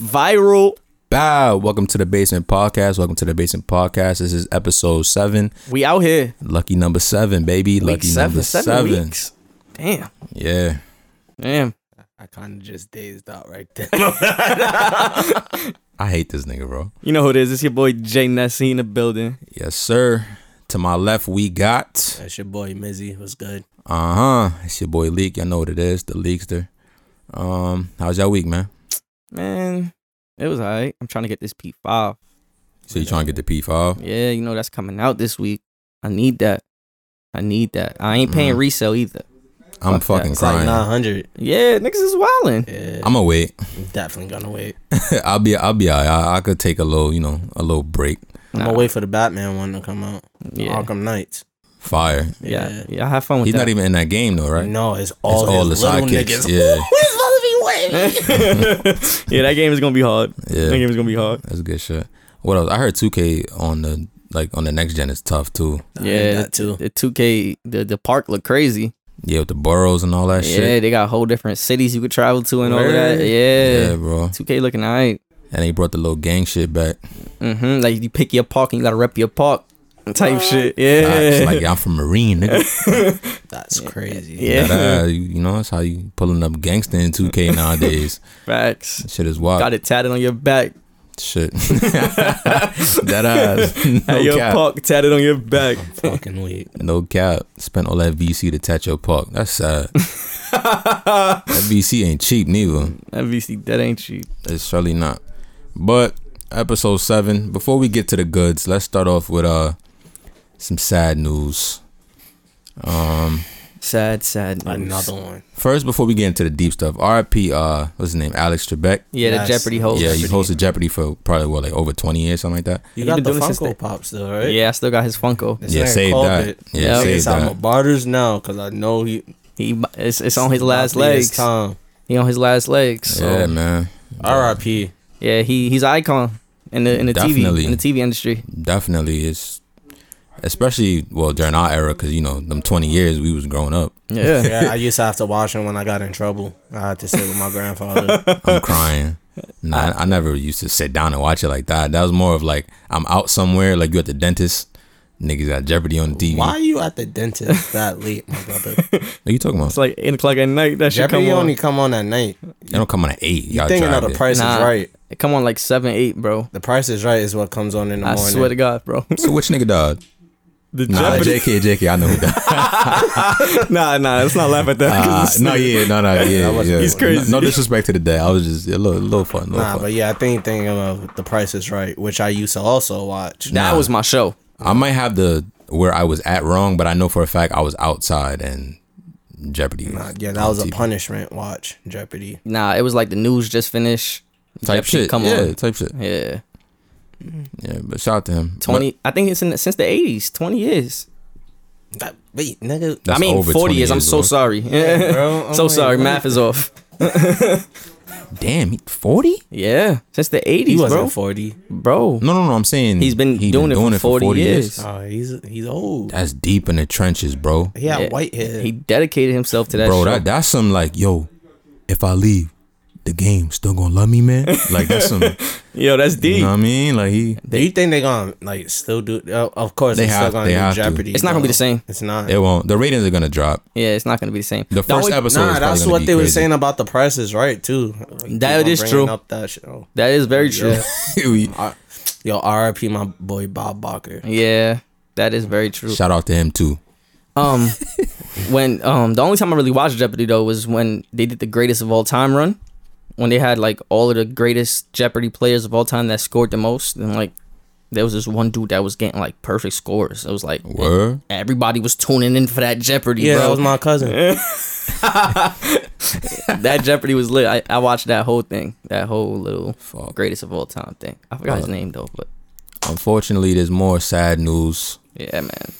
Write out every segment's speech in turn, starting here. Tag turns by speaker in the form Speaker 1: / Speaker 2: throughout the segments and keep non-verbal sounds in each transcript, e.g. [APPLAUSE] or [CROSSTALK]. Speaker 1: Viral.
Speaker 2: Bow. Welcome to the Basement Podcast. Welcome to the Basement Podcast. This is episode seven.
Speaker 1: We out here.
Speaker 2: Lucky number seven, baby.
Speaker 1: Week
Speaker 2: Lucky
Speaker 1: seven,
Speaker 2: number
Speaker 1: seven
Speaker 2: seven.
Speaker 1: weeks. Damn.
Speaker 2: Yeah.
Speaker 1: Damn.
Speaker 3: I kind of just dazed out right there. [LAUGHS]
Speaker 2: I hate this nigga, bro.
Speaker 1: [LAUGHS] You know who it is. It's your boy Jay Nessie in the building.
Speaker 2: Yes, sir. To my left, we got
Speaker 3: That's your boy Mizzy. What's good?
Speaker 2: uh huh. It's your boy Leak. Y'all know what it is, the Leakster. Um, how's y'all week, man?
Speaker 1: Man, it was alright. I'm trying to get this P5.
Speaker 2: So you trying to get the P five?
Speaker 1: Yeah, you know that's coming out this week. I need that. I need that. I ain't paying
Speaker 2: Mhm.
Speaker 1: resale either. Fuck
Speaker 2: I'm
Speaker 1: that.
Speaker 2: fucking
Speaker 3: It's like
Speaker 2: crying.
Speaker 3: 900.
Speaker 1: Yeah, niggas is wildin'.
Speaker 3: Yeah,
Speaker 2: I'ma wait. [LAUGHS]
Speaker 3: I'm definitely gonna wait.
Speaker 2: I'll be I'll be alright. I, I could take a little, you know, a little break.
Speaker 3: I'm
Speaker 1: Nah,
Speaker 3: gonna wait for the Batman one to come out.
Speaker 1: Yeah,
Speaker 3: Arkham Knights.
Speaker 2: Fire.
Speaker 1: yeah, yeah, Have fun with
Speaker 2: He's
Speaker 1: that. [LAUGHS]
Speaker 2: not even in that game though, right?
Speaker 3: No, it's
Speaker 2: it's
Speaker 3: all,
Speaker 2: all the
Speaker 3: his little
Speaker 2: sidekicks.
Speaker 3: niggas.
Speaker 2: Yeah,
Speaker 1: [LAUGHS] yeah, that game is gonna be hard.
Speaker 2: yeah.
Speaker 1: That game is gonna be hard.
Speaker 2: That's good shit. What else? I heard 2K on the like on the next gen is tough too.
Speaker 3: I heard
Speaker 1: Yeah,
Speaker 3: that too.
Speaker 1: The 2K, the, the park look crazy.
Speaker 2: Yeah, with the boroughs and all that
Speaker 1: yeah,
Speaker 2: shit.
Speaker 1: they got whole different cities you could travel to and all of that.
Speaker 2: Word.
Speaker 1: Yeah.
Speaker 2: bro.
Speaker 1: 2K looking alright.
Speaker 2: And they brought the little gang shit back.
Speaker 1: Mm-hmm. Like you pick your park and you gotta rep your park type shit. [LAUGHS] Yeah.
Speaker 2: It's
Speaker 1: [LAUGHS]
Speaker 2: like I'm from Marine, nigga.
Speaker 3: That's crazy.
Speaker 1: Yeah.
Speaker 2: That, uh, you, you know, that's how you pulling up gangster in 2K nowadays.
Speaker 1: Facts.
Speaker 2: That shit is wild.
Speaker 1: Got it tatted on your [LAUGHS] back.
Speaker 2: Shit. [LAUGHS] that
Speaker 1: [LAUGHS]
Speaker 2: ass.
Speaker 1: Had
Speaker 2: No
Speaker 1: your
Speaker 2: cap.
Speaker 1: park tatted on your back.
Speaker 3: Fucking
Speaker 1: [LAUGHS]
Speaker 3: weak.
Speaker 2: No cap. Spent all that VC to tat your park.
Speaker 1: [LAUGHS]
Speaker 2: That's sad.
Speaker 1: that
Speaker 2: That VC ain't cheap neither.
Speaker 1: VC, that ain't cheap.
Speaker 2: It's surely not. But episode seven. Before we get to the goods, let's start off with uh some sad news. Um,
Speaker 1: Sad, sad. news.
Speaker 3: Another one.
Speaker 2: first before we get into the deep stuff, RIP. Uh, what's his name? Alex Trebek.
Speaker 1: Yeah,
Speaker 3: Yes.
Speaker 1: the Jeopardy host.
Speaker 2: yeah, he's hosted Jeopardy for probably what like over twenty years, something like that.
Speaker 3: You
Speaker 1: He
Speaker 3: got
Speaker 1: been
Speaker 3: the
Speaker 1: doing it since
Speaker 3: Funko
Speaker 1: the-
Speaker 3: Pops though, right?
Speaker 1: Yeah, I still got his Funko.
Speaker 3: This
Speaker 2: Yeah,
Speaker 3: nigga
Speaker 2: save
Speaker 3: called
Speaker 2: that.
Speaker 3: It.
Speaker 2: Yeah,
Speaker 1: Yep.
Speaker 2: save
Speaker 3: It's on
Speaker 2: that.
Speaker 3: my barters now because I know he.
Speaker 1: He, it's, it's on his
Speaker 3: about
Speaker 1: last
Speaker 3: to be
Speaker 1: legs.
Speaker 3: his Time.
Speaker 1: He on his last legs. So.
Speaker 2: yeah, man. [LAUGHS]
Speaker 3: R.I.P.
Speaker 1: Yeah, he he's an icon in the in the
Speaker 2: Definitely.
Speaker 1: TV in the TV industry.
Speaker 2: Definitely, it's especially well during our era because you know them twenty years we was growing up.
Speaker 1: Yeah.
Speaker 3: Yeah, I used to have to watch him when I got in trouble. I had to sit with my grandfather.
Speaker 2: [LAUGHS] I'm crying. Nah, I, I never used to sit down and watch it like that. That was more of like I'm out somewhere, like you at the dentist. Niggas got Jeopardy on the TV.
Speaker 3: Why
Speaker 2: What
Speaker 3: are you at the dentist that late, my
Speaker 1: [LAUGHS]
Speaker 3: brother?
Speaker 2: are you talking about?
Speaker 1: it's like eight o'clock at night. That should come
Speaker 3: Jeopardy
Speaker 1: on.
Speaker 3: only come on at night.
Speaker 2: They don't come on at eight.
Speaker 3: You
Speaker 2: Y'all
Speaker 3: thinking
Speaker 2: tried
Speaker 3: of the
Speaker 2: it.
Speaker 3: Price
Speaker 1: Nah.
Speaker 3: is Right?
Speaker 1: It come on like seven, eight, bro.
Speaker 3: The Price is Right is what comes on in the
Speaker 1: I
Speaker 3: morning.
Speaker 1: swear to God, bro.
Speaker 2: So which nigga died?
Speaker 1: [LAUGHS] The
Speaker 2: Nah,
Speaker 1: Jeopardy.
Speaker 2: JK, JK. I know who
Speaker 1: [LAUGHS]
Speaker 2: died.
Speaker 1: nah, nah. Let's not laugh at that. 'cause
Speaker 2: Uh,
Speaker 1: it's- [LAUGHS]
Speaker 2: no, yeah, no, no, yeah,
Speaker 3: That was-
Speaker 2: yeah.
Speaker 3: he's
Speaker 1: crazy.
Speaker 2: No, no disrespect to the day. I was just a little, a little fun, a little
Speaker 3: Nah,
Speaker 2: fun.
Speaker 3: but yeah, I think thinking of uh, The Price is Right, which I used to also watch.
Speaker 1: that
Speaker 2: nah.
Speaker 1: was my show.
Speaker 2: I might have the where I was at wrong, but I know for a fact I was outside and Jeopardy.
Speaker 3: Nah,
Speaker 2: was
Speaker 3: yeah, that
Speaker 2: on
Speaker 3: was a
Speaker 2: TV.
Speaker 3: punishment watch, Jeopardy.
Speaker 1: Nah, it was like the news just finished.
Speaker 2: type
Speaker 1: Jeopardy,
Speaker 2: shit.
Speaker 1: Come
Speaker 2: yeah,
Speaker 1: on.
Speaker 2: type shit.
Speaker 1: Yeah,
Speaker 2: Yeah, but shout out to him. But
Speaker 1: twenty. I think it's in the, since the eighties. Twenty years.
Speaker 3: That, wait, nigga.
Speaker 1: I
Speaker 2: that's
Speaker 1: mean,
Speaker 2: over
Speaker 1: forty
Speaker 2: 20
Speaker 1: years. I'm so
Speaker 2: bro.
Speaker 1: sorry. [LAUGHS]
Speaker 3: bro, I'm
Speaker 1: so
Speaker 3: like,
Speaker 1: sorry.
Speaker 3: what?
Speaker 1: Math is off.
Speaker 2: Damn, he forty.
Speaker 1: Yeah, since the
Speaker 3: He
Speaker 1: eighties,
Speaker 3: wasn't
Speaker 1: bro.
Speaker 3: 40.
Speaker 1: Bro, [LAUGHS]
Speaker 2: No, no, no. I'm saying
Speaker 1: he's been
Speaker 2: he
Speaker 1: doing, it, for 40 years.
Speaker 3: Oh, he's he's old.
Speaker 2: That's deep in the trenches, bro.
Speaker 3: He had
Speaker 1: Yeah.
Speaker 3: white hair.
Speaker 1: He dedicated himself to that.
Speaker 2: bro,
Speaker 1: show.
Speaker 2: that that's some like, yo, if I leave, the game still gonna love me, man. Like that's
Speaker 3: [LAUGHS]
Speaker 2: some, you
Speaker 1: Yo, that's deep.
Speaker 2: know what I mean? Like he,
Speaker 3: do you think they're gonna like still do? Uh, of course,
Speaker 2: They
Speaker 3: they are
Speaker 2: have-
Speaker 3: still gonna
Speaker 2: they
Speaker 3: do
Speaker 2: have to.
Speaker 3: Jeopardy.
Speaker 1: It's not gonna be the
Speaker 3: though.
Speaker 1: same.
Speaker 3: It's not.
Speaker 2: it won't. The ratings are gonna drop.
Speaker 1: Yeah, it's not gonna be the same.
Speaker 2: The first
Speaker 1: only-
Speaker 2: episode. is
Speaker 3: Nah,
Speaker 2: probably
Speaker 3: that's
Speaker 2: gonna
Speaker 3: what
Speaker 2: be
Speaker 3: they were
Speaker 2: crazy.
Speaker 3: saying about the Price is Right too. Like,
Speaker 1: That
Speaker 3: keep on
Speaker 1: is
Speaker 3: bringing
Speaker 1: true.
Speaker 3: Up that show.
Speaker 1: That is very true. Yeah,
Speaker 2: [LAUGHS] We-
Speaker 3: Yo, R.I.P. My boy Bob Barker.
Speaker 1: that is very true.
Speaker 2: Shout out to him too.
Speaker 1: Um, when um the only time I really watched Jeopardy though was when they did the greatest of all time run, when they had like all of the greatest Jeopardy players of all time that scored the most, and like there was this one dude that was getting like perfect scores. It was like
Speaker 2: Word.
Speaker 1: everybody was tuning in for that Jeopardy,
Speaker 3: Yeah, that
Speaker 1: bro.
Speaker 3: [LAUGHS] was my cousin.
Speaker 1: that Jeopardy was lit. I, I watched that whole thing, that whole little
Speaker 2: Fuck.
Speaker 1: greatest of all time thing. I forgot his name though, but
Speaker 2: Unfortunately, there's more sad news. Um,
Speaker 1: yeah, man.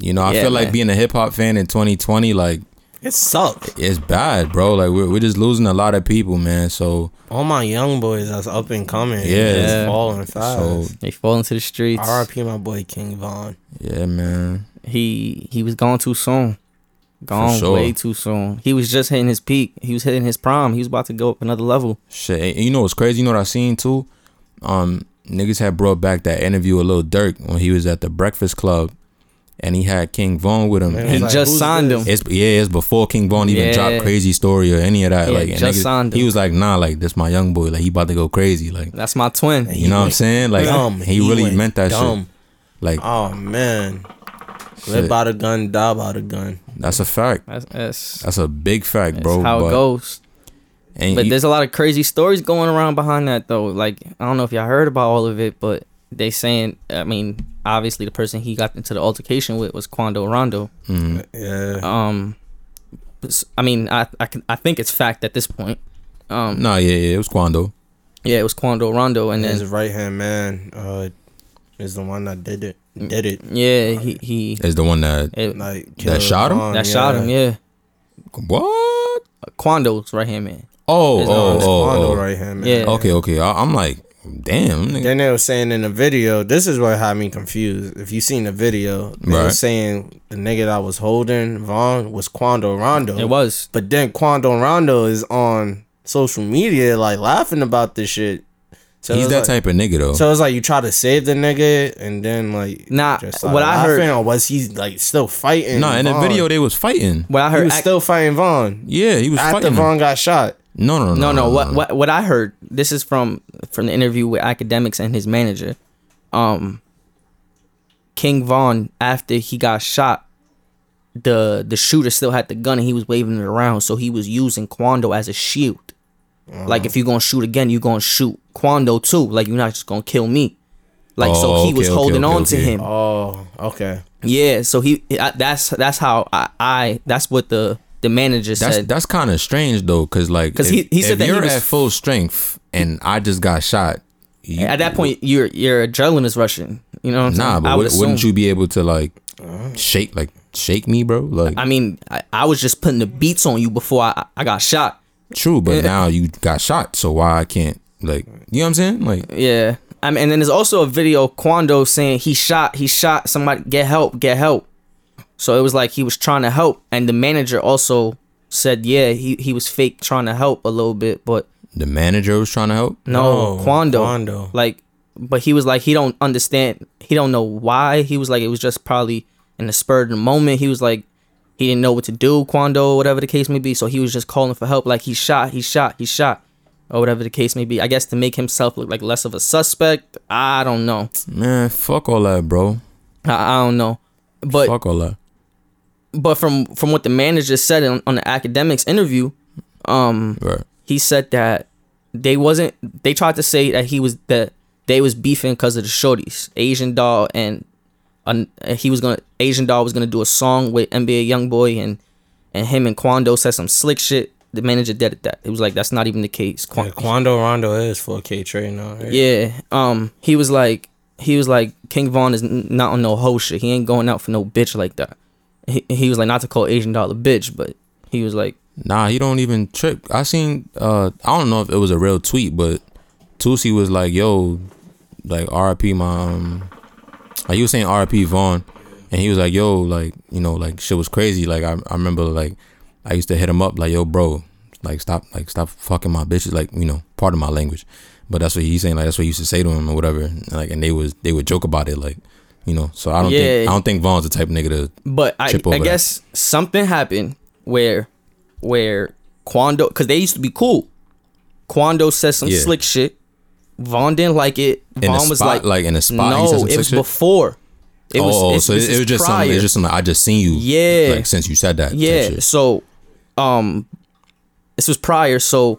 Speaker 2: You know, I
Speaker 1: Yeah,
Speaker 2: feel like
Speaker 1: man.
Speaker 2: being a hip hop fan in 2020, like
Speaker 3: It sucked.
Speaker 2: it's bad, bro. Like we're we're just losing a lot of people, man. So
Speaker 3: All my young boys that's up and coming.
Speaker 2: Yeah.
Speaker 3: Yeah,
Speaker 1: Yeah.
Speaker 3: falling
Speaker 2: so
Speaker 3: fast.
Speaker 1: They fall into the streets.
Speaker 3: R.I.P. My boy King Von.
Speaker 2: yeah, man.
Speaker 1: He he was gone too soon. Gone
Speaker 2: sure.
Speaker 1: way too soon. He was just hitting his peak. He was hitting his prime. He was about to go up another level.
Speaker 2: Shit, and you know what's crazy? You know what I seen too? Um, niggas had brought back that interview with Lil Durk when he was at the Breakfast Club, and he had King Von with him.
Speaker 3: Man,
Speaker 2: And
Speaker 3: like,
Speaker 1: just
Speaker 3: who's
Speaker 1: signed
Speaker 3: this?
Speaker 1: him.
Speaker 2: it's yeah, it's before King Von even
Speaker 1: Yeah.
Speaker 2: dropped Crazy Story or any of that.
Speaker 1: Yeah,
Speaker 2: like, and
Speaker 1: just signed him.
Speaker 2: he was like, nah, like this my young boy, like he about to go crazy, like
Speaker 1: That's my twin.
Speaker 2: you know what I'm saying? Like
Speaker 3: Dumb.
Speaker 2: he really
Speaker 3: went
Speaker 2: meant that
Speaker 3: dumb.
Speaker 2: shit. Like
Speaker 3: Oh man, live
Speaker 2: shit,
Speaker 3: by the gun, die by the gun.
Speaker 2: that's a fact.
Speaker 1: That's, that's,
Speaker 2: That's a big fact,
Speaker 1: that's
Speaker 2: bro.
Speaker 1: how
Speaker 2: but,
Speaker 1: it goes.
Speaker 2: And
Speaker 1: But
Speaker 2: you-
Speaker 1: there's a lot of crazy stories going around behind that though. Like I don't know if y'all heard about all of it, but they saying I mean, obviously the person he got into the altercation with was Quando Rondo.
Speaker 2: mhm.
Speaker 3: Yeah,
Speaker 1: Um s- I mean, I I, can, I think it's fact at this point. Um
Speaker 2: Nah, yeah, yeah, it was Quando.
Speaker 1: yeah, it was Quando Rondo and
Speaker 3: his
Speaker 1: then
Speaker 3: right hand man uh, is the one that did it. Did it?
Speaker 1: yeah, he he
Speaker 2: Is the one that
Speaker 1: it,
Speaker 3: Like
Speaker 2: That shot him?
Speaker 1: that shot him, yeah.
Speaker 2: what?
Speaker 1: Quando's right hand man.
Speaker 2: Oh,
Speaker 1: It's
Speaker 2: oh,
Speaker 1: not- it's
Speaker 2: oh, oh,
Speaker 3: right hand man.
Speaker 1: Yeah.
Speaker 2: Okay, okay. I, I'm like, damn. Nigga.
Speaker 3: Then they were saying in the video, this is what had me confused. If you seen the video, they were
Speaker 2: Right.
Speaker 3: saying the nigga that was holding Vaughn was Quando Rondo.
Speaker 2: Mm.
Speaker 1: It was.
Speaker 3: But then Quando Rondo is on social media like laughing about this shit.
Speaker 1: uh,
Speaker 3: So
Speaker 2: He's
Speaker 3: it's
Speaker 2: that
Speaker 3: like,
Speaker 2: type of nigga though.
Speaker 3: So it's like you try to save the nigga and then like
Speaker 1: Nah,
Speaker 3: like,
Speaker 1: what I heard-
Speaker 3: laughing, or was he like still fighting?
Speaker 2: nah, in the
Speaker 3: Vaughn?
Speaker 2: video they was fighting.
Speaker 1: What I
Speaker 3: he
Speaker 1: heard
Speaker 3: was
Speaker 1: ac-
Speaker 3: still fighting Vaughn
Speaker 2: Yeah, he was
Speaker 3: after
Speaker 2: fighting. him.
Speaker 3: Vaughn got shot.
Speaker 2: No, no, no,
Speaker 1: No, no.
Speaker 2: Ah.
Speaker 1: What what what I heard. This is from from the interview with academics and his manager. Um, King Vaughn after he got shot, the the shooter still had the gun and he was waving it around, so he was using Quando as a shield. Like
Speaker 2: Mm.
Speaker 1: if you're gonna shoot again, you're gonna shoot Quando too. Like you're not just gonna kill me. Like so
Speaker 2: Oh,
Speaker 1: he
Speaker 2: okay,
Speaker 1: was
Speaker 2: okay,
Speaker 1: holding
Speaker 2: okay,
Speaker 1: on to
Speaker 2: okay.
Speaker 1: him.
Speaker 3: Oh, okay.
Speaker 1: Yeah. So he I, that's that's how I, I that's what the the manager
Speaker 2: That's
Speaker 1: said.
Speaker 2: that's kind of strange though, cause like,
Speaker 1: 'Cause
Speaker 2: if,
Speaker 1: he- he said
Speaker 2: if
Speaker 1: that he
Speaker 2: you're
Speaker 1: was-
Speaker 2: at full strength and I just got shot, you,
Speaker 1: At that point, your your adrenaline is rushing. You know what I'm
Speaker 2: nah,
Speaker 1: saying?
Speaker 2: but
Speaker 1: I would
Speaker 2: would, wouldn't
Speaker 1: assume.
Speaker 2: you be able to like shake, like shake me, bro? Like,
Speaker 1: I mean, I, I was just putting the beats on you before I, I got shot.
Speaker 2: true, but now you got shot, so why I can't, like, you know what I'm saying? Like,
Speaker 1: Yeah. I mean, and then there's also a video of Quando saying he shot, he shot, somebody get help, get help. So it was like he was trying to help, and the manager also said, yeah, he, he was fake trying to help a little bit, but
Speaker 2: the manager was trying to help.
Speaker 1: no,
Speaker 3: No,
Speaker 1: Quando,
Speaker 3: Quando.
Speaker 1: like, but he was like he don't understand, he don't know why. He was like it was just probably in the spur of the moment. He was like he didn't know what to do, Quando, whatever the case may be. So he was just calling for help, like he shot, he shot, he shot, or whatever the case may be. I guess to make himself look like less of a suspect. I don't know,
Speaker 2: Man, fuck all that, bro.
Speaker 1: I, I don't know, but
Speaker 2: fuck all that.
Speaker 1: but from from what the manager said on, on the academics interview, um,
Speaker 2: Right.
Speaker 1: he said that they wasn't they tried to say that he was that they was beefing because of the shorties asian doll and an- and he was gonna asian doll was gonna do a song with nba young boy and and him and quando said some slick shit the manager did that it was like that's not even the case Quan-
Speaker 3: Yeah, Quando Rondo is 4K trade now. Right?
Speaker 1: yeah um he was like he was like king vaughn is n- not on no hoe shit he ain't going out for no bitch like that he, he was like not to call asian doll a bitch but he was like
Speaker 2: Nah, he don't even trip. I seen uh I don't know if it was a real tweet, but Tusi was like, yo, like RP my um like you was saying RP Vaughn and he was like, yo, like, you know, like shit was crazy. Like I, I remember like I used to hit him up like, yo, bro, like stop like stop fucking my bitches, like, you know, part of my language. But that's what he's saying, like that's what he used to say to him or whatever. And, like and they was they would joke about it, like, you know. So I don't
Speaker 1: Yeah.
Speaker 2: think I don't think Vaughn's the type of nigga to
Speaker 1: But I,
Speaker 2: Chip
Speaker 1: I
Speaker 2: over that.
Speaker 1: guess something happened where where Quando because they used to be cool. Quando said some
Speaker 2: Yeah.
Speaker 1: slick shit. Vaughn didn't like it.
Speaker 2: in a
Speaker 1: Vaughn
Speaker 2: spot
Speaker 1: was
Speaker 2: like,
Speaker 1: like,
Speaker 2: in a spot he said
Speaker 1: no,
Speaker 2: some
Speaker 1: it
Speaker 2: sick
Speaker 1: was
Speaker 2: shit?
Speaker 1: before. It was,
Speaker 2: oh,
Speaker 1: it's-
Speaker 2: so
Speaker 1: this
Speaker 2: it,
Speaker 1: is
Speaker 2: it was just
Speaker 1: prior.
Speaker 2: something. It's just something I just seen you.
Speaker 1: Yeah.
Speaker 2: Like since you said that. type
Speaker 1: yeah.
Speaker 2: shit.
Speaker 1: So, um, this was prior. So,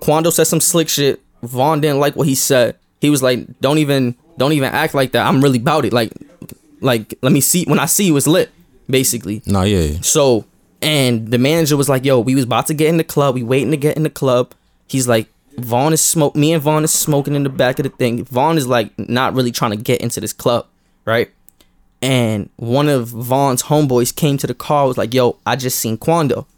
Speaker 1: Quando said some slick shit. Vaughn didn't like what he said. He was like, "Don't even, don't even act like that. I'm really about it. Like, like let me see when I see you, it's lit." Basically,
Speaker 2: Nah, yeah, yeah.
Speaker 1: So, and the manager was like, "Yo, we was about to get in the club. We waiting to get in the club." He's like, "Vaughn is smoke. Me and Vaughn is smoking in the back of the thing. Vaughn is like not really trying to get into this club, right?" And one of Vaughn's homeboys came to the car. Was like, "Yo, I just seen Quando."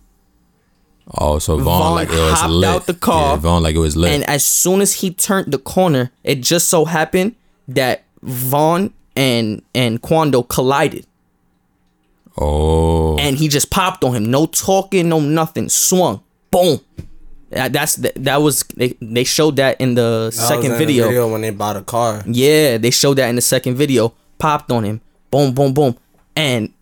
Speaker 2: Oh, so Vaughn,
Speaker 1: Vaughn
Speaker 2: like it was
Speaker 1: hopped
Speaker 2: lit.
Speaker 1: out the car
Speaker 2: Yeah, Vaughn like it was lit.
Speaker 1: And as soon as he turned the corner, it just so happened that Vaughn and and Quando collided.
Speaker 2: Oh.
Speaker 1: and he just popped on him. No talking, no nothing. Swung, boom. That- That's that, that was they, they showed that in the
Speaker 3: I was in
Speaker 1: second
Speaker 3: the
Speaker 1: video.
Speaker 3: when they bought a car.
Speaker 1: Yeah, they showed that in the second video. Popped on him, boom, boom, boom, and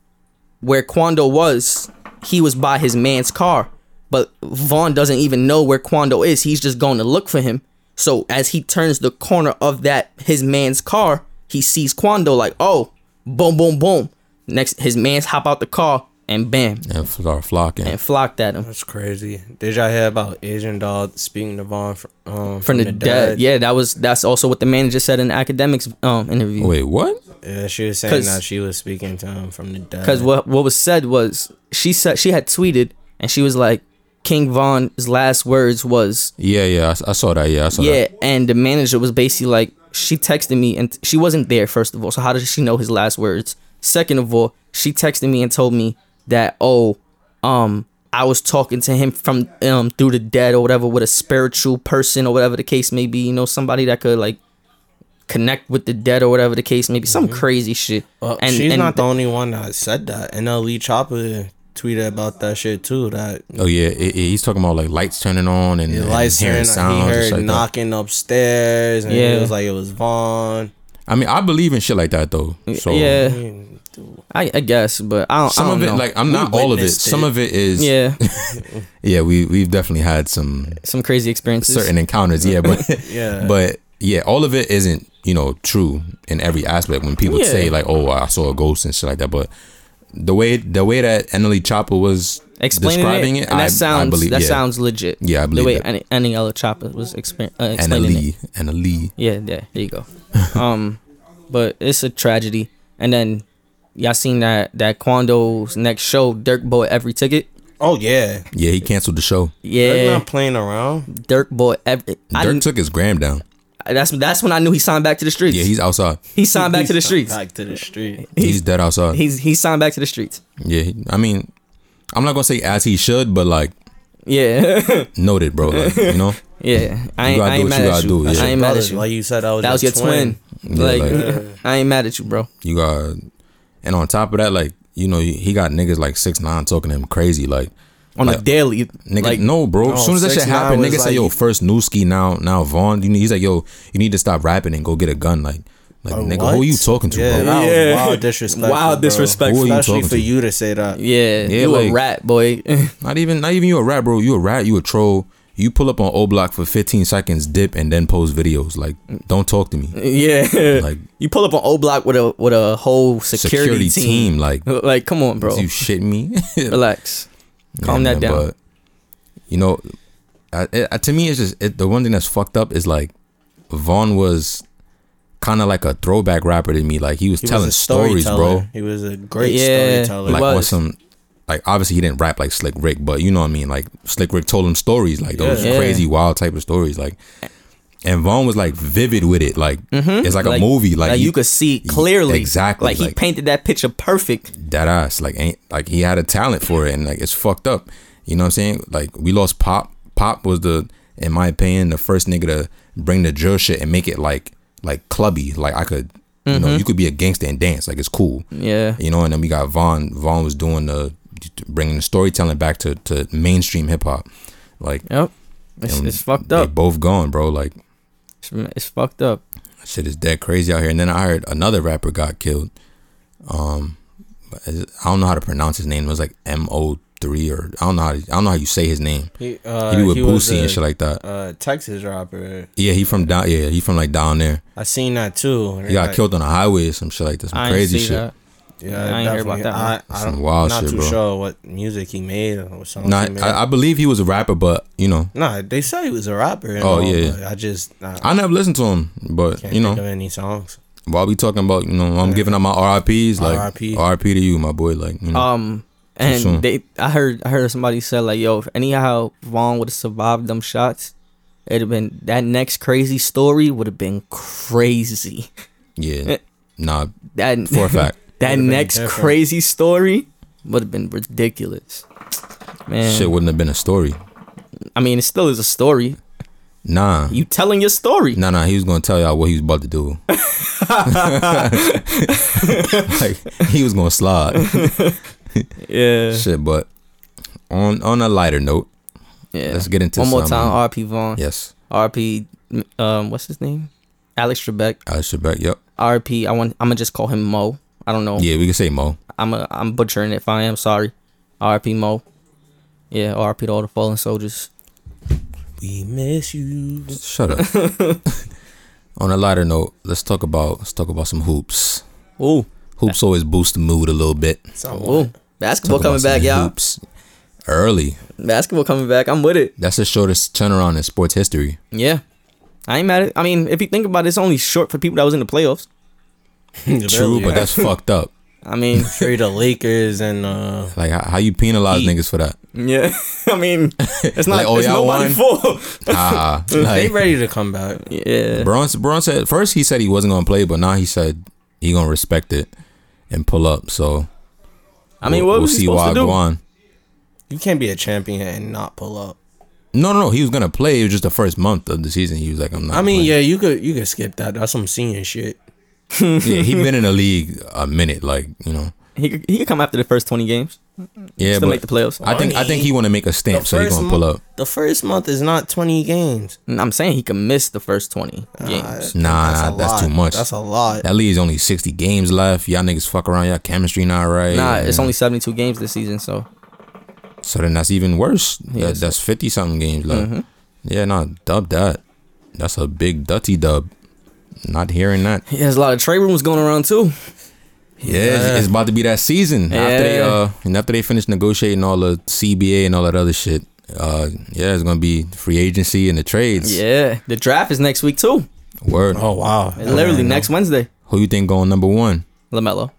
Speaker 1: where Quando was, he was by his man's car, but Vaughn doesn't even know where Quando is. He's just going to look for him. So as he turns the corner of that his man's car, he sees Quando like, oh, boom, boom, boom. Next, his man's hop out the car and bam,
Speaker 2: And start flocking.
Speaker 1: and flocked at him
Speaker 3: That's crazy. Did y'all hear about Asian dog speaking to Vaughn from, um,
Speaker 1: from the dead. Yeah, that was that's also what the manager said in the academics um interview.
Speaker 2: Wait, what?
Speaker 3: Yeah, she was saying
Speaker 1: 'Cause-
Speaker 3: that she was speaking to him from the dead.
Speaker 1: Because what what was said was she said she had tweeted and she was like King Von's last words was
Speaker 2: Yeah, yeah. I, s- I saw that. Yeah, I saw
Speaker 1: yeah,
Speaker 2: that.
Speaker 1: and the manager was basically like she texted me and she wasn't there first of all. So how does she know his last words? Second of all, she texted me and told me that oh um I was talking to him from um through the dead or whatever with a spiritual person or whatever the case may be. You know somebody that could like connect with the dead or whatever the case may be. Some
Speaker 2: Mm-hmm.
Speaker 1: crazy shit.
Speaker 2: Uh,
Speaker 3: Well, she's not the only one that said that. And L.E. Chopper tweeted about that shit too. That
Speaker 2: Oh yeah, it, it- he's talking about like lights turning on and,
Speaker 3: the
Speaker 2: and
Speaker 3: lights
Speaker 2: hearing
Speaker 3: turned,
Speaker 2: sounds.
Speaker 3: he
Speaker 2: and shit
Speaker 3: heard
Speaker 2: like that.
Speaker 3: knocking upstairs, and
Speaker 1: Yeah.
Speaker 3: it was like it was Vaughn.
Speaker 2: I mean, I believe in shit like that though. So
Speaker 1: yeah.
Speaker 3: I mean, dude,
Speaker 1: I, I guess, but I don't.
Speaker 2: Some
Speaker 1: I don't
Speaker 2: of it,
Speaker 1: know.
Speaker 2: like I'm not all of it.
Speaker 3: witnessed
Speaker 2: Some
Speaker 3: it.
Speaker 2: of it is
Speaker 1: yeah,
Speaker 2: yeah. We we've definitely had some
Speaker 1: some crazy experiences.
Speaker 2: certain encounters.
Speaker 1: [LAUGHS]
Speaker 2: Yeah, but
Speaker 3: Yeah.
Speaker 2: but yeah, all of it isn't you know true in every aspect. When people
Speaker 1: Yeah.
Speaker 2: say like, "Oh, I saw a ghost" and shit like that, but the way the way that Emily Chopper was
Speaker 1: Explaining
Speaker 2: describing it,
Speaker 1: it, and
Speaker 2: I,
Speaker 1: that sounds
Speaker 2: I believe
Speaker 1: that
Speaker 2: yeah.
Speaker 1: sounds legit.
Speaker 2: Yeah, I believe
Speaker 1: the way
Speaker 2: that.
Speaker 1: any any other chopper was exper- uh,
Speaker 2: Anna
Speaker 1: explaining it.
Speaker 2: Lee, Anna Lee.
Speaker 1: Yeah, yeah, there you go. [LAUGHS] um, but it's a tragedy. And then y'all seen that that Quando's next show, Dirk bought every ticket.
Speaker 3: oh yeah,
Speaker 2: Yeah, he canceled the show.
Speaker 3: they're
Speaker 1: Yeah,
Speaker 3: not playing around.
Speaker 1: Dirk bought every. I
Speaker 2: Dirk
Speaker 1: didn't-
Speaker 2: took his gram down.
Speaker 1: that's that's when I knew he signed back to the streets.
Speaker 2: Yeah, he's
Speaker 1: [LAUGHS]
Speaker 2: outside.
Speaker 1: he signed back to the streets.
Speaker 3: Back to the street.
Speaker 2: He's dead outside.
Speaker 1: He's he signed back to the streets.
Speaker 2: yeah, he- I mean, I'm not gonna say as he should, but like
Speaker 1: Yeah, [LAUGHS]
Speaker 2: noted, bro. Like, you know,
Speaker 1: yeah. I
Speaker 2: You
Speaker 1: ain't,
Speaker 2: gotta
Speaker 1: I
Speaker 2: do
Speaker 1: ain't
Speaker 2: what
Speaker 1: mad
Speaker 2: you
Speaker 1: at
Speaker 2: gotta
Speaker 1: you.
Speaker 2: do, yeah.
Speaker 1: I ain't mad at
Speaker 3: Brothers,
Speaker 1: you.
Speaker 3: like you said, that was,
Speaker 1: that was your twin.
Speaker 2: Yeah,
Speaker 1: like,
Speaker 2: like-
Speaker 1: [LAUGHS] I ain't mad at you, bro.
Speaker 2: you got, and on top of that, like you know, he got niggas like six nine talking to him crazy, like.
Speaker 1: On a daily,
Speaker 2: Nigga,
Speaker 1: like
Speaker 2: no, bro.
Speaker 3: no,
Speaker 2: as soon as that shit
Speaker 3: 6ix9ine
Speaker 2: happened,
Speaker 3: was
Speaker 2: nigga say, "Yo,
Speaker 3: like-
Speaker 2: first Newski, now, now Vaughn." You need, he's like, "Yo, you need to stop rapping and go get a gun." Like, like nigga, who
Speaker 3: what?
Speaker 2: you talking to,
Speaker 3: Yeah,
Speaker 2: bro?
Speaker 3: that
Speaker 1: Yeah.
Speaker 3: was wild disrespectful.
Speaker 1: Wild
Speaker 3: bro.
Speaker 1: disrespectful.
Speaker 2: Who are you
Speaker 3: Especially
Speaker 2: talking
Speaker 3: for
Speaker 2: to?
Speaker 3: you to say that.
Speaker 1: yeah,
Speaker 2: Yeah,
Speaker 1: you
Speaker 2: like-
Speaker 1: a rat boy. [LAUGHS]
Speaker 2: Not even, not even you a rap, bro. You a rat. You a troll. You pull up on O Block for 15 seconds, dip, and then post videos. Like, don't talk to me.
Speaker 1: [LAUGHS] yeah,
Speaker 2: Like-
Speaker 1: you pull up on O Block with a with a whole security,
Speaker 2: Security,
Speaker 1: team.
Speaker 2: team. like,
Speaker 1: [LAUGHS] Like, come on, bro,
Speaker 2: you shit me. [LAUGHS]
Speaker 1: relax, calm
Speaker 2: Yeah,
Speaker 1: that
Speaker 2: man,
Speaker 1: down.
Speaker 2: But, you know, I, it, I- to me, it's just it, the one thing that's fucked up is like Vaughn was kind of like a throwback rapper to me. Like he was
Speaker 3: He was
Speaker 2: telling
Speaker 3: a
Speaker 2: stories, bro.
Speaker 3: storyteller. He was a great
Speaker 1: Yeah.
Speaker 3: storyteller.
Speaker 1: He
Speaker 2: Like on
Speaker 1: was.
Speaker 2: some, like obviously he didn't rap like Slick Rick, but you know what I mean. Like Slick Rick told him stories, like those
Speaker 1: Yeah.
Speaker 2: crazy wild type of stories, like. And Vaughn was like vivid with it, like
Speaker 1: Mm-hmm.
Speaker 2: it's like, a movie, like,
Speaker 1: like
Speaker 2: he-
Speaker 1: you could see clearly,
Speaker 2: exactly,
Speaker 1: Like he
Speaker 2: like-
Speaker 1: painted that picture perfect.
Speaker 2: that ass. Like ain't like he had a talent for it and like it's fucked up. You know what I'm saying? Like we lost Pop. Pop was the in my opinion, the first nigga to bring the drill shit and make it like like clubby. Like I could you
Speaker 1: Mm-hmm.
Speaker 2: know, you could be a gangster and dance. Like it's cool.
Speaker 1: Yeah,
Speaker 2: You know, and then we got Vaughn. Vaughn was doing the bringing the storytelling back to, to mainstream hip hop. Like
Speaker 1: yep. It's,
Speaker 2: and
Speaker 1: it's fucked
Speaker 2: they
Speaker 1: up.
Speaker 2: both gone, bro. Like
Speaker 1: It's, it's fucked up.
Speaker 2: shit is dead crazy out here. And then I heard another rapper got killed. Um, but is it- I don't know how to pronounce his name. It was like M O three or I don't know. How to, I don't know how you say his name.
Speaker 3: He, uh,
Speaker 2: He be with
Speaker 3: was
Speaker 2: Boosie
Speaker 3: a,
Speaker 2: and shit like that.
Speaker 3: uh, Texas rapper.
Speaker 2: Yeah, he from down. Yeah, he from like down there.
Speaker 3: I seen that too.
Speaker 2: He got killed on a highway or some shit like that. Some
Speaker 1: I ain't
Speaker 2: crazy
Speaker 1: see
Speaker 2: shit.
Speaker 1: that.
Speaker 3: Yeah,
Speaker 1: I ain't hear about
Speaker 3: definitely.
Speaker 1: that
Speaker 3: I,
Speaker 1: one.
Speaker 3: I
Speaker 2: Some
Speaker 3: don't,
Speaker 2: wild
Speaker 3: not
Speaker 2: shit,
Speaker 3: too
Speaker 2: bro.
Speaker 3: sure what music he made or something.
Speaker 2: Nah,
Speaker 3: he made.
Speaker 2: I, I believe he was a rapper, but you know,
Speaker 3: nah, they said he was a rapper. and
Speaker 2: Oh,
Speaker 3: all,
Speaker 2: yeah.
Speaker 3: but I just nah,
Speaker 2: I never listened to him. But
Speaker 3: can't
Speaker 2: you
Speaker 3: think
Speaker 2: know,
Speaker 3: of any songs.
Speaker 2: while we talking about, you know, I'm giving out my RIPS, like
Speaker 3: RIP.
Speaker 2: RIP, to you, my boy. Like, you know,
Speaker 3: Uh,
Speaker 1: Um,
Speaker 2: soon.
Speaker 1: and they, I heard, I heard somebody said like, "Yo, if anyhow Vaughn would have survived them shots, it'd have been that next crazy story would have been crazy. [LAUGHS]
Speaker 3: eh.
Speaker 2: yeah, nah,
Speaker 1: That
Speaker 2: for a
Speaker 3: [LAUGHS]
Speaker 2: fact.
Speaker 1: that
Speaker 3: been
Speaker 1: next
Speaker 3: different.
Speaker 1: crazy story would have been ridiculous, man.
Speaker 2: Shit wouldn't have been a story.
Speaker 1: I mean, it still is a story.
Speaker 2: Nah,
Speaker 1: You telling your story?
Speaker 2: No, no, he was gonna tell y'all what he was about
Speaker 1: [LAUGHS]
Speaker 2: to do.
Speaker 1: [LAUGHS]
Speaker 2: like he was gonna slide.
Speaker 1: Yeah.
Speaker 2: Shit, but on on a lighter note,
Speaker 1: Yeah.
Speaker 2: let's get into
Speaker 1: One more
Speaker 2: some-
Speaker 1: time, RP Vaughn.
Speaker 2: Yes,
Speaker 1: RP um what's his name? Alex Trebek.
Speaker 2: Alex Trebek. Yep.
Speaker 1: RP I want I'm gonna just call him Mo. I don't know.
Speaker 2: Yeah, we can say Mo.
Speaker 1: I'm a, I'm butchering it if I am sorry. RP Mo. Yeah, RP to all the fallen soldiers.
Speaker 3: We miss you.
Speaker 2: Shut up.
Speaker 1: [LAUGHS]
Speaker 2: on a lighter note, let's talk about let's talk about some hoops.
Speaker 1: Ooh.
Speaker 2: Hoops always boost the mood a little bit.
Speaker 3: [LAUGHS]
Speaker 1: Ooh. Basketball
Speaker 2: Talk about
Speaker 1: coming
Speaker 2: some
Speaker 1: back, y'all.
Speaker 2: Hoops early.
Speaker 1: Basketball coming back. I'm with it.
Speaker 2: That's the shortest turnaround in sports history.
Speaker 1: Yeah. I ain't mad at I mean, if you think about it, it's only short for people that was in the playoffs.
Speaker 2: True, but that's fucked up.
Speaker 1: I mean,
Speaker 3: trade the Lakers and uh
Speaker 2: Like how, how you penalize
Speaker 3: Heat.
Speaker 2: niggas for that?
Speaker 1: yeah. [LAUGHS] I mean, it's not
Speaker 2: Like, oh,
Speaker 1: it's
Speaker 2: y'all
Speaker 1: nobody's fault. [LAUGHS]
Speaker 2: Ah,
Speaker 3: they
Speaker 2: like,
Speaker 3: ready to come back.
Speaker 1: yeah.
Speaker 2: Braun, Braun said first he said he wasn't gonna play, but now he said he gonna respect it and pull up. So
Speaker 1: I mean, what was he supposed to do?
Speaker 2: Guan-
Speaker 3: You can't be a champion and not pull up.
Speaker 2: No, no, no. He was gonna play. It was just the first month of the season. He was like, I'm not.
Speaker 3: I mean,
Speaker 2: playing.
Speaker 3: yeah, you could you could skip that. That's some senior shit.
Speaker 2: yeah. He been in the league a minute, like you know.
Speaker 1: He could, he could come after the first 20 games.
Speaker 2: Yeah,
Speaker 1: still
Speaker 2: but
Speaker 1: make the playoffs.
Speaker 2: I think I think he want to make a stamp, so he
Speaker 3: first
Speaker 2: gonna pull
Speaker 3: month-
Speaker 2: up.
Speaker 3: The first month is not twenty games.
Speaker 1: I'm saying he could miss the first 20 games.
Speaker 2: Nah, nah,
Speaker 3: a
Speaker 2: that's
Speaker 3: lot.
Speaker 2: too much.
Speaker 3: That's a lot.
Speaker 2: That league's only sixty games left. Y'all niggas fuck around. Y'all chemistry not right.
Speaker 1: nah, it's
Speaker 2: and-
Speaker 1: only 72 games this season, so
Speaker 2: so then that's even worse.
Speaker 1: Yeah,
Speaker 2: That, that's fifty something games left.
Speaker 1: mm-hmm.
Speaker 2: Yeah, nah, dub that. That's a big dutty dub. Not hearing that.
Speaker 1: yeah, there's a lot of trade rumors going around too.
Speaker 2: Yeah, it's-
Speaker 3: Yeah.
Speaker 2: It's, about to be that season. After they
Speaker 1: Yeah.
Speaker 2: uh and after they finish negotiating all the CBA and all that other shit. Uh yeah, it's gonna be free agency and the trades.
Speaker 1: Yeah, the draft is next week too.
Speaker 2: Word.
Speaker 3: Oh wow.
Speaker 1: It's literally next Wednesday.
Speaker 2: Who you think going number one?
Speaker 1: Lamelo,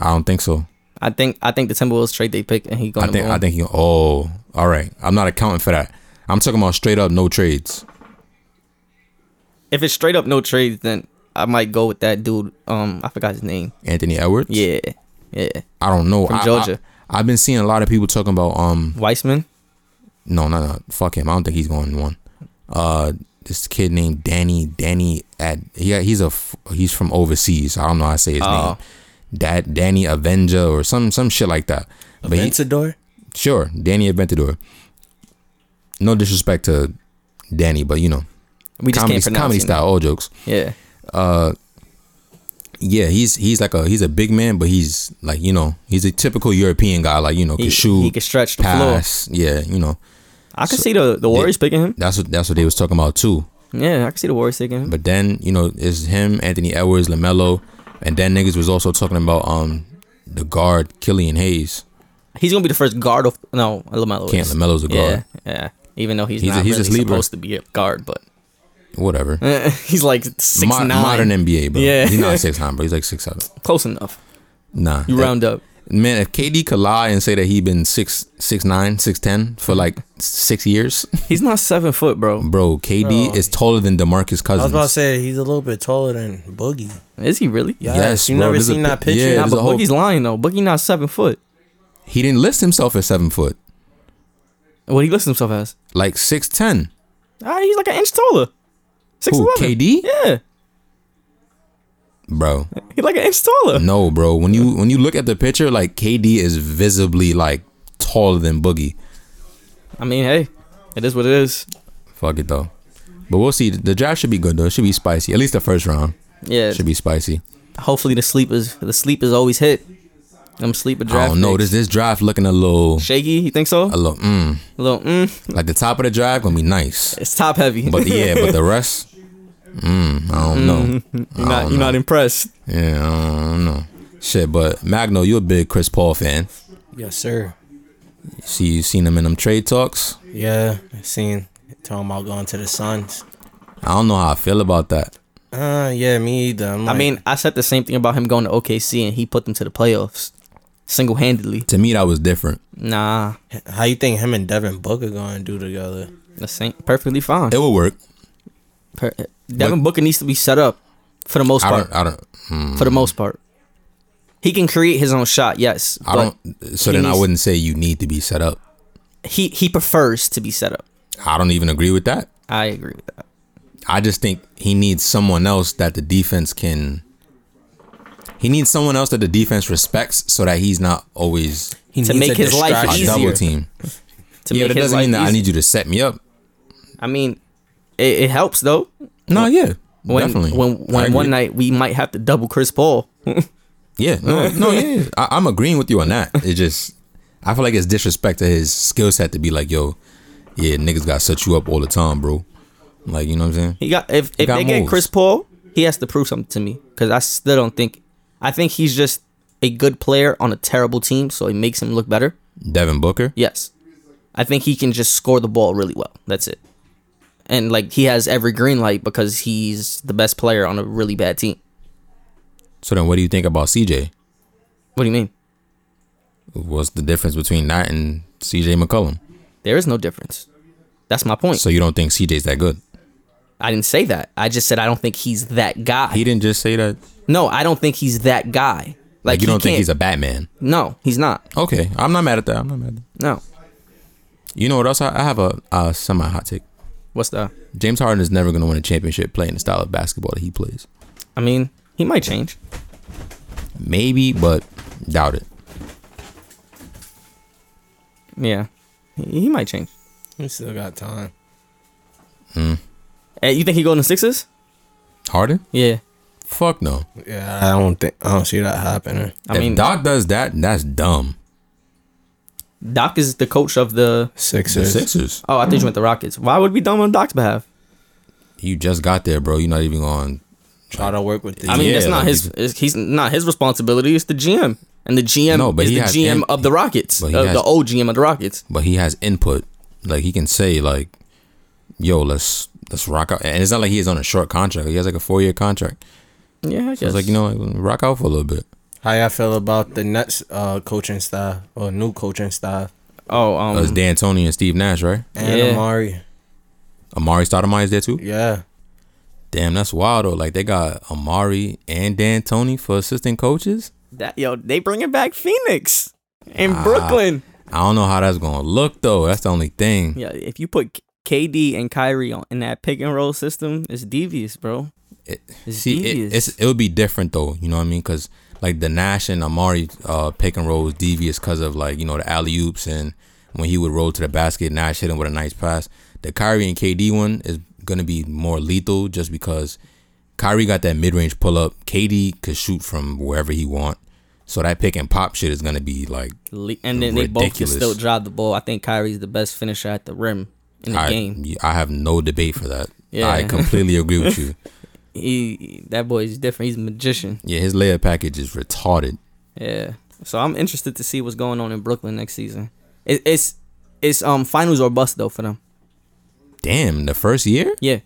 Speaker 2: I don't think so.
Speaker 1: I think I think the Timberwolves trade they pick and he going
Speaker 2: I
Speaker 1: to
Speaker 2: think I think he oh all right. I'm not accounting for that. I'm talking about straight up no trades.
Speaker 1: If it's straight up no trades, then I might go with that dude. Um, I forgot his name.
Speaker 2: Anthony Edwards?
Speaker 1: Yeah, yeah,
Speaker 2: I don't know.
Speaker 1: From
Speaker 2: I,
Speaker 1: Georgia.
Speaker 2: I, have been seeing a lot of people talking about um
Speaker 1: Weissman.
Speaker 2: no no no fuck him. I don't think he's going one. Uh this kid named Danny Danny at yeah he's a f- he's from overseas. I don't know how to say his
Speaker 1: Oh.
Speaker 2: name. That Danny Avenger or some some shit like that. But he-
Speaker 3: Aventador.
Speaker 2: sure, Danny Aventador. No disrespect to Danny, but you know
Speaker 1: We just
Speaker 2: comedy
Speaker 1: can't pronounce
Speaker 2: comedy
Speaker 1: it.
Speaker 2: style all jokes.
Speaker 1: Yeah,
Speaker 2: uh yeah, he's he's like a he's a big man, but he's like you know he's a typical European guy, like you know
Speaker 1: he,
Speaker 2: can shoot,
Speaker 1: he can stretch the floor.
Speaker 2: pass, yeah, you know
Speaker 1: I can see the the Warriors picking him.
Speaker 2: that's what that's what they was talking about too.
Speaker 1: Yeah, I can see the Warriors taking him.
Speaker 2: But then you know it's him, Anthony Edwards, Lamelo, and then niggas was also talking about um the guard Killian Hayes.
Speaker 1: He's gonna be the first guard of no Lamelo.
Speaker 2: Can't
Speaker 1: is.
Speaker 2: Lamelo's a guard,
Speaker 1: Yeah, yeah. Even though he's,
Speaker 2: He's a-
Speaker 1: not
Speaker 2: he's a
Speaker 1: really
Speaker 2: sleeper.
Speaker 1: supposed to be a guard, but [LAUGHS]
Speaker 2: whatever.
Speaker 1: he's like six
Speaker 2: Mo-
Speaker 1: nine,
Speaker 2: Modern NBA, bro.
Speaker 1: Yeah.
Speaker 2: he's
Speaker 3: [LAUGHS]
Speaker 2: not six nine, but he's like six seven.
Speaker 1: close enough.
Speaker 2: Nah,
Speaker 1: You
Speaker 2: that-
Speaker 1: round up.
Speaker 2: man. If KD could lie and say that he been six six nine, six ten for like six years.
Speaker 1: He's not seven foot, bro.
Speaker 2: Bro, KD
Speaker 3: Bro.
Speaker 2: is taller than DeMarcus
Speaker 3: I was
Speaker 2: Cousins.
Speaker 3: about to say he's a little bit taller than Boogie.
Speaker 1: Is he really?
Speaker 3: Yes,
Speaker 2: Yes,
Speaker 3: you
Speaker 2: bro,
Speaker 3: never
Speaker 2: there's a
Speaker 3: seen that
Speaker 2: pi-
Speaker 3: picture.
Speaker 2: yeah,
Speaker 1: Nah,
Speaker 2: there's
Speaker 1: but
Speaker 2: a whole-
Speaker 1: Boogie's lying though. Boogie not seven foot.
Speaker 2: he didn't list himself as seven foot,
Speaker 1: What he lists himself as?
Speaker 2: like six ten.
Speaker 1: Ah, he's like an inch taller. Six
Speaker 2: Who?
Speaker 1: eleven.
Speaker 2: KD,
Speaker 1: Yeah,
Speaker 2: bro.
Speaker 1: he's like an inch taller.
Speaker 2: No, bro. When you when you look at the picture, like KD is visibly like taller than Boogie.
Speaker 1: I mean, hey, it is what it is.
Speaker 2: Fuck it though. But we'll see. The draft should be good though. It should be spicy. At least the first round
Speaker 1: Yeah.
Speaker 2: should be spicy.
Speaker 1: Hopefully the sleepers, the sleepers always hit. Them sleeper draft.
Speaker 2: I don't know. This
Speaker 1: picks.
Speaker 2: this draft looking a little
Speaker 1: shaky. You think so?
Speaker 2: a little mm.
Speaker 1: A little. Mm,
Speaker 2: Like the top of the draft gonna be nice,
Speaker 1: it's top heavy. [LAUGHS]
Speaker 2: but yeah, but the rest, mm, I don't know.
Speaker 1: you're not, you're not impressed.
Speaker 2: Yeah, I don't know. Shit, but Magno, you a big Chris Paul fan.
Speaker 3: Yes, sir.
Speaker 2: See, you seen him in them trade talks.
Speaker 3: Yeah, I seen talking about going to the Suns.
Speaker 2: I don't know how I feel about that.
Speaker 3: Uh, yeah, me either. I'm
Speaker 1: I
Speaker 3: like,
Speaker 1: mean, I said the same thing about him going to OKC and he put them to the playoffs single handedly.
Speaker 2: To me, that was different.
Speaker 1: Nah,
Speaker 3: how you think him and Devin Booker going to do together?
Speaker 1: that's ain't perfectly fine.
Speaker 2: It would work.
Speaker 1: Per- Devin Booker needs to be set up for the most
Speaker 2: I
Speaker 1: part.
Speaker 2: don't. I don't.
Speaker 1: For the most part, he can create his own shot. Yes,
Speaker 2: I
Speaker 1: but
Speaker 2: don't. So
Speaker 1: he
Speaker 2: then I
Speaker 1: needs-
Speaker 2: wouldn't say you need to be set up.
Speaker 1: He he prefers to be set up.
Speaker 2: I don't even agree with that.
Speaker 1: I agree with that.
Speaker 2: I just think he needs someone else that the defense can He needs someone else that the defense respects so that he's not always
Speaker 3: He
Speaker 1: To
Speaker 3: needs
Speaker 1: make
Speaker 3: a
Speaker 1: his life
Speaker 2: a
Speaker 3: distraction.
Speaker 1: easier.
Speaker 2: double team.
Speaker 1: To
Speaker 2: yeah,
Speaker 1: make
Speaker 2: but it
Speaker 1: his
Speaker 2: doesn't
Speaker 1: life
Speaker 2: mean that I
Speaker 1: easy.
Speaker 2: need you to set me up.
Speaker 1: I mean, it, it helps though.
Speaker 2: No, yeah,
Speaker 1: When
Speaker 2: definitely.
Speaker 1: when
Speaker 2: I
Speaker 1: when
Speaker 2: agree.
Speaker 1: one night we might have to double Chris Paul.
Speaker 2: Yeah,
Speaker 1: [LAUGHS]
Speaker 2: no, no, yeah, yeah. I, I'm agreeing with you on that. It just, I feel like it's disrespect to his skill set to be like, yo, yeah, niggas got to set you up all the time, bro. Like, you know what I'm saying?
Speaker 1: He got if if
Speaker 2: got
Speaker 1: they get
Speaker 2: moves.
Speaker 1: Chris Paul, he has to prove something to me because I still don't think. I think he's just a good player on a terrible team, so it makes him look better.
Speaker 2: Devin Booker.
Speaker 1: Yes, I think he can just score the ball really well. That's it. And like he has every green light because he's the best player on a really bad team.
Speaker 2: So then, what do you think about CJ?
Speaker 1: What do you mean?
Speaker 2: What's the difference between that and CJ McCollum?
Speaker 1: There is no difference. That's my point.
Speaker 2: So you don't think CJ's that good?
Speaker 1: I didn't say that. I just said I don't think he's that guy.
Speaker 2: He didn't just say that. Like,
Speaker 1: no, I don't think he's that guy. Like,
Speaker 2: you don't think he's
Speaker 1: a
Speaker 2: a Batman?
Speaker 1: no. He's not.
Speaker 2: Okay, I'm not mad at that. I'm not mad. At that.
Speaker 1: No.
Speaker 2: You know what else? I, I have a, a semi hot take.
Speaker 1: What's the?
Speaker 2: James Harden is never gonna win a championship playing the style of basketball that he plays.
Speaker 1: I mean, he might change.
Speaker 2: Maybe, but doubt it.
Speaker 1: Yeah, he, he might change.
Speaker 3: We still got time.
Speaker 1: Eh, you think he go in the Sixers?
Speaker 2: Harden?
Speaker 1: Yeah.
Speaker 2: Fuck no.
Speaker 3: Yeah, I don't think I don't see that happening.
Speaker 1: I
Speaker 2: if
Speaker 1: mean, Doc-,
Speaker 2: Doc does that, that's dumb.
Speaker 1: is the coach of the.
Speaker 2: The
Speaker 3: Sixers.
Speaker 2: Sixers.
Speaker 1: Oh, I think you went the Rockets. Why would we dumb on Doc's behalf?
Speaker 2: You just got there, bro. You're not even on.
Speaker 3: Try to work with the
Speaker 1: I mean,
Speaker 2: Yeah,
Speaker 1: that's not
Speaker 2: like,
Speaker 1: his. It's, he's not his responsibility. It's the GM, and the GM
Speaker 2: No, but
Speaker 1: is
Speaker 2: he
Speaker 1: the
Speaker 2: has
Speaker 1: GM
Speaker 2: in-
Speaker 1: of the Rockets,
Speaker 2: but he
Speaker 1: uh,
Speaker 2: has-
Speaker 1: the old GM of the Rockets.
Speaker 2: But he has input. Like he can say, like, yo, let's let's rock out. And it's not like he is on a short contract. He has like a four year contract.
Speaker 1: Yeah, I guess.
Speaker 2: So it's like you know, like, rock out for a little bit.
Speaker 3: how y'all feel about the Nets uh, coaching staff or new coaching staff
Speaker 1: Oh,
Speaker 2: Uh, it's
Speaker 1: um,
Speaker 2: Dan Tony and Steve Nash, right?
Speaker 3: and
Speaker 1: Yeah.
Speaker 3: Amari.
Speaker 2: Amari Stoudemire is there too.
Speaker 3: Yeah,
Speaker 2: Damn, that's wild though. Like they got Amari and Dan Tony for assistant coaches.
Speaker 1: that yo, they bringing back Phoenix in
Speaker 2: Ah.
Speaker 1: Brooklyn.
Speaker 2: I don't know how that's gonna look though. That's the only thing.
Speaker 1: Yeah, if you put KD and Kyrie on in that pick and roll system, it's devious, bro.
Speaker 2: It-
Speaker 1: It's
Speaker 2: See,
Speaker 1: devious.
Speaker 2: it, it's it would be different though. You know what I mean? Because like the Nash and Amari uh, pick and roll was devious because of like you know the alley oops and when he would roll to the basket, Nash hit him with a nice pass. The Kyrie and KD one is gonna be more lethal just because Kyrie got that mid range pull up. KD could shoot from wherever he want. So that pick and pop shit is gonna be like
Speaker 1: Le- and then they both can
Speaker 2: ridiculous.
Speaker 1: still drive the ball. I think Kyrie's the best finisher at the rim in the
Speaker 2: I
Speaker 1: game.
Speaker 2: I have no debate for that.
Speaker 1: Yeah.
Speaker 2: I
Speaker 1: [LAUGHS]
Speaker 2: completely agree with you.
Speaker 1: He that boy is different. He's a magician.
Speaker 2: Yeah, his layup package is retarded.
Speaker 1: Yeah. So I'm interested to see what's going on in Brooklyn next season. It, it's it's um finals or bust though for them.
Speaker 2: Damn, the first year?
Speaker 1: Yeah.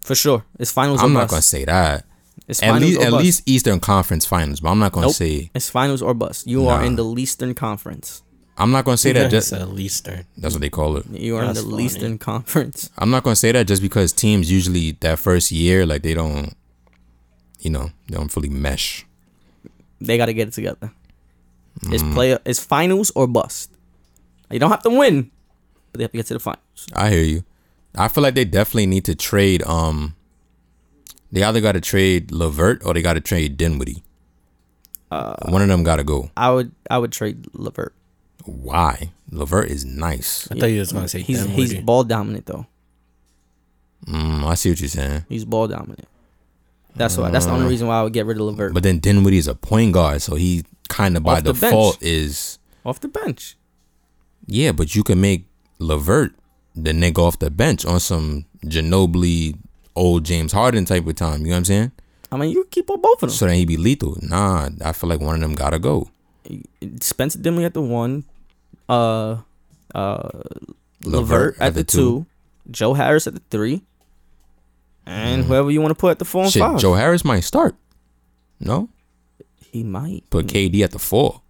Speaker 1: For sure, it's finals
Speaker 2: I'm
Speaker 1: or
Speaker 2: not
Speaker 1: bust.
Speaker 2: gonna say that.
Speaker 1: it's
Speaker 2: At
Speaker 1: finals
Speaker 2: least
Speaker 1: or
Speaker 2: at
Speaker 1: bust.
Speaker 2: least Eastern Conference Finals, but I'm not gonna
Speaker 1: nope.
Speaker 2: say
Speaker 1: it's finals or bust. You are
Speaker 2: Nah.
Speaker 1: in the Eastern Conference.
Speaker 2: I'm not gonna say that just
Speaker 3: at least they're-
Speaker 2: that's what they call it.
Speaker 1: You are
Speaker 3: That's
Speaker 1: in the
Speaker 3: funny.
Speaker 1: Eastern Conference.
Speaker 2: I'm not gonna say that just because teams usually that first year like they don't, you know, they don't fully mesh.
Speaker 1: They got to get it together. It's play. It's finals or bust. You don't have to win, but they have to get to the finals.
Speaker 2: I hear you. I feel like they definitely need to trade. Um, they either got to trade Levert or they got to trade Dinwiddie.
Speaker 1: Uh.
Speaker 2: One of them got to go.
Speaker 1: I would I would trade Levert.
Speaker 2: Why? Levert is nice.
Speaker 3: I thought you was gonna say
Speaker 1: He's
Speaker 3: them
Speaker 1: he's
Speaker 3: with it.
Speaker 1: ball dominant though.
Speaker 2: Mm, I see what you're saying.
Speaker 1: He's ball dominant. That's why. That's the only reason why I would get rid of Levert
Speaker 2: But then Dinwiddie is a point guard, so he kind of by
Speaker 1: Off the bench.
Speaker 2: default is
Speaker 1: off the bench.
Speaker 2: yeah. But you can make Levert the nigga off the bench on some Ginobili, old James Harden type of time. You know what I'm saying?
Speaker 1: I mean, you keep up both of them.
Speaker 2: So then he be lethal. Nah, I feel like one of them gotta go.
Speaker 1: Spencer Dinwiddie at the one, uh, uh, Levert at, the two. Joe Harris at the three, and whoever you want to put at the four and
Speaker 2: Shit,
Speaker 1: five.
Speaker 2: Joe Harris might start. No,
Speaker 1: he might.
Speaker 2: put KD at the four.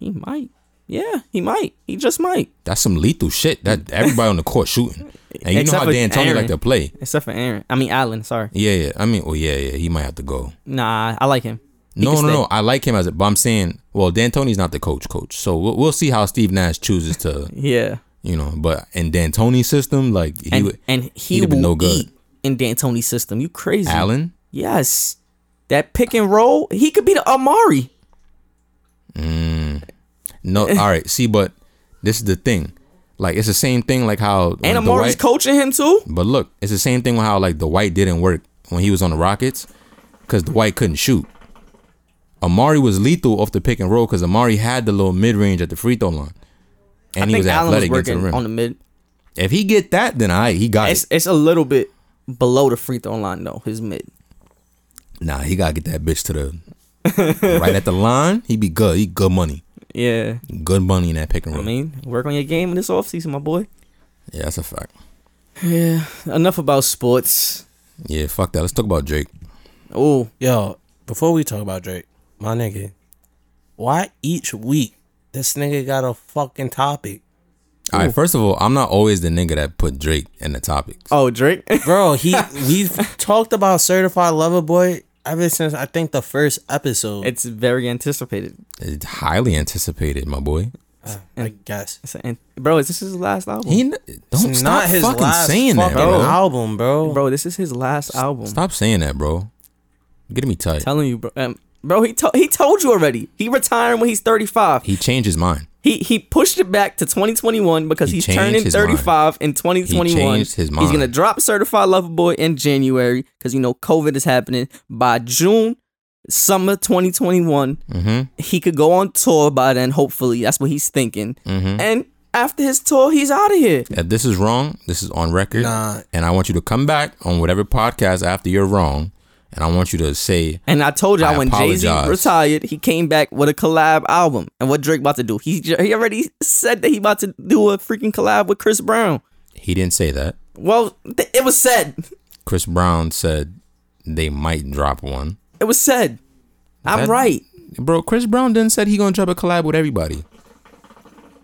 Speaker 1: He might. Yeah, he might. He just might.
Speaker 2: That's some lethal shit. That everybody on the court shooting, and you
Speaker 1: Except
Speaker 2: know
Speaker 1: for
Speaker 2: how Dan Tony
Speaker 1: Aaron.
Speaker 2: like to play.
Speaker 1: Except for Aaron. I mean Allen. Sorry.
Speaker 2: Yeah, yeah. I mean, well, yeah, yeah. He might have to go.
Speaker 1: Nah, I like him. He
Speaker 2: no,
Speaker 1: can
Speaker 2: no,
Speaker 1: stay.
Speaker 2: no. I like him as a, but I'm saying, well, Dan Tony's not the coach, coach. So we'll, we'll see how Steve Nash chooses to,
Speaker 1: Yeah,
Speaker 2: you know. But in Dan Tony's system, like
Speaker 1: [LAUGHS]
Speaker 2: he
Speaker 1: and
Speaker 2: would,
Speaker 1: and he
Speaker 2: he'd have
Speaker 1: will
Speaker 2: been no good.
Speaker 1: eat in D'Antoni's system. You crazy?
Speaker 2: Allen.
Speaker 1: Yes. that pick and roll, he could be the Amari. [LAUGHS]
Speaker 2: No, all right. See, but this is the thing. Like it's the same thing. Like how
Speaker 1: And
Speaker 2: when the
Speaker 1: Amari's
Speaker 2: White-
Speaker 1: coaching him too.
Speaker 2: But look, it's the same thing with how like the White didn't work when he was on the Rockets because the White couldn't shoot. Amari was lethal off the pick and roll because Amari had the little mid range at the free throw line, and
Speaker 1: I
Speaker 2: he
Speaker 1: think
Speaker 2: was
Speaker 1: Allen was
Speaker 2: athletic against the
Speaker 1: working
Speaker 2: rim.
Speaker 1: on the mid.
Speaker 2: if he get that, then I he got
Speaker 1: It's
Speaker 2: it.
Speaker 1: it's a little bit below the free throw line though. His mid.
Speaker 2: Nah, he gotta get that bitch to the
Speaker 1: [LAUGHS]
Speaker 2: right at the line. He be good. He good money.
Speaker 1: Yeah,
Speaker 2: Good money in that pick and
Speaker 1: I
Speaker 2: roll.
Speaker 1: mean, work on your game in this offseason, my boy.
Speaker 2: yeah, that's a fact.
Speaker 1: Yeah. Enough about sports.
Speaker 2: Yeah, fuck that. Let's talk about Drake.
Speaker 1: Oh,
Speaker 3: Yo, before we talk about Drake, my nigga, why each week this nigga got a fucking topic?
Speaker 2: All right, first of all, I'm not always the nigga that put Drake in the topics.
Speaker 1: oh, Drake. [LAUGHS]
Speaker 3: Bro, he [LAUGHS] we've talked about certified lover boy ever since I think the first episode.
Speaker 1: it's very anticipated.
Speaker 2: It's highly anticipated, my boy.
Speaker 3: I guess.
Speaker 1: It's an, bro, is this his last album?
Speaker 2: He n- don't
Speaker 3: It's
Speaker 2: stop
Speaker 3: not his
Speaker 2: fucking
Speaker 3: last
Speaker 2: saying that,
Speaker 3: fucking
Speaker 2: bro.
Speaker 3: album, bro.
Speaker 1: bro, this is his last album.
Speaker 2: Stop saying that, bro. Get me tight.
Speaker 1: telling you, bro. Um, bro, he to- he told you already. He retiring when he's 35.
Speaker 2: he changed his mind.
Speaker 1: He he pushed it back to 2021 because
Speaker 2: He
Speaker 1: he's
Speaker 2: changed
Speaker 1: turning
Speaker 2: his mind.
Speaker 1: 35 in 2021.
Speaker 2: changed his mind.
Speaker 1: He's gonna drop Certified Lover Boy in January because you know COVID is happening by June. Summer 2021,
Speaker 2: Mm-hmm.
Speaker 1: he could go on tour by then. Hopefully, that's what he's thinking.
Speaker 2: Mhm.
Speaker 1: And after his tour, he's out of here.
Speaker 2: If this is wrong, this is on record.
Speaker 3: Nah.
Speaker 2: And I want you to come back on whatever podcast after you're wrong. And I want you to say,
Speaker 1: And I told y'all
Speaker 2: I
Speaker 1: when Jay Z
Speaker 2: apologize.
Speaker 1: retired, he came back with a collab album. And what Drake about to do? He j- he already said that he about to do a freaking collab with Chris Brown.
Speaker 2: he didn't say that.
Speaker 1: Well, th- it was said.
Speaker 2: Chris Brown said they might drop one.
Speaker 1: It was said. I'm
Speaker 2: That-
Speaker 1: right.
Speaker 2: Bro, Chris Brown done said he gonna drop a collab with everybody.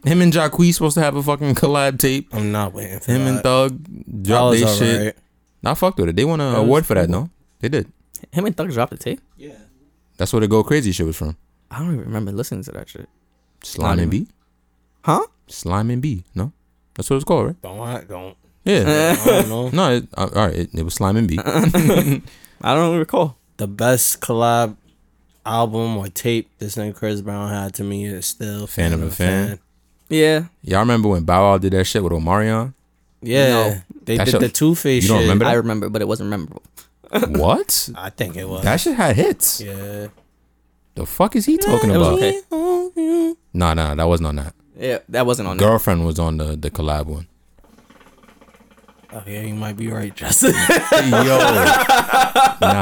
Speaker 2: Him and Jacquees supposed to have a fucking collab tape.
Speaker 3: I'm not waiting for
Speaker 2: Him and
Speaker 3: that.
Speaker 2: Thug
Speaker 3: That
Speaker 2: dropped
Speaker 3: was
Speaker 2: their
Speaker 3: all
Speaker 2: shit.
Speaker 3: right.
Speaker 2: I fucked with it. They won an award for that, no? They did.
Speaker 1: Him and Thug dropped the tape.
Speaker 2: That's where the Go Crazy shit was from.
Speaker 1: I don't even remember listening to that shit.
Speaker 2: Slime and
Speaker 1: even-
Speaker 2: B.
Speaker 1: Huh?
Speaker 2: Slime and B. No, that's what it's called, right?
Speaker 3: Don't I don't
Speaker 2: Yeah.
Speaker 3: [LAUGHS] I don't know.
Speaker 2: no, it, uh, all right. It, it was slime and
Speaker 3: [LAUGHS]
Speaker 2: B.
Speaker 1: I don't recall.
Speaker 3: the best collab album or tape this nigga Chris Brown had to me is still
Speaker 2: Phantom of a Fan.
Speaker 1: Yeah.
Speaker 2: Y'all remember when Bow Wow did that shit with
Speaker 3: [LAUGHS]
Speaker 2: Omarion?
Speaker 3: Yeah, they
Speaker 2: That
Speaker 3: did
Speaker 2: shit-
Speaker 3: the Two Face.
Speaker 2: you don't remember
Speaker 1: I
Speaker 2: that?
Speaker 1: remember, but it wasn't memorable.
Speaker 2: what?
Speaker 3: I think it was.
Speaker 2: That shit had hits.
Speaker 3: yeah,
Speaker 2: The fuck is he talking
Speaker 1: It was
Speaker 2: about?
Speaker 1: okay.
Speaker 2: Oh, Nah, nah, that wasn't on that.
Speaker 1: Yeah, that wasn't on there.
Speaker 2: Girlfriend was on the the collab one.
Speaker 3: oh yeah, you might be right, [LAUGHS] Justin.
Speaker 2: Yo, nah,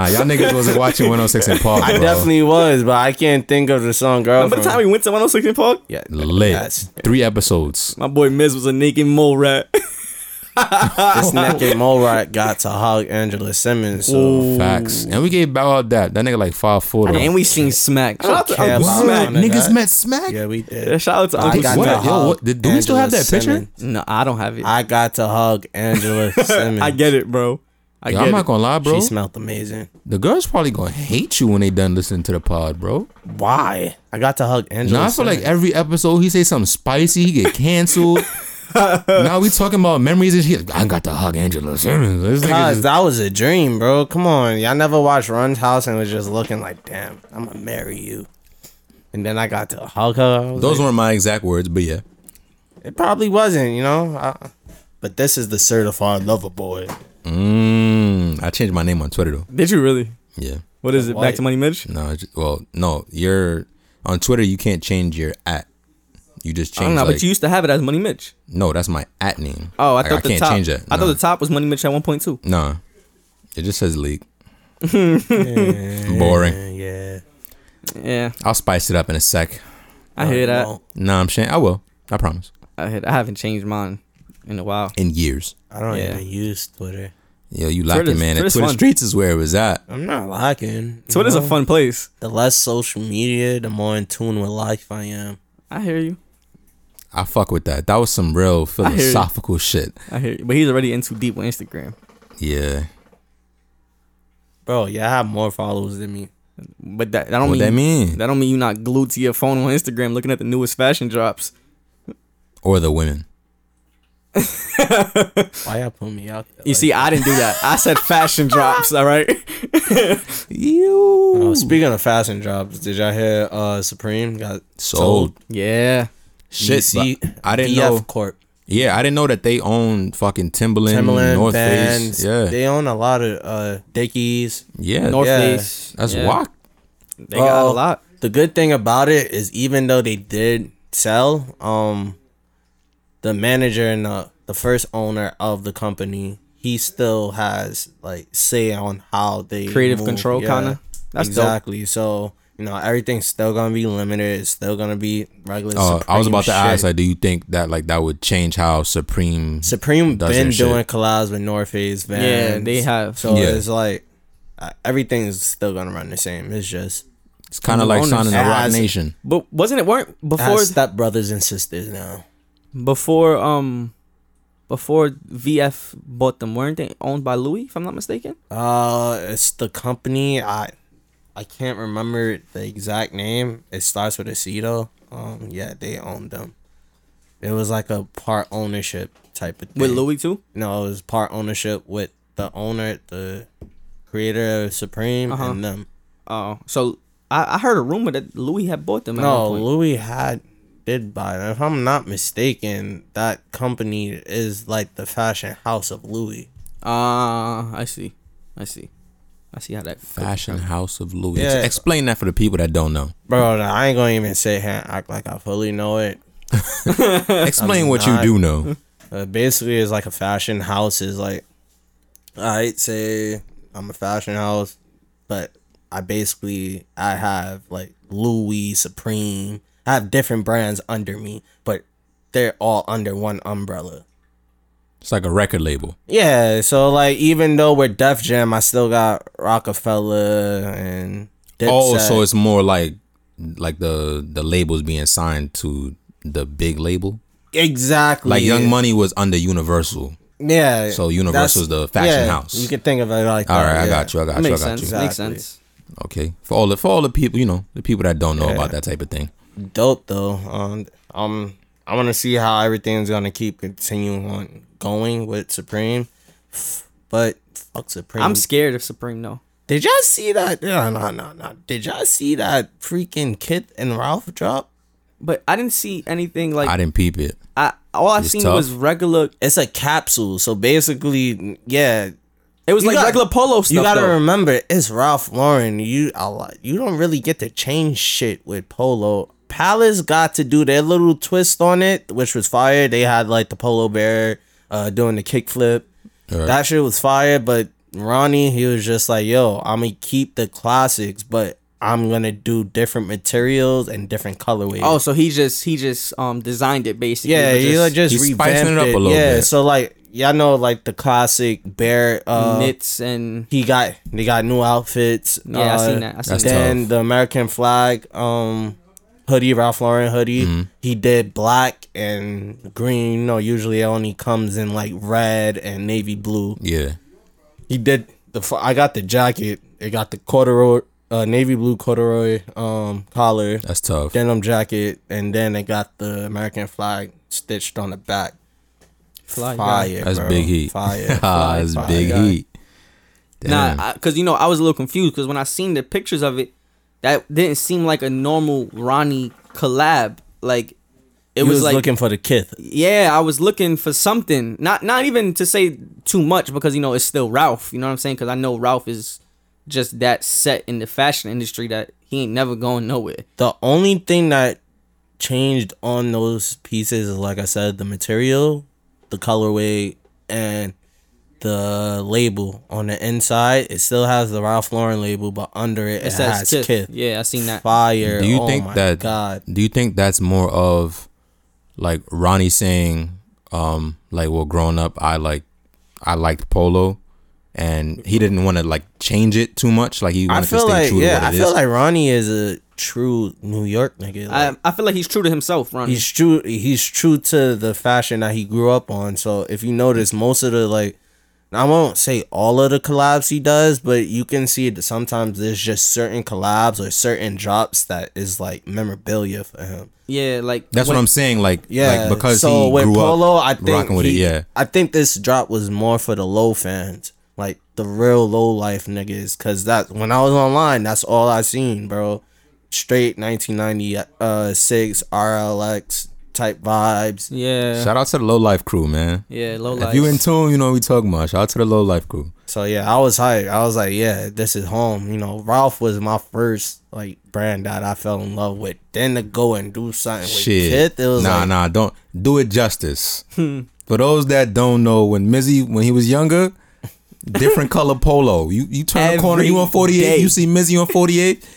Speaker 2: y'all niggas
Speaker 3: [LAUGHS]
Speaker 2: wasn't watching 106 in Park.
Speaker 3: I
Speaker 2: bro.
Speaker 3: definitely was, but I can't think of the song
Speaker 1: Remember
Speaker 3: "Girlfriend."
Speaker 1: the time we went to 106 in Park?
Speaker 3: yeah,
Speaker 2: lit
Speaker 3: That's-
Speaker 2: three episodes.
Speaker 1: My boy Miz was a naked mole rat. [LAUGHS]
Speaker 3: this naked mole rat got to hug Angela Simmons. So
Speaker 2: Facts. And we gave Bow Wow that. That nigga like five four.
Speaker 1: and we seen Smack. Shout out to
Speaker 3: care
Speaker 1: Uncle
Speaker 3: about
Speaker 1: Smack.
Speaker 3: him. Niggas
Speaker 2: Niggas
Speaker 3: that-
Speaker 2: met smack.
Speaker 3: yeah, we
Speaker 1: Yeah,
Speaker 3: did.
Speaker 1: Shout out to
Speaker 3: I
Speaker 1: Uncle
Speaker 3: got
Speaker 1: Smack.
Speaker 2: What?
Speaker 3: to
Speaker 2: Yo,
Speaker 3: hug.
Speaker 2: what- did- do we still have
Speaker 3: Angela
Speaker 2: that picture?
Speaker 3: Simmons.
Speaker 1: No, I don't have it. I,
Speaker 3: I got to hug
Speaker 1: [LAUGHS]
Speaker 3: Angela Simmons.
Speaker 1: get it, bro. I
Speaker 2: Yo,
Speaker 1: get
Speaker 2: I'm not
Speaker 1: it.
Speaker 2: gonna lie, bro.
Speaker 3: She smelled amazing.
Speaker 2: the girls probably gonna hate you when they done listening to the pod, bro.
Speaker 3: Why? I got to hug Angela.
Speaker 2: Now I feel
Speaker 3: Simmons.
Speaker 2: like every episode he say something spicy, he get
Speaker 3: [LAUGHS]
Speaker 2: canceled. now we talking about memories and shit. I got to hug Angela Simmons. This nigga
Speaker 3: Cause
Speaker 2: just-
Speaker 3: that was a dream, bro. Come on, y'all never watched Run's House and was just looking like, damn, I'm gonna marry you. And then I got to hug her. I was
Speaker 2: Those weren't my exact words, but yeah.
Speaker 3: like, it probably wasn't, you know. I, but this is the certified lover boy.
Speaker 2: Mm, I changed my name on Twitter though.
Speaker 1: Did you really?
Speaker 2: Yeah.
Speaker 1: What is it? Back to Money Mitch?
Speaker 2: No. it's- Well, no. You're on Twitter. You can't change your at. You just
Speaker 1: I
Speaker 2: change.
Speaker 1: don't know,
Speaker 2: like-
Speaker 1: but you used to have it as Money Mitch.
Speaker 2: No, that's my at name.
Speaker 1: Oh, I
Speaker 2: Like,
Speaker 1: thought the
Speaker 2: can't
Speaker 1: top.
Speaker 2: change that.
Speaker 1: I
Speaker 2: no.
Speaker 1: thought the top was Money Mitch at 1.2.
Speaker 2: Nah. It just says leak. [LAUGHS] Boring.
Speaker 3: Yeah.
Speaker 1: Yeah,
Speaker 2: I'll spice it up in a sec.
Speaker 1: I hear that.
Speaker 3: Well,
Speaker 2: Nah, I'm saying I will. I promise.
Speaker 1: I hear that. I haven't changed mine in a while.
Speaker 2: In years.
Speaker 3: I don't
Speaker 1: Yeah.
Speaker 3: even use Twitter.
Speaker 2: Yo, you like it,
Speaker 1: Twitter's-
Speaker 2: man. And
Speaker 1: Twitter's
Speaker 2: Twitter
Speaker 1: fun.
Speaker 2: streets is where it was at.
Speaker 3: I'm not liking. you
Speaker 1: Twitter's a
Speaker 3: know?
Speaker 1: fun place.
Speaker 3: The less social media, the more in tune with life I am.
Speaker 1: I hear you.
Speaker 2: I fuck with that. That was some real
Speaker 1: hear you.
Speaker 2: philosophical shit.
Speaker 1: I hear you. But he's already in too deep with Instagram.
Speaker 2: Yeah.
Speaker 3: Bro, yeah, I have more followers than me.
Speaker 1: But that, that don't
Speaker 2: What
Speaker 1: mean
Speaker 2: that mean?
Speaker 1: that don't mean you're not glued to your phone on Instagram looking at the newest fashion drops.
Speaker 2: Or the women.
Speaker 3: Why y'all put me out? There
Speaker 1: You see, I didn't do that. I said
Speaker 2: [LAUGHS]
Speaker 1: fashion drops. All right.
Speaker 2: You
Speaker 3: Oh, speaking of fashion drops, did y'all hear uh Supreme got
Speaker 2: sold
Speaker 1: Yeah.
Speaker 2: shit.
Speaker 3: DC,
Speaker 2: but I didn't
Speaker 3: DF
Speaker 2: know.
Speaker 3: Corp.
Speaker 2: Yeah, I didn't know that they own fucking Timberland,
Speaker 3: Timberland,
Speaker 2: North
Speaker 3: Vans,
Speaker 2: Face. Yeah,
Speaker 3: they own a lot of uh Dickies.
Speaker 2: yeah,
Speaker 1: North
Speaker 3: Yeah.
Speaker 1: Face.
Speaker 2: that's
Speaker 1: yeah.
Speaker 2: whack.
Speaker 1: They got a
Speaker 3: Well,
Speaker 1: lot.
Speaker 3: The good thing about it is even though they did sell, um the manager and the, the first owner of the company, he still has like say on how they
Speaker 1: Creative
Speaker 3: move.
Speaker 1: control,
Speaker 3: Yeah.
Speaker 1: kinda. That's dope.
Speaker 3: exactly. So you know everything's still gonna be limited. It's still gonna be regular.
Speaker 2: Uh, I was
Speaker 3: Supreme
Speaker 2: about to ask,
Speaker 3: shit.
Speaker 2: like, do you think that like that would change how Supreme?
Speaker 3: Supreme
Speaker 2: does
Speaker 3: been
Speaker 2: their shit.
Speaker 3: doing collabs with North Face, Vans.
Speaker 1: Yeah, they have.
Speaker 3: So
Speaker 2: Yeah.
Speaker 3: it's like uh, everything's still gonna run the same. It's just
Speaker 2: It's kind of like
Speaker 1: owners.
Speaker 2: signing a Rock
Speaker 3: As-
Speaker 2: Nation.
Speaker 1: But wasn't it weren't before
Speaker 3: before step brothers and sisters now.
Speaker 1: before um before VF bought them weren't they owned by Louis if I'm not mistaken?
Speaker 3: Uh, it's the company. I I can't remember the exact name. It starts with a C though. Um, yeah, they owned them. It was like a part ownership type of thing.
Speaker 1: With Louis too?
Speaker 3: No, it was part ownership with the owner, the creator of Supreme,
Speaker 1: Uh-huh.
Speaker 3: and them.
Speaker 1: Oh, so I, I heard a rumor that Louis had bought them. At
Speaker 3: No,
Speaker 1: no,
Speaker 3: Louis had did buy them. If I'm not mistaken, that company is like the fashion house of Louis.
Speaker 1: ah, I see, I see, I see how that.
Speaker 2: Fashion House of Louis.
Speaker 3: Yeah.
Speaker 2: Explain that for the people that don't
Speaker 3: [LAUGHS]
Speaker 2: know.
Speaker 3: Bro, I ain't gonna even sit here and act like I fully know it.
Speaker 2: Explain what
Speaker 3: not-
Speaker 2: you do know.
Speaker 3: Uh, basically, it's like a fashion house is like, I'd say I'm a fashion house, but I basically I have like Louis Supreme. I have different brands under me, but they're all under one umbrella.
Speaker 2: It's like a record label.
Speaker 3: Yeah, so like even though we're Def Jam, I still got Rockefeller and Dipset.
Speaker 2: Oh, so it's more like like the the labels being signed to the big label.
Speaker 3: exactly
Speaker 2: Like Young Money was under Universal.
Speaker 3: Yeah,
Speaker 2: So Universal's the fashion house.
Speaker 3: You can think of it like
Speaker 2: All
Speaker 3: that.
Speaker 2: right, I
Speaker 3: yeah.
Speaker 2: got you. I got you. I
Speaker 1: makes
Speaker 2: got
Speaker 1: sense.
Speaker 2: you.
Speaker 3: Exactly.
Speaker 1: Makes sense.
Speaker 2: Okay, for all the for all the people, you know, the people that don't know about that type of thing.
Speaker 3: dope though. Um, um I want to see how everything's gonna keep continuing on going with Supreme, but fuck Supreme.
Speaker 1: I'm scared of Supreme though.
Speaker 3: Did y'all see that? No, no, no, no. Did y'all see that freaking Kit and Ralph drop?
Speaker 1: But I didn't see anything like
Speaker 2: I
Speaker 1: I,
Speaker 2: didn't peep it.
Speaker 1: all I
Speaker 2: was
Speaker 1: seen
Speaker 2: tough.
Speaker 1: was regular.
Speaker 3: It's a capsule, so basically, yeah.
Speaker 1: It was
Speaker 3: You
Speaker 1: like
Speaker 3: got-
Speaker 1: regular polo stuff.
Speaker 3: You gotta
Speaker 1: though.
Speaker 3: remember, it's Ralph Lauren. You a lot. You don't really get to change shit with polo. Palace got to do their little twist on it, which was fire. They had like the polo bear uh, doing the kickflip.
Speaker 2: Right.
Speaker 3: That shit was fire. But Ronnie, he was just like, "Yo, I'm gonna keep the classics, but I'm gonna do different materials and different colorways."
Speaker 1: Oh, so he just he just um designed it basically.
Speaker 3: Yeah,
Speaker 1: It was
Speaker 3: you like just
Speaker 2: He's
Speaker 3: revamped
Speaker 2: spicing
Speaker 3: it
Speaker 2: it up a little
Speaker 3: yeah,
Speaker 2: bit.
Speaker 3: so like y'all know like the classic bear uh,
Speaker 1: knits and
Speaker 3: He got they got new outfits.
Speaker 1: yeah, I
Speaker 3: uh,
Speaker 1: seen that. I seen that.
Speaker 2: that's tough.
Speaker 3: Then the American flag um hoodie, Ralph Lauren hoodie.
Speaker 2: Mm-hmm.
Speaker 3: He did black and green. You know, usually it only comes in like red and navy blue.
Speaker 2: Yeah,
Speaker 3: He did the. fu- I got the jacket. It got the corduroy, uh, navy blue corduroy um collar,
Speaker 2: that's tough.
Speaker 3: denim jacket, and then it got the American flag stitched on the back.
Speaker 1: Fly guy.
Speaker 3: Fire.
Speaker 2: That's
Speaker 3: bro.
Speaker 2: big heat.
Speaker 3: Fire.
Speaker 2: [LAUGHS] Ah, that's
Speaker 3: fire,
Speaker 2: big
Speaker 3: guy.
Speaker 2: heat. Damn.
Speaker 1: Nah, because you know I was a little confused because when I seen the pictures of it, that didn't seem like a normal Ronnie collab. Like it
Speaker 3: It
Speaker 1: was,
Speaker 3: was,
Speaker 1: like
Speaker 3: looking for the kith.
Speaker 1: yeah, I was looking for something. Not not even to say too much because you know it's still Ralph. You know what I'm saying? Because I know Ralph is just that set in the fashion industry that he ain't never going nowhere.
Speaker 3: The only thing that changed on those pieces is, like I said, the material, the colorway, and the label on the inside. It still has the Ralph Lauren label, but under it, it,
Speaker 1: It says
Speaker 3: has
Speaker 1: Tiff.
Speaker 3: Kith.
Speaker 1: Yeah, I seen that.
Speaker 3: Fire.
Speaker 2: Do you
Speaker 3: oh
Speaker 2: think
Speaker 3: my
Speaker 2: that?
Speaker 3: God.
Speaker 2: Do you think that's more of like Ronnie saying, um, like, well, growing up, I like, I liked polo, and he didn't want to like change it too much. Like he
Speaker 3: I
Speaker 2: wanted to
Speaker 3: feel
Speaker 2: stay
Speaker 3: like
Speaker 2: true to
Speaker 3: yeah, I
Speaker 2: what it is.
Speaker 3: feel like Ronnie is a true New York nigga. Like,
Speaker 1: I I feel like he's true to himself, Ronnie.
Speaker 3: he's true he's true to the fashion that he grew up on so if you notice most of the like I won't say all of the collabs he does, but you can see that sometimes there's just certain collabs or certain drops that is like memorabilia for him.
Speaker 1: Yeah, like
Speaker 2: That's what I'm saying. Like,
Speaker 3: Yeah,
Speaker 2: like because
Speaker 3: so
Speaker 2: he
Speaker 3: with
Speaker 2: grew
Speaker 3: Polo,
Speaker 2: up
Speaker 3: I think
Speaker 2: rocking with
Speaker 3: he-
Speaker 2: it. Yeah,
Speaker 3: I think this drop was more for the low fans, like the real low life niggas, because that when I was online, that's all I seen, bro. Straight uh, 1996 RLX type vibes.
Speaker 1: Yeah.
Speaker 2: shout out to the low life crew, man.
Speaker 1: yeah, low
Speaker 2: If
Speaker 1: life.
Speaker 2: you in tune, you know what we talking about. Shout out to the low life crew.
Speaker 3: So yeah, I was hyped. I was like, yeah, this is home. You know, Ralph was my first like brand that I fell in love with. Then to go and do something with
Speaker 2: Shit,
Speaker 3: Kith, it was
Speaker 2: nah,
Speaker 3: like,
Speaker 2: nah, don't do it justice.
Speaker 1: Hmm.
Speaker 2: For those that don't know, when Mizzy when he was younger,
Speaker 1: [LAUGHS]
Speaker 2: different color polo. You you turn the corner,
Speaker 1: Every
Speaker 2: you on 48,
Speaker 1: day.
Speaker 2: you see Mizzy on 48,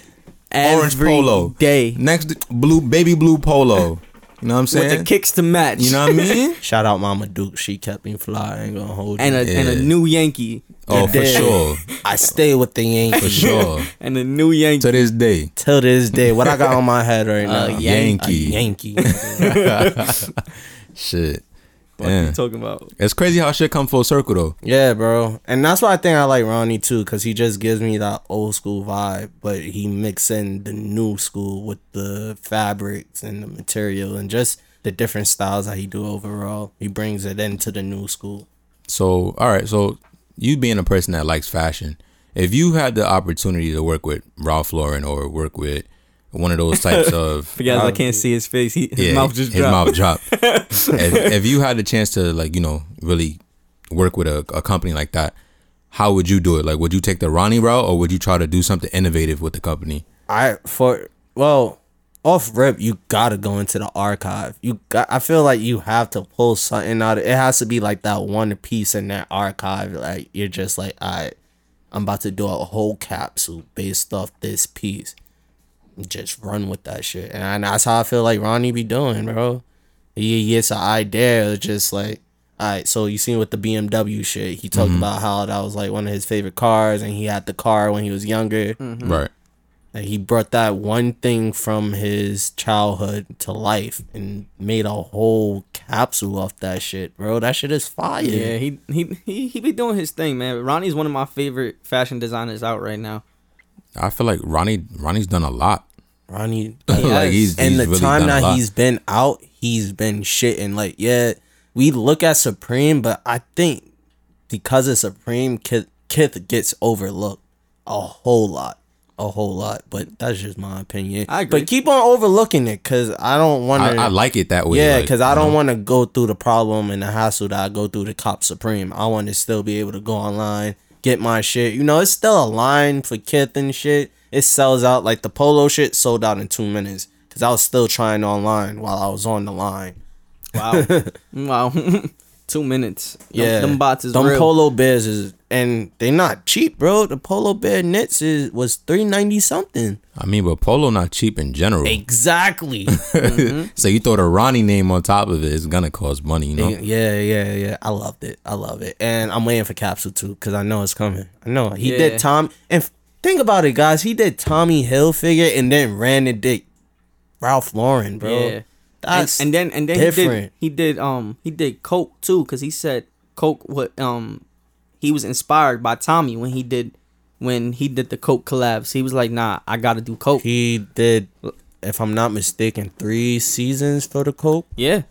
Speaker 2: orange
Speaker 1: Every
Speaker 2: polo.
Speaker 1: day.
Speaker 2: Next blue baby blue polo. You know what I'm saying?
Speaker 1: with the kicks to match.
Speaker 2: You know
Speaker 1: [LAUGHS]
Speaker 2: what I mean?
Speaker 3: shout out Mama Duke. She kept me fly. I ain't gonna hold
Speaker 1: and
Speaker 3: you.
Speaker 1: a and a
Speaker 2: Yeah.
Speaker 1: new Yankee.
Speaker 2: oh,
Speaker 1: And
Speaker 2: for
Speaker 1: then-
Speaker 2: sure.
Speaker 3: I stay with the Yankees.
Speaker 1: [LAUGHS]
Speaker 2: For sure.
Speaker 1: And a new Yankee. [LAUGHS]
Speaker 2: to this day.
Speaker 3: Till this day, what I got on my head right now,
Speaker 1: A
Speaker 3: a
Speaker 2: Yankee.
Speaker 3: Yankee.
Speaker 2: Shit.
Speaker 1: What are
Speaker 2: Yeah.
Speaker 1: you talking about?
Speaker 2: It's crazy how shit come full circle though.
Speaker 3: yeah, bro. And that's why I think I like Ronnie too, cause he just gives me that old school vibe, but he mix in the new school with the fabrics and the material and just the different styles that he do overall. He brings it into the new school.
Speaker 2: So, all right. So, you being a person that likes fashion, if you had the opportunity to work with Ralph Lauren or work with one of those
Speaker 1: [LAUGHS]
Speaker 2: types of
Speaker 1: For guys, I can't see his face. He, his
Speaker 2: yeah,
Speaker 1: mouth just
Speaker 2: his
Speaker 1: dropped. [LAUGHS]
Speaker 2: mouth dropped. if, if you had the chance to like you know really work with a, a company like that, how would you do it? Like, would you take the Ronnie route or would you try to do something innovative with the company?
Speaker 3: I for well off rip you gotta go into the archive you got i feel like you have to pull something out of, it has to be like that one piece in that archive like you're just like i i'm about to do a whole capsule based off this piece just run with that shit and that's how i feel like ronnie be doing bro he gets an idea it's just like all right so you seen with the bmw shit he talked about how that was like one of his favorite cars and he had the car when he was younger
Speaker 1: Mm-hmm.
Speaker 2: Right.
Speaker 3: like, he brought that one thing from his childhood to life and made a whole capsule off that shit, bro. That shit is fire.
Speaker 1: Yeah, he, he he he be doing his thing, man. Ronnie's one of my favorite fashion designers out right now.
Speaker 2: I feel like Ronnie Ronnie's done a lot.
Speaker 3: Ronnie.
Speaker 2: [LAUGHS] like he's,
Speaker 3: and
Speaker 2: he's
Speaker 3: the
Speaker 2: really
Speaker 3: time
Speaker 2: done a
Speaker 3: that
Speaker 2: lot.
Speaker 3: he's been out, he's been shitting. Like, yeah, we look at Supreme, but I think because of Supreme, Kith, Kith gets overlooked a whole lot. A whole lot. But that's just my opinion.
Speaker 1: I agree.
Speaker 3: But keep on overlooking it because I don't want
Speaker 2: I, I like it that way.
Speaker 3: Yeah,
Speaker 2: like,
Speaker 3: because
Speaker 2: you
Speaker 3: I
Speaker 2: know?
Speaker 1: um,
Speaker 3: don't want to go through the problem and the hassle that I go through to cop supreme. I want to still be able to go online, get my shit. You know, it's still a line for Kith and shit. It sells out like the polo shit sold out in two minutes because I was still trying online while I was on the line.
Speaker 1: Wow, wow, [LAUGHS] two minutes. Them-
Speaker 3: Yeah,
Speaker 1: them, bots is
Speaker 3: them
Speaker 1: real.
Speaker 3: polo bears is and they not cheap, bro. The polo bear knits is was three ninety something.
Speaker 2: I mean, but polo not cheap in general.
Speaker 1: [LAUGHS]
Speaker 3: Exactly.
Speaker 2: [LAUGHS] so you throw the Ronnie name on top of it, it's gonna cost money, you know.
Speaker 3: Yeah, yeah, yeah. I loved it. I love it. And I'm waiting for Capsule too because I know it's coming. I know he
Speaker 1: Yeah.
Speaker 3: did Tom. And f- think about it, guys. He did Tommy Hill figure and then ran and did Ralph Lauren, bro.
Speaker 1: Yeah. And,
Speaker 3: That's
Speaker 1: and then and then
Speaker 3: different.
Speaker 1: he did he did um he did coke too because he said coke what um he was inspired by Tommy when he did when he did the coke collabs. He was like, nah, I gotta do coke.
Speaker 3: he did. If I'm not mistaken, three seasons for the Coke.
Speaker 1: yeah,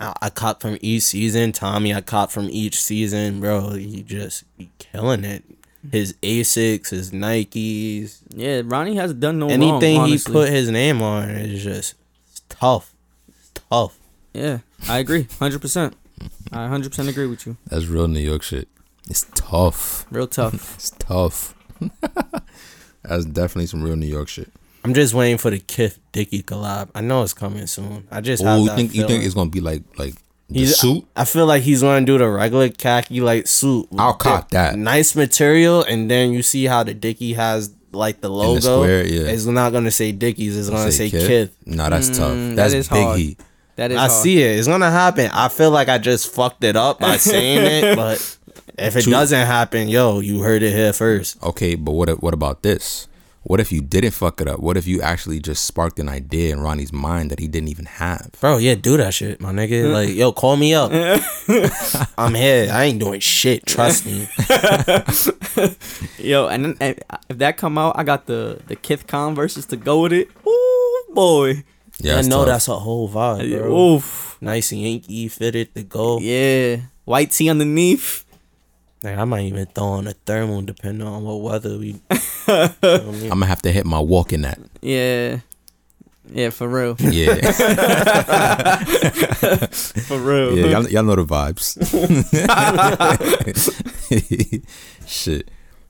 Speaker 3: I, I caught from each season. Tommy, I caught from each season, bro. He just he killing it. His Asics, his Nikes,
Speaker 1: yeah. Ronnie has done no
Speaker 3: anything
Speaker 1: wrong,
Speaker 3: he
Speaker 1: honestly.
Speaker 3: put his name on is just it's tough. It's tough.
Speaker 1: Yeah, I agree, hundred percent. I hundred percent agree with you.
Speaker 2: That's real New York shit. It's tough.
Speaker 1: Real tough.
Speaker 2: It's tough. [LAUGHS] That's definitely some real New York shit.
Speaker 3: I'm just waiting for the Kith Dicky collab. I know it's coming soon. I just have
Speaker 2: Oh, you
Speaker 3: that
Speaker 2: think you think
Speaker 3: feeling.
Speaker 2: it's gonna be like like the
Speaker 3: He's-
Speaker 2: suit?
Speaker 3: I feel like he's gonna do the regular khaki like suit. with
Speaker 2: I'll cop
Speaker 3: the
Speaker 2: that.
Speaker 3: nice material, and then you see how the Dicky has like the logo.
Speaker 2: square, yeah.
Speaker 3: It's not gonna say Dickies. It's gonna say, Kith.
Speaker 2: No, that's
Speaker 1: Mm,
Speaker 2: tough.
Speaker 1: that
Speaker 2: That's
Speaker 1: is
Speaker 2: big
Speaker 1: hard.
Speaker 2: heat.
Speaker 1: That is.
Speaker 3: I
Speaker 1: hard.
Speaker 3: see it. It's gonna happen. I feel like I just fucked it up by
Speaker 2: [LAUGHS]
Speaker 3: saying it, but if it
Speaker 2: True.
Speaker 3: doesn't happen, yo, you heard it here first.
Speaker 2: Okay, but what what about this? what if you didn't fuck it up? What if you actually just sparked an idea in Ronnie's mind that he didn't even have?
Speaker 3: Bro, yeah, do that shit, my nigga. Like, yo, call me up.
Speaker 2: [LAUGHS]
Speaker 3: I'm here. I ain't doing shit. Trust me.
Speaker 1: Yo, and, then- and if that come out, I got the the Kith Khan versus to go with it. Ooh boy.
Speaker 2: Yeah,
Speaker 3: I
Speaker 2: it's
Speaker 3: know
Speaker 2: tough.
Speaker 3: that's a whole vibe, bro.
Speaker 1: Oof.
Speaker 3: Nice and Yankee fitted to go.
Speaker 1: Yeah. White tee underneath.
Speaker 3: Like, I might even throw on a thermal depending on what
Speaker 1: [LAUGHS]
Speaker 3: weather we.
Speaker 2: I'm gonna have to hit my walk in that.
Speaker 1: Yeah. Yeah, for real.
Speaker 3: [LAUGHS]
Speaker 2: Yeah, [LAUGHS]
Speaker 1: For real. [LAUGHS]
Speaker 2: [LAUGHS] yeah, y'all, y'all know the vibes. Shit.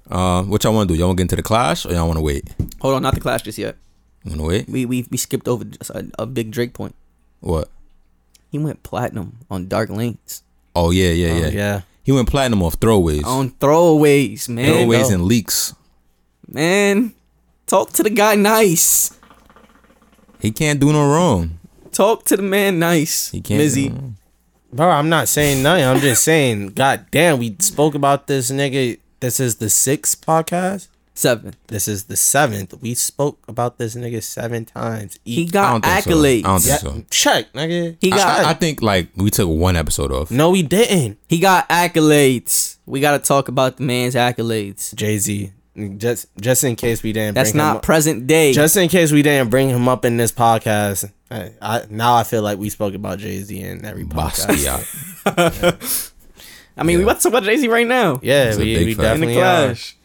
Speaker 2: Um, what y'all want to do? Y'all want to get into the clash, or y'all want to wait?
Speaker 1: Hold on, not the clash just yet.
Speaker 2: Want to wait?
Speaker 1: We we, we skipped over just a, a big Drake point.
Speaker 2: What?
Speaker 1: He went platinum on Dark Lanes.
Speaker 2: Oh yeah, yeah, yeah.
Speaker 3: Oh, yeah.
Speaker 2: He went platinum off throwaways,
Speaker 1: On throwaways, man.
Speaker 2: throwaways
Speaker 3: no.
Speaker 2: and leaks.
Speaker 1: Man. Talk to the guy nice.
Speaker 2: He can't do no wrong.
Speaker 1: Talk to the man nice.
Speaker 2: He can't.
Speaker 1: Mizzy.
Speaker 3: Bro, I'm not saying nothing. I'm just saying, god damn, we spoke about this nigga. This is the sixth podcast.
Speaker 1: Seven.
Speaker 3: This is the seventh. We spoke about this nigga seven times.
Speaker 1: He
Speaker 3: each.
Speaker 2: I
Speaker 1: got
Speaker 2: don't think so.
Speaker 1: accolades.
Speaker 2: I don't think
Speaker 3: Yeah,
Speaker 2: so.
Speaker 3: check, nigga.
Speaker 1: He
Speaker 2: I-
Speaker 1: got
Speaker 2: I, I think like we took one episode off.
Speaker 3: no, he didn't.
Speaker 1: he got accolades. We gotta talk about the man's accolades.
Speaker 3: Jay Z. Just just in case we didn't.
Speaker 1: That's
Speaker 3: bring him
Speaker 1: not
Speaker 3: up,
Speaker 1: present day.
Speaker 3: just in case we didn't bring him up in this podcast. I, I now I feel like we spoke about Jay Z in every podcast.
Speaker 2: Basquiat.
Speaker 1: I mean, we about to talk about Jay Z right now.
Speaker 3: Yeah,
Speaker 2: That's a
Speaker 3: we,
Speaker 2: big
Speaker 3: we
Speaker 2: fact.
Speaker 1: In the
Speaker 3: definitely are.
Speaker 1: clash.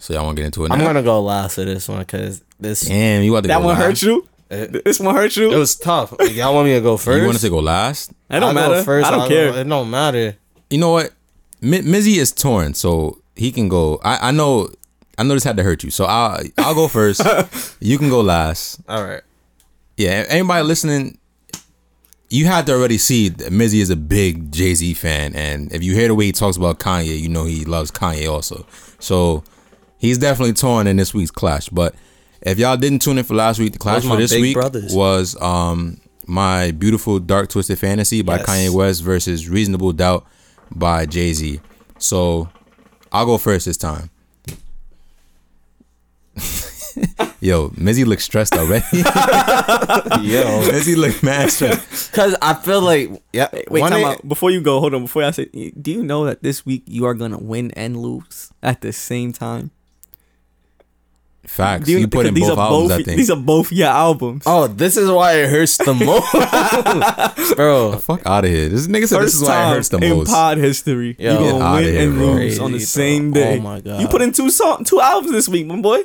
Speaker 2: So y'all want to get into it? Now?
Speaker 3: I'm gonna go last for this one because this
Speaker 2: Damn, you about to
Speaker 1: That
Speaker 2: go
Speaker 1: one hurt
Speaker 2: last?
Speaker 1: you. This one hurt
Speaker 3: it
Speaker 1: you.
Speaker 3: was tough. Y'all want me to go first?
Speaker 2: You want us to go last?
Speaker 1: That don't
Speaker 3: I'll go
Speaker 1: matter. I don't
Speaker 3: I'll
Speaker 1: care.
Speaker 3: Go, it don't matter.
Speaker 2: You know what? Mi Mizzy is torn, so he can go. I, I know. I know this had to hurt you, so I'll I'll go first. you can go last.
Speaker 1: [LAUGHS]
Speaker 3: All right.
Speaker 2: Yeah. Anybody listening? You had to already see that Mizzy is a big Jay Z fan, and if you hear the way he talks about Kanye, you know he loves Kanye also. So he's definitely torn in this week's clash. But if y'all didn't tune in for last week, the clash
Speaker 3: Those
Speaker 2: for
Speaker 3: my
Speaker 2: this
Speaker 3: big
Speaker 2: week
Speaker 3: brothers.
Speaker 2: was um my beautiful dark twisted fantasy by
Speaker 3: Yes.
Speaker 2: Kanye West versus Reasonable Doubt by Jay Z. So I'll go first this time. [LAUGHS] Yo, Mizzy looks stressed already. [LAUGHS]
Speaker 3: Yo,
Speaker 2: Mizzy Oh,
Speaker 1: [LAUGHS]
Speaker 2: look mad stressed.
Speaker 3: because I feel like yeah.
Speaker 1: Wait,
Speaker 3: one
Speaker 1: time
Speaker 3: of-
Speaker 1: out. Before you go, hold on. Before I say, do you know that this week you are gonna win and lose at the same time?
Speaker 2: Facts.
Speaker 1: Do
Speaker 2: You, put in
Speaker 1: because
Speaker 2: both albums, I think.
Speaker 1: These are both your albums.
Speaker 3: Oh, this is why it hurts [LAUGHS] the most, bro.
Speaker 2: Fuck out of here. This nigga said
Speaker 1: First
Speaker 2: this is why it
Speaker 1: time
Speaker 2: hurts the
Speaker 1: in
Speaker 2: most.
Speaker 1: pod history,
Speaker 3: Yo.
Speaker 1: you
Speaker 3: Get
Speaker 1: gonna
Speaker 2: outta
Speaker 1: win
Speaker 2: here,
Speaker 1: and
Speaker 2: bro.
Speaker 1: lose on the
Speaker 3: Crazy,
Speaker 1: same
Speaker 3: bro. Oh
Speaker 1: day.
Speaker 3: my God.
Speaker 1: You put in two song, two albums this week, my boy.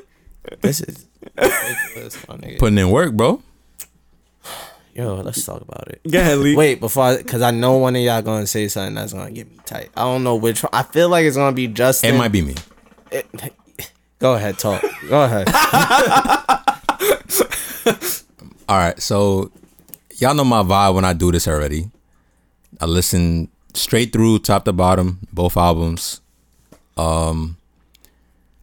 Speaker 3: This is ridiculous, my nigga.
Speaker 2: Putting in work, bro.
Speaker 3: Yo, let's talk about it.
Speaker 1: Go ahead, Lee.
Speaker 3: Wait, before I, because I know one of y'all gonna say something that's gonna get me tight. I don't know which. one. I feel like it's gonna be
Speaker 2: It
Speaker 3: Justin.
Speaker 2: might be me.
Speaker 3: Go ahead, talk.
Speaker 2: [LAUGHS]
Speaker 3: Go ahead.
Speaker 2: All right, so y'all know my vibe when I do this already. I listen straight through, top to bottom, both albums. Um,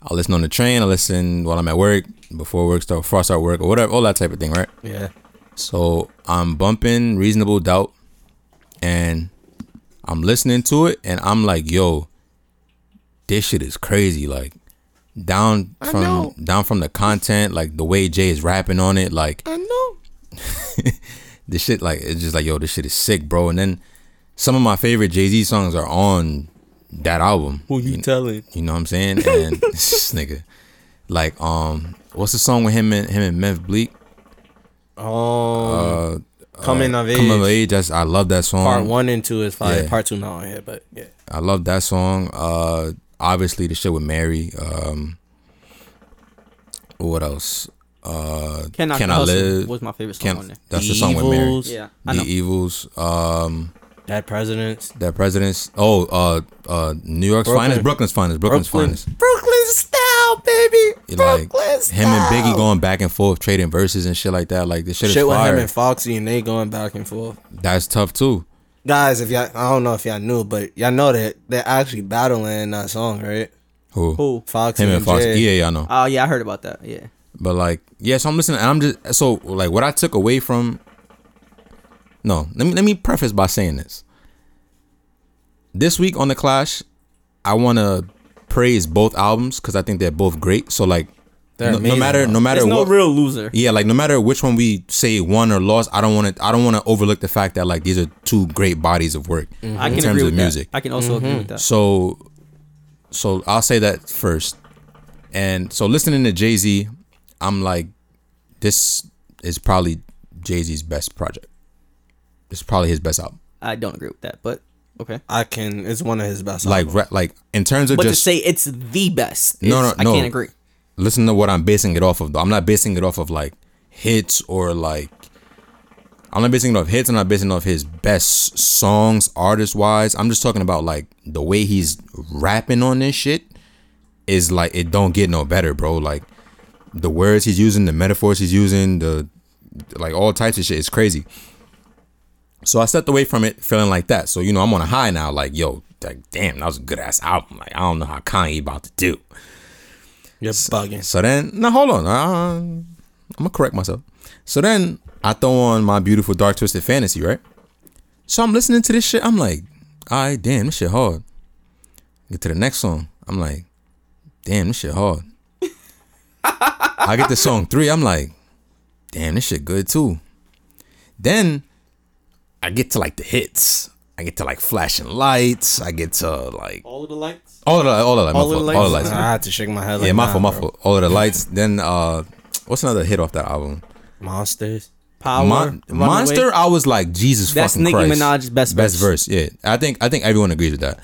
Speaker 2: I listen on the train. I listen while I'm at work, before work start, before I start work, or whatever, all that type of thing, right?
Speaker 3: yeah.
Speaker 2: So I'm bumping Reasonable Doubt and I'm listening to it and I'm like, yo, this shit is crazy. Like down from
Speaker 3: know.
Speaker 2: down from the content, like the way Jay is rapping on it, like
Speaker 1: Uh.
Speaker 3: I know.
Speaker 2: this shit like it's just like, yo, this shit is sick, bro. And then some of my favorite Jay Z songs are on that album.
Speaker 3: Who you telling?
Speaker 2: You know what I'm saying? And [LAUGHS] this nigga. Like, um, what's the song with him and him and Meth Bleak?
Speaker 3: Oh,
Speaker 2: Uh
Speaker 3: coming of age.
Speaker 2: Come of Age. That's I love that song.
Speaker 3: Part one and two is fine.
Speaker 2: Yeah.
Speaker 3: Part two not on here, but yeah.
Speaker 2: I love that song. Uh, obviously the shit with Mary. Um, what else? Uh,
Speaker 1: Can I,
Speaker 2: Can I
Speaker 1: Hustle
Speaker 2: Live?
Speaker 1: was my favorite song on
Speaker 2: Can't,
Speaker 1: there.
Speaker 2: that's the
Speaker 3: The
Speaker 2: song with Mary.
Speaker 3: Evils.
Speaker 1: Yeah, Oh, I
Speaker 2: The
Speaker 1: know.
Speaker 2: Evils. Um,
Speaker 3: That president's
Speaker 2: that president's. Oh, uh, uh, New York's
Speaker 3: Brooklyn.
Speaker 2: finest, Brooklyn's finest, Brooklyn's
Speaker 3: Brooklyn,
Speaker 2: finest.
Speaker 3: Brooklyn style, baby.
Speaker 2: You
Speaker 3: Brooklyn
Speaker 2: Like him and Biggie going back and forth, trading verses and shit like that. Like the shit,
Speaker 3: shit
Speaker 2: is
Speaker 3: with
Speaker 2: fire.
Speaker 3: him and Foxy, and they going back and forth.
Speaker 2: that's tough too.
Speaker 3: Guys, if y'all, I don't know if y'all knew, but y'all know that they're actually battling in that song, right?
Speaker 2: Who?
Speaker 1: Who?
Speaker 3: Foxy
Speaker 2: Him
Speaker 3: and,
Speaker 2: and Fox.
Speaker 3: Jay.
Speaker 2: Yeah, yeah, I know.
Speaker 1: Oh yeah, I heard about that. Yeah.
Speaker 2: But like, yeah, so I'm listening and I'm just so like what I took away from No, let me let me preface by saying this. This week on the Clash, I wanna praise both albums because I think they're both great. So like
Speaker 3: They're
Speaker 2: no, no
Speaker 3: amazing,
Speaker 2: matter
Speaker 3: though.
Speaker 2: no matter
Speaker 1: There's no
Speaker 2: what
Speaker 1: real loser.
Speaker 2: yeah like no matter which one we say won or lost I don't want to I don't want to overlook the fact that like these are two great bodies of work
Speaker 1: Mm-hmm. I can
Speaker 2: in terms
Speaker 1: agree
Speaker 2: of
Speaker 1: with
Speaker 2: music
Speaker 1: that. I can also agree with that.
Speaker 2: So, so I'll say that first. And so listening to Jay Z, I'm like, this is probably Jay Z's best project. This is probably his best album.
Speaker 1: I don't agree with that, but okay.
Speaker 3: I can. It's one of his best.
Speaker 2: Like, re- like in terms of
Speaker 1: But to
Speaker 2: just
Speaker 1: say it's the best,
Speaker 2: No,
Speaker 1: is-
Speaker 2: no, no.
Speaker 1: I can't agree.
Speaker 2: listen to what I'm basing it off of. Though I'm not basing it off of like hits or like. I'm not basing it off hits. I'm not basing it off his best songs, artist wise. I'm just talking about like the way he's rapping on this shit is like it don't get no better, bro. Like the words he's using, the metaphors he's using, the like all types of shit is crazy. So I stepped away from it feeling like that. So you know I'm on a high now. Like yo, like damn, that was a good ass album. Like I don't know how Kanye about to do.
Speaker 3: You're bugging.
Speaker 2: So then, now hold on. Uh, I'm gonna correct myself. So then, I throw on my beautiful dark twisted fantasy, right? So I'm listening to this shit. I'm like, all right, damn, this shit hard. Get to the next song. I'm like, damn, this shit hard. I get to song three. I'm like, damn, this shit good too. Then I get to like the hits. I get to like flashing lights. I get to like
Speaker 1: All of the lights.
Speaker 2: all of the all of the, my
Speaker 1: All of the
Speaker 2: fault,
Speaker 1: lights?
Speaker 2: all of the
Speaker 3: I
Speaker 2: lights.
Speaker 3: had to shake my head.
Speaker 2: Yeah,
Speaker 3: like,
Speaker 2: my
Speaker 3: nah,
Speaker 2: fault, my
Speaker 3: bro.
Speaker 2: fault. All of the lights. Then uh, what's another hit off that album?
Speaker 3: Monsters.
Speaker 1: Power.
Speaker 2: Mon-
Speaker 1: Runaway.
Speaker 2: Monster. I was like Jesus
Speaker 1: That's
Speaker 2: fucking
Speaker 1: Nicki
Speaker 2: Christ.
Speaker 1: Minaj's best
Speaker 2: best
Speaker 1: verse.
Speaker 2: verse. Yeah, I think I think everyone agrees with that.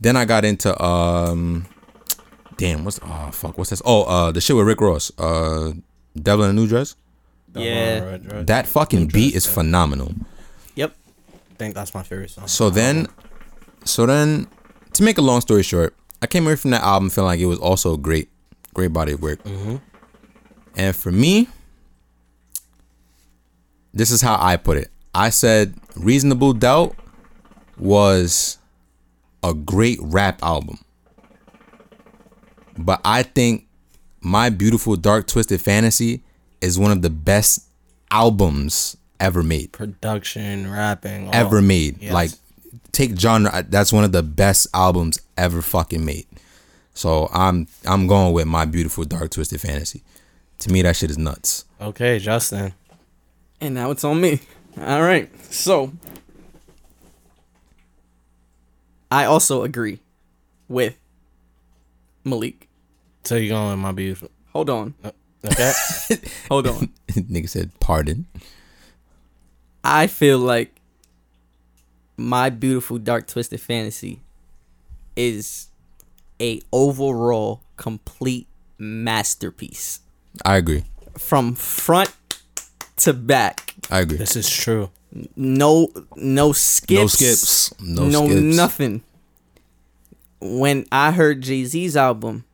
Speaker 2: Then I got into um, damn, what's oh fuck, what's this? Oh, uh, the shit with Rick Ross, uh, Devil in a New Dress.
Speaker 1: Yeah.
Speaker 3: Right, right.
Speaker 2: That fucking beat is phenomenal.
Speaker 1: Yep.
Speaker 3: I think that's my favorite song.
Speaker 2: So then, so then, to make a long story short, I came away from that album feeling like it was also a great, great body of work. And for me, this is how I put it. I said "Reasonable Doubt" was a great rap album, but I think "My Beautiful Dark Twisted Fantasy" is one of the best albums ever made
Speaker 3: production, rapping, all-
Speaker 2: ever made.
Speaker 3: yes.
Speaker 2: Like, take genre. I- That's one of the best albums ever fucking made. So I'm I'm going with my beautiful dark twisted fantasy. To me, that shit is nuts. [LAUGHS]
Speaker 3: Okay, Justin.
Speaker 1: And now it's on me. All right. So I also agree with Malik.
Speaker 3: So you going with my beautiful?
Speaker 1: Hold on.
Speaker 2: [LAUGHS]
Speaker 3: Okay.
Speaker 1: Hold on.
Speaker 2: Nigga said, "Pardon."
Speaker 1: I feel like my beautiful dark twisted fantasy is a overall complete masterpiece
Speaker 2: I agree.
Speaker 1: from front to back.
Speaker 2: I agree.
Speaker 3: this is true.
Speaker 1: No no skips.
Speaker 2: No skips. No,
Speaker 1: No,
Speaker 2: skips.
Speaker 1: nothing. When I heard Jay-Z's album,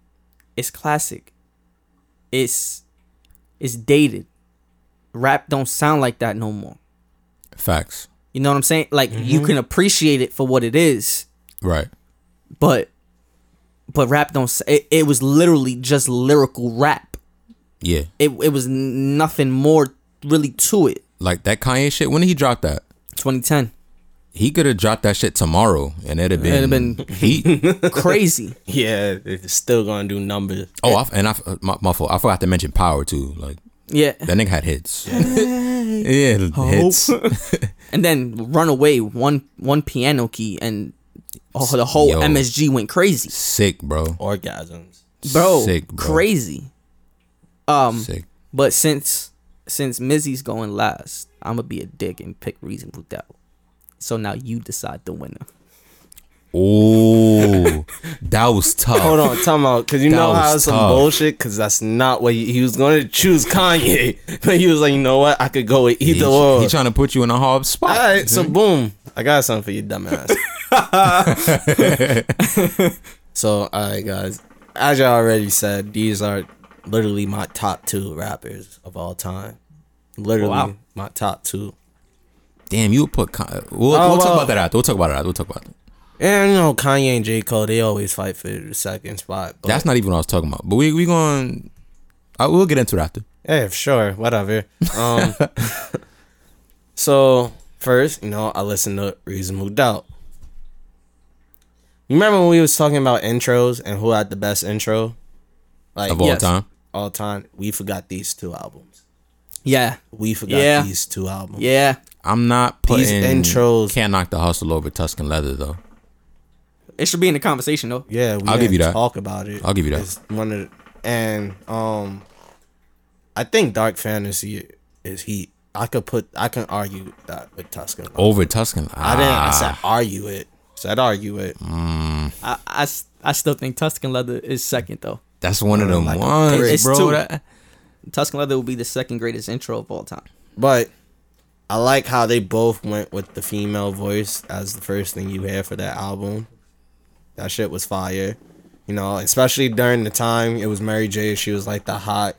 Speaker 1: it's classic. It's it's dated. Rap don't sound like that no more.
Speaker 2: Facts.
Speaker 1: You know what I'm saying? Like you can appreciate it for what it is,
Speaker 2: Right.
Speaker 1: but but rap don't. s- It, it was literally just lyrical rap.
Speaker 2: Yeah.
Speaker 1: It it was n- nothing more really to it.
Speaker 2: Like that Kanye shit. When did he drop that?
Speaker 1: 2010,
Speaker 2: He could have dropped that shit tomorrow, and it'd have been.
Speaker 1: It'd have been-
Speaker 2: heat.
Speaker 1: crazy.
Speaker 3: Yeah, it's still gonna do numbers.
Speaker 2: oh, I, and I my, my fault. I forgot to mention Power too. Like
Speaker 1: Yeah,
Speaker 2: that nigga had hits. [LAUGHS] yeah, hits.
Speaker 1: and then Runaway one one piano key and oh, the whole
Speaker 2: Yo.
Speaker 1: MSG went crazy,
Speaker 2: Sick, bro.
Speaker 3: Orgasms.
Speaker 1: bro,
Speaker 2: Sick, bro.
Speaker 1: crazy. Um,
Speaker 2: Sick.
Speaker 1: but since since Mizzy's going last, I'm gonna be a dick and pick Reasonable Doubt. So now you decide the winner.
Speaker 3: [LAUGHS]
Speaker 2: Oh, that was tough.
Speaker 3: Hold on, time out, cause you
Speaker 2: [LAUGHS] That
Speaker 3: know how
Speaker 2: was
Speaker 3: it's some
Speaker 2: tough.
Speaker 3: bullshit. Cause that's not what he, he was gonna choose Kanye, [LAUGHS] but he was like, you know what, I could go with
Speaker 2: He,
Speaker 3: either
Speaker 2: he,
Speaker 3: or.
Speaker 2: trying to put you in a hard
Speaker 3: All
Speaker 2: spot.
Speaker 3: right, so boom, I got something for you, dumbass. so, all right, guys, as y'all already said, these are literally my top two rappers of all time. Literally,
Speaker 1: Wow.
Speaker 3: my top two.
Speaker 2: Damn, you put. Con- we'll,
Speaker 3: Oh,
Speaker 2: we'll talk
Speaker 3: well.
Speaker 2: about that after. We'll talk about it after. We'll talk about it.
Speaker 3: And you know, Kanye and J Cole, they always fight for the second spot. But
Speaker 2: That's not even what I was talking about. But we we going. I we'll get into it after.
Speaker 3: Yeah, sure, whatever.
Speaker 2: [LAUGHS]
Speaker 3: Um, so first, you know, I listened to Reasonable Doubt. You remember when we was talking about intros and who had the best intro? Like
Speaker 2: Of all
Speaker 1: Yes.
Speaker 2: time,
Speaker 3: all time. We forgot these two albums.
Speaker 1: Yeah.
Speaker 3: We forgot
Speaker 1: Yeah.
Speaker 3: these two albums.
Speaker 1: Yeah.
Speaker 2: I'm not putting
Speaker 3: These intros-
Speaker 2: Can't knock the hustle over Tuscan leather though.
Speaker 1: It should be in the conversation though.
Speaker 3: Yeah, we
Speaker 2: I'll give
Speaker 3: didn't
Speaker 2: you that.
Speaker 3: Talk about it.
Speaker 2: I'll give you that.
Speaker 3: It's one of the, and um, I think Dark Fantasy is heat. I could put I can argue that with Tuscan.
Speaker 2: Over Tuscan.
Speaker 3: I didn't. I
Speaker 2: Ah,
Speaker 3: said argue it. Said argue it.
Speaker 1: I, I s- I still think Tuscan Leather is second though.
Speaker 2: that's one of them
Speaker 3: Like a
Speaker 2: ones,
Speaker 1: It's
Speaker 2: bro.
Speaker 1: two.
Speaker 2: That,
Speaker 1: Tuscan Leather will be the second greatest intro of all time.
Speaker 3: But I like how they both went with the female voice as the first thing you hear for that album. That shit was fire. You know, especially during the time it was Mary J. She was like the hot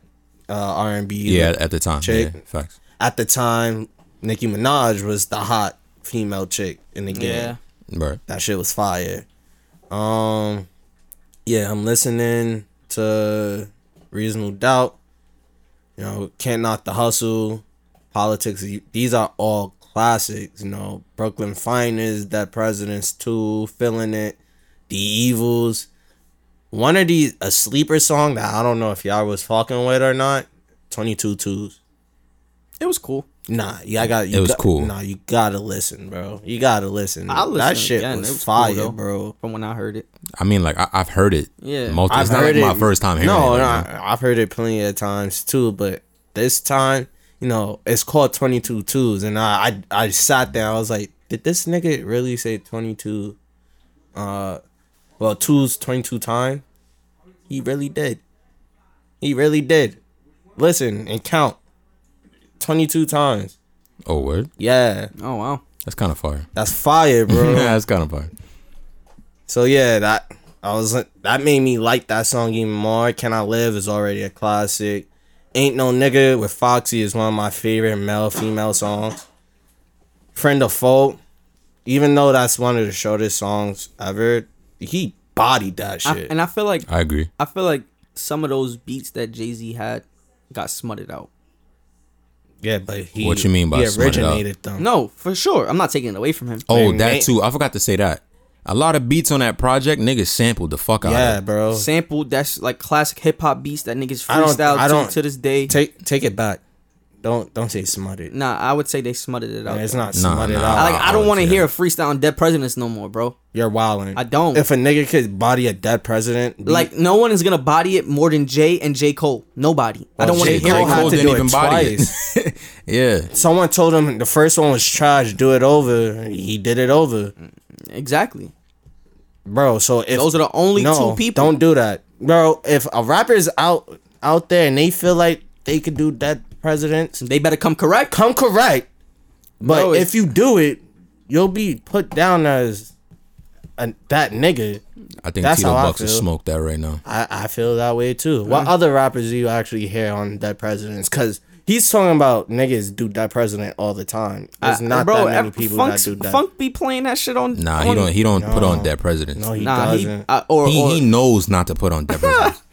Speaker 3: uh, R and B.
Speaker 2: yeah, at the time.
Speaker 3: Check.
Speaker 2: Yeah, facts.
Speaker 3: At the time, Nicki Minaj was the hot female chick in the game.
Speaker 1: Yeah.
Speaker 2: Right.
Speaker 3: That shit was fire. Um, yeah, I'm listening to Reasonable Doubt. You know, Can't Knock the Hustle, Politics. These are all classics. You know, Brooklyn Finest, That President's Two, Feeling It, The Evils. One of these, a sleeper song that I don't know if y'all was fucking with or not. 22 Twos.
Speaker 1: It was cool.
Speaker 3: Nah, yeah, I got. You
Speaker 2: It was
Speaker 3: got-
Speaker 2: cool.
Speaker 3: Nah, you gotta listen, bro. You gotta listen.
Speaker 1: I'll
Speaker 3: that
Speaker 1: listen
Speaker 3: shit
Speaker 1: again.
Speaker 3: was,
Speaker 1: It was cool,
Speaker 3: fire,
Speaker 1: though.
Speaker 3: bro.
Speaker 1: From when I heard it.
Speaker 2: I mean, like I, I've heard it.
Speaker 1: Yeah.
Speaker 2: Multiple. It's
Speaker 3: I've
Speaker 2: not like
Speaker 3: heard
Speaker 2: my
Speaker 3: it-
Speaker 2: first time hearing
Speaker 3: No,
Speaker 2: it.
Speaker 3: no,
Speaker 2: like,
Speaker 3: I- I've heard it plenty of times too, but this time, you know, it's called 22 twos, and I, I, I sat there, I was like, did this nigga really say 22? Uh, well, twos 22 time. He really did. He really did. Listen and count. 22 times.
Speaker 2: Oh, word.
Speaker 3: Yeah,
Speaker 1: Oh wow.
Speaker 2: That's kind of fire. [LAUGHS]
Speaker 3: that's fire, bro.
Speaker 2: Yeah, that's kind of fire.
Speaker 3: So yeah, that I was that made me like that song even more. Can I Live is already a classic. Ain't No Nigga with Foxy is one of my favorite male female songs. Friend of Folk, even though that's one of the shortest songs ever, he bodied that
Speaker 1: I-
Speaker 3: shit.
Speaker 1: and I feel like
Speaker 2: I agree.
Speaker 1: I feel like some of those beats that Jay Z had got smutted out.
Speaker 3: yeah, but he
Speaker 2: What you mean by
Speaker 3: he
Speaker 2: smut it up?
Speaker 3: originated them?
Speaker 1: No, for sure. I'm not taking it away from him.
Speaker 2: Oh,
Speaker 3: They
Speaker 2: that
Speaker 3: made-
Speaker 2: too. I forgot to say that. A lot of beats on that project, niggas sampled the fuck out.
Speaker 3: yeah,
Speaker 2: Yeah,
Speaker 3: bro.
Speaker 1: Sample that's like classic hip hop beats that niggas
Speaker 3: I don't-
Speaker 1: freestyle
Speaker 3: I
Speaker 1: to,
Speaker 3: don't-
Speaker 1: to this day.
Speaker 3: Take take it back. Don't don't say smut it.
Speaker 1: nah, I would say they smutted it out.
Speaker 3: Man, it's
Speaker 1: though.
Speaker 3: not smut it
Speaker 2: nah.
Speaker 3: out.
Speaker 1: I, like I don't
Speaker 2: I
Speaker 1: want to
Speaker 2: would say
Speaker 1: hear a freestyle on Dead Presidents no more, bro.
Speaker 3: You're wilding.
Speaker 1: I don't.
Speaker 3: If a nigga could body a dead president, be-
Speaker 1: Like no one is gonna body it more than Jay and J Cole. Nobody.
Speaker 3: Oh,
Speaker 1: I don't want to
Speaker 2: J.
Speaker 1: hear
Speaker 2: Cole
Speaker 1: it.
Speaker 2: had to
Speaker 1: do
Speaker 2: didn't
Speaker 1: it.
Speaker 2: even body it. [LAUGHS] yeah.
Speaker 3: Someone told him the first one was trash. Do it over. He did it over,
Speaker 1: Exactly.
Speaker 3: bro. So if
Speaker 1: Those are the only
Speaker 3: no,
Speaker 1: two people.
Speaker 3: don't do that, bro. If a rapper's out out there and they feel like they could do dead presidents,
Speaker 1: They better come correct.
Speaker 3: come correct. But
Speaker 1: No,
Speaker 3: if
Speaker 1: it's-
Speaker 3: you do it, you'll be put down as a, that nigga.
Speaker 2: I think
Speaker 3: That's
Speaker 2: Tito
Speaker 3: how I
Speaker 2: Bucks is
Speaker 3: feel.
Speaker 2: smoked that right now.
Speaker 3: I, I feel that way too. What other rappers do you actually hear on dead presidents? Because he's talking about niggas do dead president all the time. There's
Speaker 1: I-
Speaker 3: not that many
Speaker 1: ev-
Speaker 3: people
Speaker 1: Funk's-
Speaker 3: that do that.
Speaker 1: Uh, Funk be playing that shit on.
Speaker 2: Nah,
Speaker 1: on,
Speaker 2: he don't. He don't put on
Speaker 3: No.
Speaker 2: dead presidents.
Speaker 3: no, he
Speaker 2: Oh, he,
Speaker 1: Nah, he,
Speaker 3: doesn't.
Speaker 1: uh, or,
Speaker 2: he,
Speaker 1: or
Speaker 2: knows not to put on dead presidents.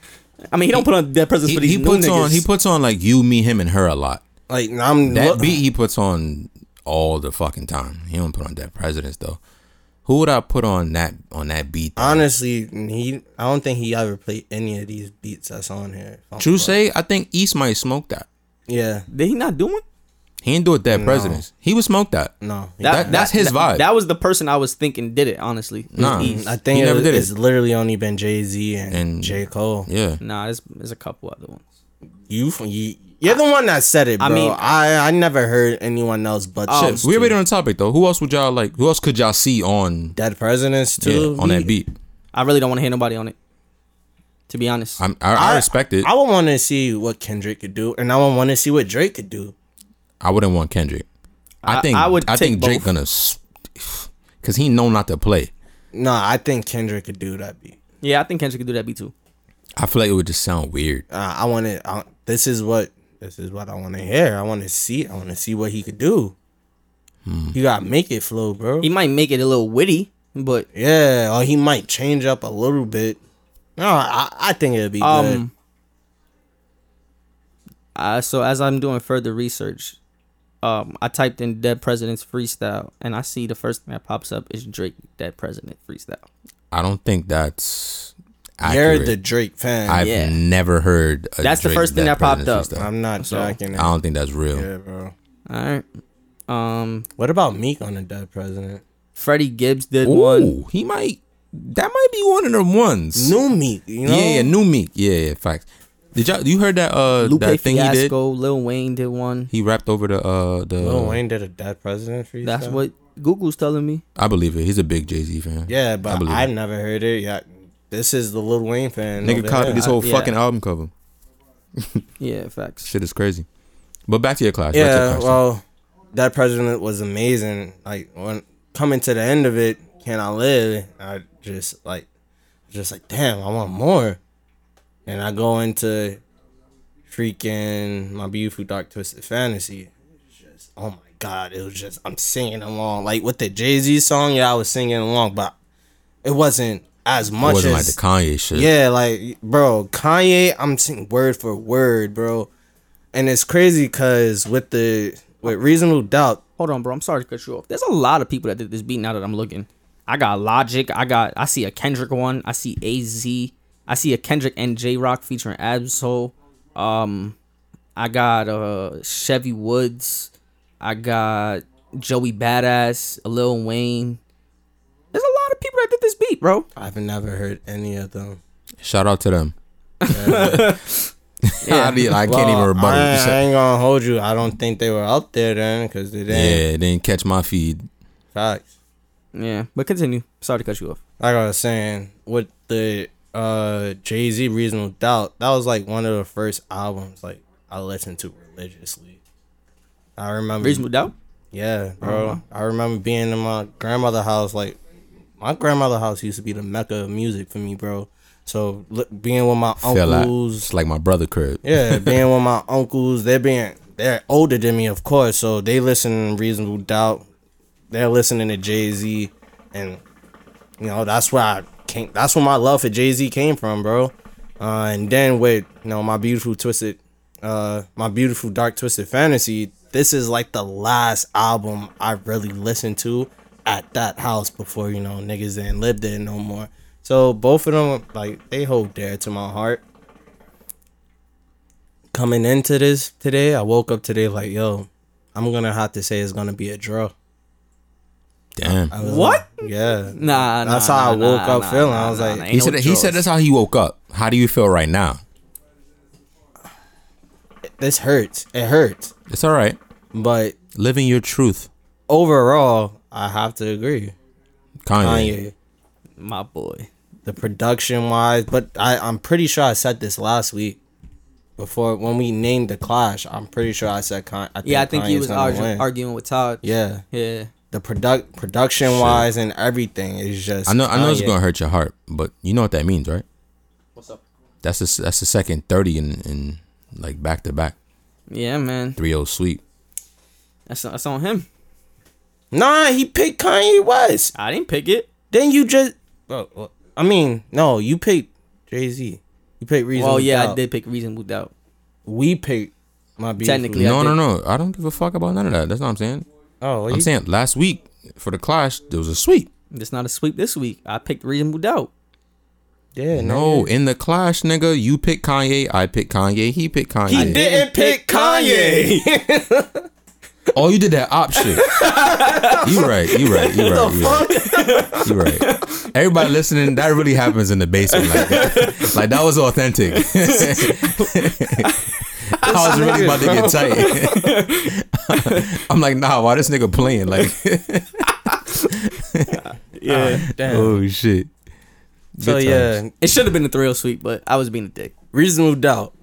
Speaker 1: I mean, he don't put on Dead Presidents
Speaker 2: he,
Speaker 1: for these
Speaker 2: he
Speaker 1: new
Speaker 2: puts
Speaker 1: niggas.
Speaker 2: on. He puts on like you, me, him, and her a lot.
Speaker 3: Like I'm
Speaker 2: That
Speaker 3: look-
Speaker 2: beat he puts on all the fucking time. He don't put on dead presidents though. Who would I put on that on that beat? though?
Speaker 3: honestly, he I don't think he ever played any of these beats that's on here.
Speaker 2: True say, I think East might smoke that.
Speaker 3: Yeah.
Speaker 1: Did he not do one?
Speaker 2: He didn't do it dead presidents. He would smoke that.
Speaker 3: No.
Speaker 2: That- that's his vibe.
Speaker 1: That was the person I was thinking did it. Honestly, It was
Speaker 2: Nah.
Speaker 1: East.
Speaker 3: I think
Speaker 2: He
Speaker 3: it,
Speaker 2: never did it.
Speaker 3: it's literally only been Jay Z and,
Speaker 2: And-
Speaker 3: J Cole.
Speaker 2: Yeah.
Speaker 1: nah, there's, there's a couple other ones.
Speaker 3: You f- you you're the one that said it, bro. I
Speaker 1: mean-
Speaker 3: I, never heard anyone else but
Speaker 2: Shit,
Speaker 3: those
Speaker 2: Oh, we
Speaker 3: two.
Speaker 2: already on the topic though. Who else would y'all like? Who else could y'all see on
Speaker 3: Dead Presidents
Speaker 2: yeah,
Speaker 3: too.
Speaker 2: on that beat?
Speaker 1: I really don't want to hear nobody on it. To be honest,
Speaker 2: I'm, I, I, respect it.
Speaker 3: I
Speaker 2: I,
Speaker 3: would want to see what Kendrick could do, and I would want to see what Drake could do.
Speaker 2: wouldn't want Kendrick. I
Speaker 1: I-
Speaker 2: think I,
Speaker 1: I would
Speaker 2: think
Speaker 1: take
Speaker 2: Drake
Speaker 1: both.
Speaker 2: gonna s- cause he know not to play.
Speaker 3: No, I think Kendrick could do that beat.
Speaker 1: yeah, I think Kendrick could do that beat too.
Speaker 2: I feel like it would just sound weird.
Speaker 3: Uh, I want to. This is what this is what I want to hear. I want to see. I want to see what he could do.
Speaker 2: Hmm.
Speaker 3: You gotta make it flow, bro.
Speaker 1: He might make it a little witty, but
Speaker 3: yeah, or he might change up a little bit. No, I, I think it'd be good.
Speaker 1: um. Uh, so as I'm doing further research, um, I typed in "Dead Presidents Freestyle" and I see the first thing that pops up is Drake "Dead President Freestyle."
Speaker 2: I don't think that's accurate.
Speaker 3: You're the Drake fan. I,
Speaker 2: I've
Speaker 1: Yeah.
Speaker 2: never heard. A
Speaker 1: That's the
Speaker 2: Drake
Speaker 1: first thing
Speaker 2: death
Speaker 1: that popped
Speaker 2: presidency
Speaker 1: up.
Speaker 2: stuff.
Speaker 3: am not
Speaker 1: So,
Speaker 3: jacking it.
Speaker 2: I don't think that's real.
Speaker 3: yeah, bro.
Speaker 1: All right. Um,
Speaker 3: What about Meek on the dead president?
Speaker 1: Freddie Gibbs did
Speaker 2: Ooh,
Speaker 1: one.
Speaker 2: he might. That might be one of the ones.
Speaker 3: New Meek, you know?
Speaker 2: Yeah, yeah, new Meek. Yeah, yeah, facts. Did y'all you heard that uh
Speaker 1: Lupe
Speaker 2: that thing he did?
Speaker 1: Fiasco, Lil Wayne did one.
Speaker 2: He rapped over the uh the
Speaker 3: Lil Oh, Wayne did a dead president for you.
Speaker 1: That's what Google's telling me.
Speaker 2: I believe it. He's a big Jay Z fan.
Speaker 3: Yeah, but
Speaker 2: believe
Speaker 3: I've
Speaker 2: it.
Speaker 3: never heard it. Yeah, this is the Lil Wayne fan.
Speaker 2: Nigga
Speaker 3: over
Speaker 2: copied
Speaker 3: here.
Speaker 2: his whole
Speaker 1: Yeah.
Speaker 2: fucking album cover.
Speaker 1: Yeah, facts.
Speaker 2: Shit is crazy. But back to your class. back to your
Speaker 3: Yeah,
Speaker 2: class.
Speaker 3: well, that president was amazing. Like when coming to the end of it, can I live? I just like, just like, damn, I want more. And I go into freaking my beautiful dark twisted fantasy. It's Just oh my god, it was just I'm singing along like with the Jay Z song. Yeah, I was singing along, but it wasn't as
Speaker 2: it
Speaker 3: much
Speaker 2: wasn't like
Speaker 3: as
Speaker 2: the Kanye shit.
Speaker 3: yeah, like bro, Kanye, I'm saying word for word, bro. And it's crazy because with the with reasonable doubt,
Speaker 1: Hold on, bro. I'm sorry to cut you off. There's a lot of people that did this beat now that I'm looking. I got Logic. I got. I see a Kendrick one. I see A Z. I see a Kendrick and J Rock featuring Absol. Um, I got uh Chevy Woods. I got Joey Badass, Lil Wayne. There's a lot of people that did this beat, bro.
Speaker 3: I've never heard any of them.
Speaker 2: Shout out to
Speaker 3: [LAUGHS]
Speaker 2: them. [LAUGHS] I,
Speaker 1: Yeah.
Speaker 2: mean, I can't even
Speaker 3: Well,
Speaker 2: rebut
Speaker 3: I,
Speaker 2: what you
Speaker 3: I
Speaker 2: said.
Speaker 3: ain't gonna hold you. I don't think they were out there then because they didn't.
Speaker 2: Yeah, it didn't catch my feed.
Speaker 3: Facts.
Speaker 1: Yeah, but continue. Sorry to cut you off.
Speaker 3: Like I was saying, with the uh Jay Z reasonable doubt, that was like one of the first albums like I listened to religiously. I remember
Speaker 1: Reasonable doubt.
Speaker 3: Yeah, bro. I remember being in my grandmother's house. Like, my grandmother's house used to be the mecca of music for me, bro. So look, being with my
Speaker 2: Feel like
Speaker 3: uncles,
Speaker 2: it's like my brother crib.
Speaker 3: yeah, being with my uncles, they're being they're older than me, of course. So they listen to Reasonable Doubt. They're listening to Jay Z, and you know that's where I came. That's where my love for Jay Z came from, bro. Uh, and then with you know my beautiful twisted, uh, my beautiful dark twisted fantasy. This is like the last album I really listened to at that house before you know niggas didn't live there no more. So both of them like they hold dear to my heart coming into this today, I woke up today like, yo, I'm gonna have to say it's gonna be a draw.
Speaker 2: Damn.
Speaker 3: I was
Speaker 1: What?
Speaker 3: like, yeah.
Speaker 1: Nah, nah
Speaker 3: That's how I
Speaker 1: nah,
Speaker 3: woke
Speaker 1: nah,
Speaker 3: up
Speaker 1: nah,
Speaker 3: feeling.
Speaker 1: nah,
Speaker 3: I was
Speaker 1: nah,
Speaker 3: like-
Speaker 1: nah, ain't
Speaker 2: he
Speaker 1: no
Speaker 2: said he said
Speaker 1: choice.
Speaker 2: that's how he woke up. How do you feel right now?
Speaker 3: This hurts. It hurts.
Speaker 2: It's all right.
Speaker 3: But
Speaker 2: Living your truth.
Speaker 3: overall, I have to agree.
Speaker 2: Kanye.
Speaker 3: Kanye,
Speaker 1: my boy.
Speaker 3: the production wise, but I, I'm pretty sure I said this last week. Before when we named the clash, I'm pretty sure I said Kanye. I think
Speaker 1: Yeah, I think he
Speaker 3: Kanye's
Speaker 1: was
Speaker 3: gonna
Speaker 1: argu-
Speaker 3: win.
Speaker 1: arguing with Todd.
Speaker 3: yeah,
Speaker 1: yeah.
Speaker 3: the product production wise and everything is just.
Speaker 2: I know I know it's
Speaker 3: Kanye.
Speaker 2: gonna hurt your heart, but you know what that means, right?
Speaker 1: What's up?
Speaker 2: That's the that's the second thirty in, in like back to back
Speaker 1: Yeah, man.
Speaker 2: three zero sweep.
Speaker 1: That's that's on him.
Speaker 3: Nah, he picked Kanye West.
Speaker 1: I didn't pick it.
Speaker 3: Then you just. Bro, I mean, no, you picked Jay Z. You picked Reason.
Speaker 1: Well, yeah, I
Speaker 3: Doubt.
Speaker 1: did pick Reasonable Doubt.
Speaker 3: We picked my beautiful.
Speaker 1: Technically. Yeah,
Speaker 2: no,
Speaker 1: I
Speaker 2: no, no. I don't give a fuck about none of that. That's not what I'm saying.
Speaker 3: Oh,
Speaker 2: I'm
Speaker 3: you,
Speaker 2: saying last week for the clash there was a sweep.
Speaker 1: It's not a sweep this week. I picked Reasonable Doubt.
Speaker 3: yeah,
Speaker 2: No, in the clash, nigga, you pick Kanye, I pick Kanye, he pick Kanye.
Speaker 3: He didn't pick Kanye.
Speaker 2: Oh, you did that op [LAUGHS] shit. you right. You right. You right. You right. You right. Everybody listening, that really happens in the basement. Like that, like, that was authentic. [LAUGHS] I was really about to get tight. [LAUGHS] I'm like, nah. Why this nigga playing? Like,
Speaker 3: yeah, uh,
Speaker 2: [LAUGHS]
Speaker 3: damn.
Speaker 2: oh shit.
Speaker 3: So
Speaker 2: Good
Speaker 3: yeah,
Speaker 2: times.
Speaker 1: [LAUGHS] It should have been a thrill sweep, but I was being a dick.
Speaker 3: Reasonable Doubt.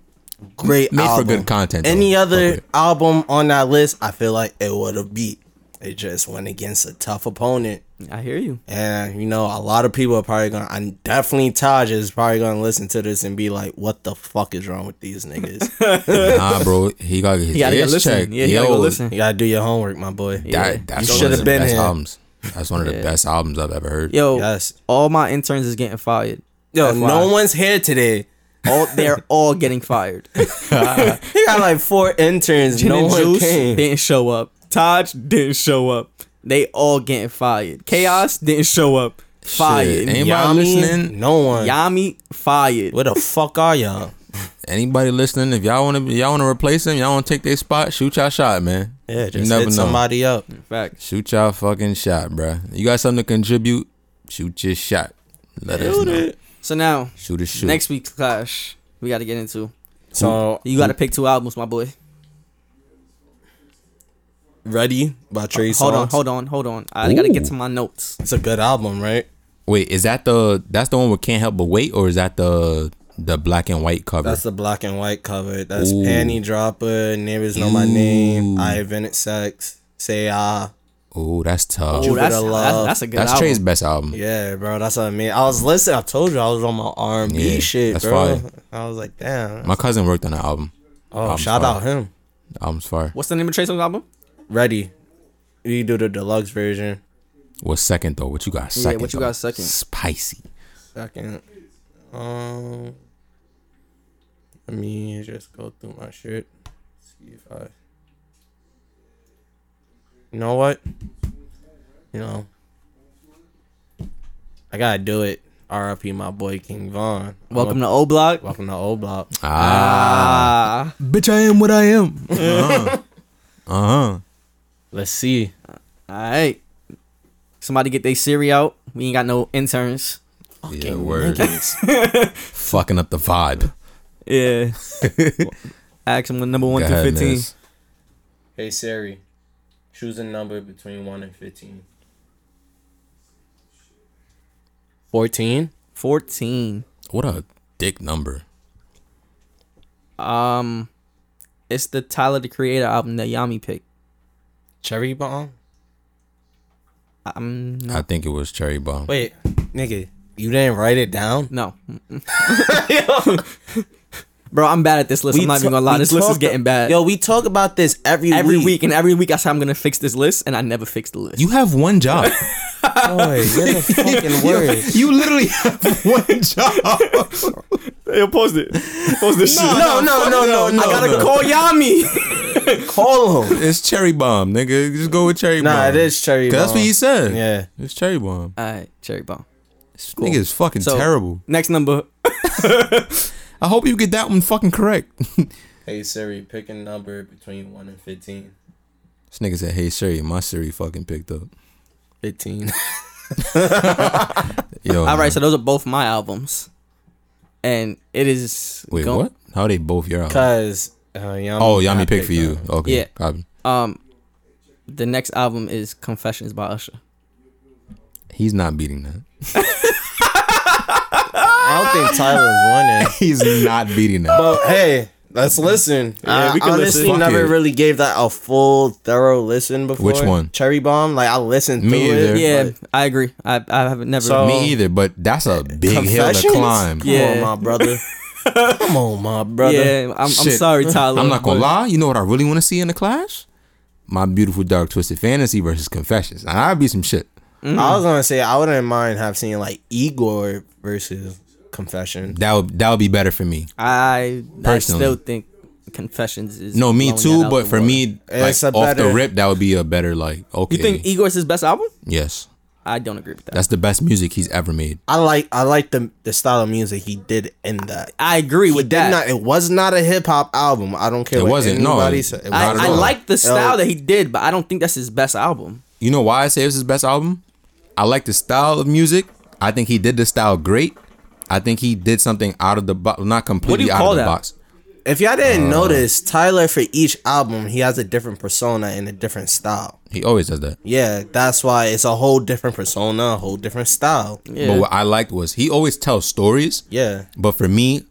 Speaker 3: Great
Speaker 2: Made for
Speaker 3: album.
Speaker 2: good content, though.
Speaker 3: Any
Speaker 2: Fuck
Speaker 3: other
Speaker 2: with it.
Speaker 3: album on that list, I feel like it would have beat. It just went against a tough opponent.
Speaker 1: I hear you.
Speaker 3: And you know, a lot of people are probably gonna. I definitely Taj is probably gonna listen to this and be like, "What the fuck is wrong with
Speaker 2: [LAUGHS]
Speaker 3: these niggas?"
Speaker 2: Nah, bro. He got his
Speaker 1: He gotta go
Speaker 2: ears
Speaker 1: listen.
Speaker 2: checked.
Speaker 1: Yeah, he gotta go
Speaker 2: Yo,
Speaker 1: listen.
Speaker 3: you gotta do your homework, my boy.
Speaker 1: Yeah.
Speaker 2: That, that's
Speaker 3: You
Speaker 2: one
Speaker 3: shoulda
Speaker 2: of the
Speaker 3: been
Speaker 2: best
Speaker 3: here.
Speaker 2: albums. That's one of the
Speaker 1: Yeah.
Speaker 2: best albums I've ever heard.
Speaker 1: Yo,
Speaker 3: Yes.
Speaker 1: all my interns is getting fired.
Speaker 3: Yo,
Speaker 1: FYI.
Speaker 3: no one's here today.
Speaker 1: All
Speaker 3: [LAUGHS]
Speaker 1: they're all getting fired.
Speaker 3: He got like four interns.
Speaker 1: Gin
Speaker 3: no
Speaker 1: and
Speaker 3: one
Speaker 1: Juice
Speaker 3: came.
Speaker 1: didn't show up. Taj didn't show up. They all getting fired. Chaos didn't show up. fired.
Speaker 2: Shit, anybody
Speaker 3: Y'all
Speaker 2: listening?
Speaker 3: mean? No one.
Speaker 1: Yami fired.
Speaker 3: Where the fuck are y'all?
Speaker 2: Anybody listening? If y'all want to, y'all want to replace them. Y'all want to take their spot. Shoot y'all shot, man.
Speaker 3: Yeah,
Speaker 2: you
Speaker 3: just
Speaker 2: never know.
Speaker 3: hit somebody up.
Speaker 1: Facts.
Speaker 2: Shoot y'all fucking shot, bruh. You got something to contribute? Shoot your shot. Let us know.
Speaker 1: So now
Speaker 2: Shoot a shoot.
Speaker 1: next week's clash we got to get into.
Speaker 3: So
Speaker 1: You got to pick two albums, my boy.
Speaker 3: ready by Trey
Speaker 1: Hold on,
Speaker 3: Songz.
Speaker 1: hold on, hold on. I got to get
Speaker 2: Ooh.
Speaker 1: to my notes.
Speaker 3: It's a good album, right?
Speaker 2: Wait, is that the that's the one with can't help but wait, or is that the the black and white cover?
Speaker 3: That's the black and white cover. That's
Speaker 2: Ooh.
Speaker 3: Panty Dropper, Neighbors Know My Name, I Invented Sex, Say Ah.
Speaker 2: oh, that's tough.
Speaker 1: Oh, that's,
Speaker 3: Jupiter
Speaker 1: that's
Speaker 3: Love.
Speaker 1: that's a good
Speaker 2: that's
Speaker 1: album.
Speaker 2: Trey's best album.
Speaker 3: Yeah, bro, that's what I mean. I was listening. I told you I was on my R and B
Speaker 2: Yeah,
Speaker 3: shit,
Speaker 2: that's
Speaker 3: bro.
Speaker 2: fire.
Speaker 3: I was like, damn.
Speaker 2: My cousin worked on the album.
Speaker 3: oh,
Speaker 2: I'm
Speaker 3: shout
Speaker 2: fire.
Speaker 3: out him.
Speaker 2: The album's fire.
Speaker 1: What's the name of Trey Songz's album?
Speaker 3: Ready? We do the deluxe version.
Speaker 2: What's second though? What you got?
Speaker 1: Yeah,
Speaker 2: Second.
Speaker 1: what you
Speaker 2: though?
Speaker 1: got second?
Speaker 2: Spicy.
Speaker 3: Second. Um. Let me just go through my shit. See if I. You know what? You know. I gotta do it. R.I.P. My boy King Von.
Speaker 1: Welcome to O Block.
Speaker 3: Welcome to Old Block.
Speaker 1: Ah,
Speaker 2: Ah, bitch, I am what I am.
Speaker 1: [LAUGHS]
Speaker 2: Uh huh.
Speaker 3: Let's see.
Speaker 1: all right. Somebody get their Siri out. We ain't got no interns.
Speaker 2: Yeah, word. [LAUGHS] Fucking up the vibe.
Speaker 3: [LAUGHS]
Speaker 1: Yeah. Ask them the number one
Speaker 2: Go
Speaker 1: through
Speaker 2: ahead,
Speaker 1: fifteen.
Speaker 2: Miz.
Speaker 3: Hey Siri, choose a number between one and fifteen. Fourteen.
Speaker 1: Fourteen.
Speaker 2: What a dick number.
Speaker 1: Um, it's the Tyler the Creator album that Yami picked.
Speaker 3: Cherry bomb.
Speaker 1: I'm not,
Speaker 2: I think it was Cherry Bomb.
Speaker 3: Wait, nigga, you didn't write it down. [LAUGHS]
Speaker 1: no. [LAUGHS] Bro, I'm bad at this list. I'm not even gonna lie.
Speaker 3: we
Speaker 1: This list is
Speaker 3: talked-
Speaker 1: getting bad.
Speaker 3: Yo, we talk about this every
Speaker 1: every
Speaker 3: week.
Speaker 1: week and every week I say I'm gonna fix this list, and I never fix the list.
Speaker 2: You have one job.
Speaker 3: Boy, [LAUGHS] you're the fucking [LAUGHS]
Speaker 2: [LAUGHS]
Speaker 3: worst.
Speaker 2: you literally [LAUGHS] have one job.
Speaker 1: Yo, post it. Post [LAUGHS] this
Speaker 3: shit. no, no, no, no, no,
Speaker 1: I gotta
Speaker 3: no.
Speaker 1: call
Speaker 3: [LAUGHS]
Speaker 1: Yami.
Speaker 3: Call him.
Speaker 2: It's cherry bomb, nigga. Just go with cherry bomb.
Speaker 3: Nah, it is cherry.
Speaker 2: 'Cause That's what
Speaker 3: bomb.
Speaker 2: you said.
Speaker 3: Yeah.
Speaker 2: It's cherry bomb.
Speaker 1: All right, cherry bomb.
Speaker 2: This nigga is fucking
Speaker 1: So-
Speaker 2: terrible.
Speaker 1: Next number.
Speaker 2: I hope you get that one fucking correct. this
Speaker 3: Hey Siri, pick a number between one and fifteen.
Speaker 2: nigga said, "Hey Siri, my Siri fucking picked
Speaker 3: [LAUGHS]
Speaker 2: up."
Speaker 3: Fifteen. [LAUGHS]
Speaker 2: Yo.
Speaker 1: All right,
Speaker 2: man.
Speaker 1: so those are both my albums, and it is
Speaker 2: Wait,
Speaker 1: go-
Speaker 2: what? How they both your album?
Speaker 3: Cause uh, Yami
Speaker 2: Oh, Yami
Speaker 3: got
Speaker 2: picked for
Speaker 3: picked
Speaker 2: you.
Speaker 3: up.
Speaker 2: Okay.
Speaker 1: Yeah.
Speaker 2: Copy.
Speaker 1: Um, the next album is Confessions by Usher.
Speaker 2: He's not beating that.
Speaker 3: I don't think Tyler's [LAUGHS] winning.
Speaker 2: [LAUGHS] He's not beating [LAUGHS] that.
Speaker 3: But Oh, hey, let's listen. I
Speaker 1: we can
Speaker 3: honestly
Speaker 2: listen. Fuck
Speaker 3: never
Speaker 2: it.
Speaker 3: really gave that a full, thorough listen before.
Speaker 2: Which one?
Speaker 3: Cherry Bomb. Like I listened
Speaker 2: Me
Speaker 3: through
Speaker 2: either.
Speaker 3: it.
Speaker 1: Yeah,
Speaker 3: but
Speaker 1: I agree. I I have never.
Speaker 3: So-
Speaker 2: Me either, but that's a big hill to
Speaker 3: Confessions?
Speaker 2: climb.
Speaker 3: Come
Speaker 1: Oh. Yeah.
Speaker 3: on,
Speaker 1: [LAUGHS]
Speaker 3: my brother. Come on, my brother.
Speaker 1: yeah, I'm, I'm
Speaker 2: Shit.
Speaker 3: [LAUGHS]
Speaker 1: sorry, Tyler.
Speaker 2: I'm not gonna
Speaker 1: but-
Speaker 2: lie. You know what I really want to see in the clash? My beautiful dark twisted fantasy versus confessions, and I'd be some shit.
Speaker 1: mm.
Speaker 3: I was gonna say I wouldn't mind have seen like Igor versus Confession.
Speaker 2: That would that would be better for me.
Speaker 1: I
Speaker 2: Personally.
Speaker 1: I still think Confessions is
Speaker 2: No, me
Speaker 1: blowing
Speaker 2: too.
Speaker 1: that out
Speaker 2: But
Speaker 1: the
Speaker 2: for
Speaker 1: water.
Speaker 2: me, like
Speaker 3: It's
Speaker 2: off
Speaker 3: a better-
Speaker 2: the rip, that would be a better like. Okay,
Speaker 1: you think Igor's his best album?
Speaker 2: yes,
Speaker 1: I don't agree with that.
Speaker 2: that's the best music he's ever made.
Speaker 3: I like I like the the style of music he did in that.
Speaker 1: I agree
Speaker 3: He
Speaker 1: with
Speaker 3: did
Speaker 1: that.
Speaker 3: not. It was not a hip hop album. I don't care.
Speaker 2: It
Speaker 3: what
Speaker 2: wasn't, no,
Speaker 3: anybody
Speaker 2: it-
Speaker 3: said. It
Speaker 2: not
Speaker 3: was
Speaker 2: at
Speaker 1: I, I
Speaker 2: all.
Speaker 1: like the style
Speaker 3: Yo.
Speaker 1: that he did, but I don't think that's his best album.
Speaker 2: You know why I say it's his best album? I like the style of music. I think he did the style great. I think he did something out of the box, not completely out
Speaker 1: call
Speaker 2: of the
Speaker 1: that?
Speaker 2: box.
Speaker 3: If y'all didn't
Speaker 2: Uh.
Speaker 3: notice, Tyler for each album he has a different persona and a different style.
Speaker 2: He always does that.
Speaker 3: Yeah, that's why it's a whole different persona, a whole different style.
Speaker 1: Yeah.
Speaker 2: But what I liked was he always tells stories.
Speaker 3: Yeah,
Speaker 2: But for me,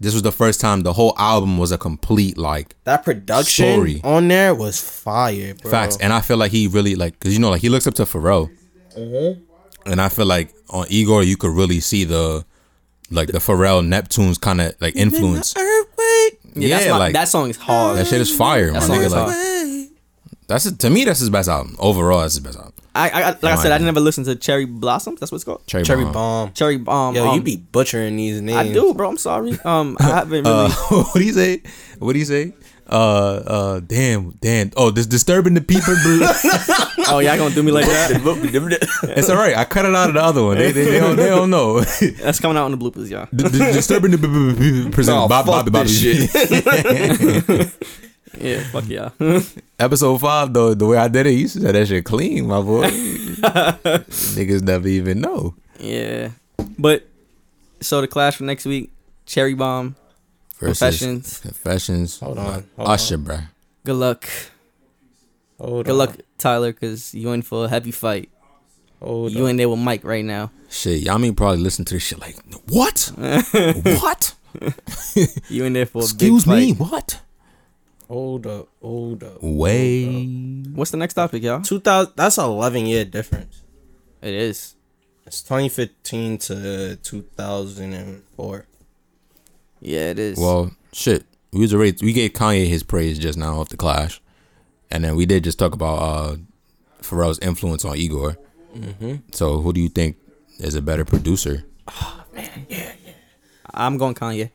Speaker 2: this was the first time the whole album was a complete like
Speaker 3: that production
Speaker 2: Story.
Speaker 3: on there was fire, bro.
Speaker 2: facts, and I feel like he really like because you know like he looks up to Pharrell,
Speaker 1: Mm-hmm.
Speaker 2: and I feel like on Igor you could really see the like the Pharrell Neptune's kind of like influence.
Speaker 3: Earthquake.
Speaker 1: Yeah,
Speaker 2: Yeah,
Speaker 1: that's my-
Speaker 2: like
Speaker 1: that song is hard.
Speaker 2: that shit is fire, my
Speaker 1: That song
Speaker 2: nigga.
Speaker 1: is
Speaker 2: Like
Speaker 1: hard.
Speaker 2: that's it, to me that's his best album overall. That's his best album.
Speaker 1: I, I, like I
Speaker 2: my
Speaker 1: said, I
Speaker 2: opinion.
Speaker 1: never listened to Cherry Blossoms. That's what it's called.
Speaker 2: Cherry,
Speaker 3: Cherry
Speaker 2: Bomb. [LAUGHS]
Speaker 3: bomb.
Speaker 1: Cherry Bomb.
Speaker 3: Yo, you
Speaker 1: um,
Speaker 3: be butchering these
Speaker 1: [LAUGHS]
Speaker 2: [LAUGHS]
Speaker 3: names.
Speaker 1: I do, bro. I'm sorry. Um, I haven't really.
Speaker 2: Uh, what do you say? What do you say? uh, uh, damn, damn. Oh, this disturbing the people.
Speaker 1: [LAUGHS]
Speaker 2: bro.
Speaker 1: Oh, y'all gonna do me like that?
Speaker 2: it's all right. I cut it out of the other one. They, they, they don't, they don't know. [LAUGHS] D-
Speaker 1: [LAUGHS] That's coming out on the bloopers,
Speaker 2: [LAUGHS]
Speaker 1: y'all.
Speaker 2: d- disturbing the people. Present
Speaker 3: Oh,
Speaker 2: Bobby,
Speaker 3: fuck
Speaker 2: Bobby, Bobby.
Speaker 3: this shit.
Speaker 1: Yeah, fuck y'all. [LAUGHS] yeah,
Speaker 2: [LAUGHS] Episode five, though, the way I did it, you said that shit clean, my
Speaker 3: [LAUGHS]
Speaker 2: boy. Niggas never even know.
Speaker 1: yeah. But so the clash for next week, Cherry Bomb,
Speaker 2: Versus
Speaker 1: Confessions.
Speaker 2: Confessions.
Speaker 3: Hold on, hold
Speaker 2: Usher, bruh.
Speaker 1: Good luck.
Speaker 3: Hold
Speaker 1: Good
Speaker 3: on.
Speaker 2: Uh,
Speaker 1: luck, Tyler, because you in for a heavy fight.
Speaker 3: Hold
Speaker 1: You in there with Mike right now.
Speaker 2: Shit, Yami probably listened to this shit like,
Speaker 3: [LAUGHS]
Speaker 2: what? what?
Speaker 1: You in there for a
Speaker 2: Excuse
Speaker 1: big
Speaker 2: me,
Speaker 1: fight.
Speaker 2: what?
Speaker 3: Hold up, hold up. Oh,
Speaker 2: Way.
Speaker 1: What's the next topic, y'all?
Speaker 3: 2000 that's an 11 year difference.
Speaker 1: It is.
Speaker 3: It's 2015 to 2004.
Speaker 1: Yeah, it is.
Speaker 2: Well, shit. We was already we gave Kanye his praise just now off the Clash, and then we did just talk about uh Pharrell's influence on Igor. So, who do you think is a better producer?
Speaker 1: I'm going Kanye.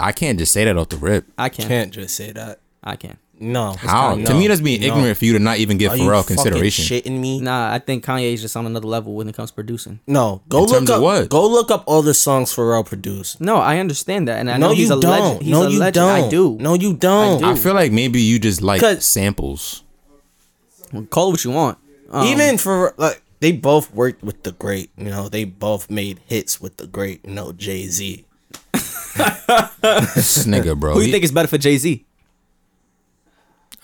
Speaker 2: I can't just say that off the rip.
Speaker 1: I can.
Speaker 3: Can't just say that.
Speaker 1: I can.
Speaker 3: No. it's
Speaker 2: How?
Speaker 3: not-
Speaker 2: to
Speaker 3: no,
Speaker 2: me, that's being
Speaker 3: no.
Speaker 2: ignorant for you to not even give
Speaker 3: Are you
Speaker 2: Pharrell
Speaker 3: fucking
Speaker 2: consideration.
Speaker 3: Shitting me?
Speaker 1: Nah, I think Kanye is just on another level when it comes to producing.
Speaker 3: No. Go
Speaker 2: In
Speaker 3: look
Speaker 2: terms of
Speaker 3: up.
Speaker 2: what?
Speaker 3: Go look up all the songs Pharrell produced.
Speaker 1: No, I understand that, and I
Speaker 3: No,
Speaker 1: know he's
Speaker 3: you
Speaker 1: a
Speaker 3: don't.
Speaker 1: legend. He's
Speaker 3: No,
Speaker 1: a
Speaker 3: you
Speaker 1: legend.
Speaker 3: don't.
Speaker 1: I do.
Speaker 3: No, you don't.
Speaker 2: I feel like maybe you just like
Speaker 3: 'Cause-
Speaker 2: samples.
Speaker 1: Call it what you want. Um,
Speaker 3: Even for like, they both worked with the great. You know, they both made hits with the great. You know, Jay Z.
Speaker 2: This nigga, bro.
Speaker 1: who you
Speaker 2: he-
Speaker 1: think is better for Jay Z?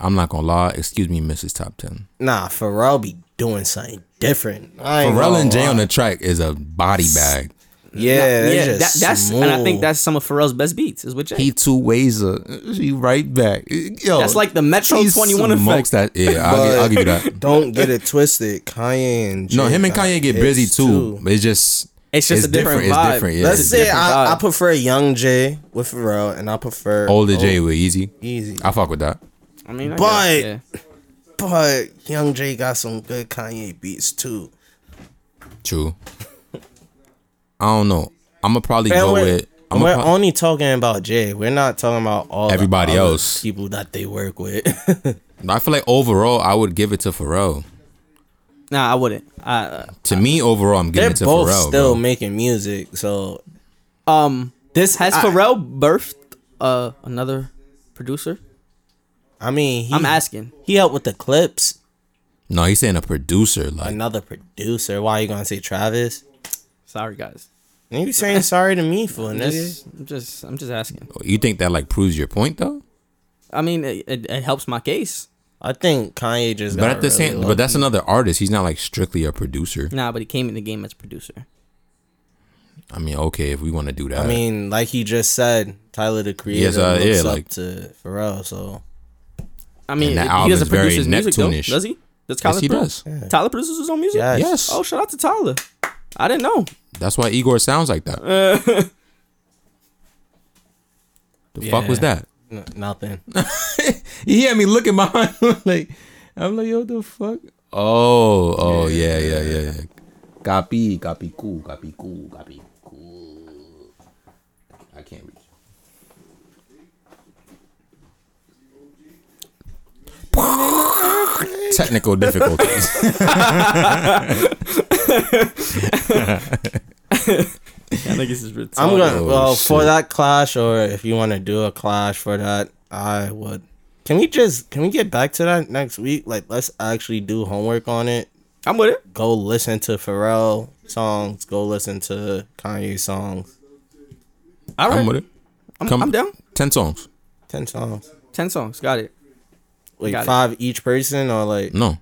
Speaker 2: I'm not gonna lie. Excuse me, Mrs. Top Ten.
Speaker 3: Nah, Pharrell be doing something different. I ain't
Speaker 2: Pharrell
Speaker 3: gonna
Speaker 2: and Jay on
Speaker 3: lie.
Speaker 2: the track is a body bag.
Speaker 3: Yeah, they
Speaker 1: yeah, that,
Speaker 3: just
Speaker 1: that's and I think
Speaker 3: smooth.
Speaker 1: that's some of Pharrell's best beats is with Jay.
Speaker 2: He two ways a she right back. Yo,
Speaker 1: That's like the Metro 21
Speaker 2: smokes That. Yeah, I'll, give, I'll give you
Speaker 3: [LAUGHS]
Speaker 2: that.
Speaker 3: Don't get it twisted. Kanye and
Speaker 2: No,
Speaker 3: Jay
Speaker 2: him and
Speaker 3: got
Speaker 2: Kanye get
Speaker 3: hits,
Speaker 2: busy too. It's just
Speaker 1: It's just a different vibe.
Speaker 2: It's different. Yeah,
Speaker 3: Let's
Speaker 2: it's
Speaker 3: say
Speaker 2: different.
Speaker 3: I, I
Speaker 1: vibe.
Speaker 3: prefer Young Jay with Pharrell, and I Oh. prefer
Speaker 2: older Jay with Easy.
Speaker 3: Easy.
Speaker 2: I fuck with that.
Speaker 1: I mean, I
Speaker 3: But-
Speaker 1: guess, yeah.
Speaker 3: But Young Jay got some good Kanye beats too.
Speaker 2: True. I don't know. I'm gonna probably
Speaker 3: And
Speaker 2: go
Speaker 3: we're,
Speaker 2: with. I'm
Speaker 3: we're
Speaker 2: gonna pro-
Speaker 3: only talking about Jay. We're not talking about all the
Speaker 2: Everybody
Speaker 3: other
Speaker 2: else.
Speaker 3: people that they work with. [LAUGHS]
Speaker 2: I feel like overall, I would give it to Pharrell.
Speaker 1: Nah, I wouldn't. I,
Speaker 2: To me, overall, I'm
Speaker 3: They're
Speaker 2: giving it to
Speaker 3: both
Speaker 2: Pharrell.
Speaker 3: still
Speaker 2: bro.
Speaker 3: making music, so
Speaker 1: uh, um,
Speaker 3: this
Speaker 1: has Pharrell birthed uh another producer?
Speaker 3: I mean, he,
Speaker 1: I'm asking.
Speaker 3: He helped with the clips.
Speaker 2: No, he's saying a producer. Like
Speaker 3: Another producer. Why you gonna say Travis?
Speaker 1: Sorry, guys.
Speaker 3: And you
Speaker 1: [LAUGHS]
Speaker 3: saying sorry to me for
Speaker 1: I'm
Speaker 3: this?
Speaker 1: just, I'm just, I'm just asking.
Speaker 2: you think that like proves your point though?
Speaker 1: I mean, it, it, it helps my case.
Speaker 3: I think Kanye just.
Speaker 2: But
Speaker 3: got
Speaker 2: at the
Speaker 3: really
Speaker 2: same,
Speaker 3: lucky.
Speaker 2: but that's another artist. He's not like strictly a producer.
Speaker 1: Nah, but he came in the game as producer.
Speaker 2: I mean, okay, if we want to do that,
Speaker 3: I mean, like he just said, Tyler the Creator
Speaker 2: uh,
Speaker 3: looks
Speaker 2: yeah,
Speaker 3: up
Speaker 2: like-
Speaker 3: to Pharrell. So
Speaker 1: I mean,
Speaker 2: And that
Speaker 1: it- he
Speaker 2: album
Speaker 1: doesn't
Speaker 2: is very
Speaker 1: produce his music though,
Speaker 2: Neptune-ish.
Speaker 1: does he? Does Tyler
Speaker 2: yes, he
Speaker 1: pro-
Speaker 2: does.
Speaker 1: Tyler produces his own music.
Speaker 3: Yes.
Speaker 2: Yes,
Speaker 1: Oh, shout out to Tyler. I didn't know.
Speaker 2: that's why Igor sounds like that. [LAUGHS] the fuck was that?
Speaker 3: n- nothing.
Speaker 2: He had me looking behind [LAUGHS] him like, I'm like, yo, the fuck? Oh, oh yeah, yeah, yeah, yeah. Copy, copy, cool, copy, cool, copy, cool. I can't reach. Technical [LAUGHS] difficulties.
Speaker 1: I think this is retarded.
Speaker 3: I'm gonna.
Speaker 2: Oh,
Speaker 3: well, for
Speaker 2: shit.
Speaker 3: that clash, or if you want to do a clash for that, I would. Can we just? Can we get back to that next week? Like, let's actually do homework on it.
Speaker 1: I'm with it.
Speaker 3: Go listen to Pharrell songs. Go listen to Kanye songs.
Speaker 1: All right.
Speaker 2: I'm with it.
Speaker 1: I'm,
Speaker 2: Come-
Speaker 1: I'm down.
Speaker 2: Ten songs.
Speaker 3: Ten songs.
Speaker 1: Ten songs. Got it.
Speaker 3: Wait,
Speaker 1: Got it.
Speaker 3: five each person, or like
Speaker 2: No,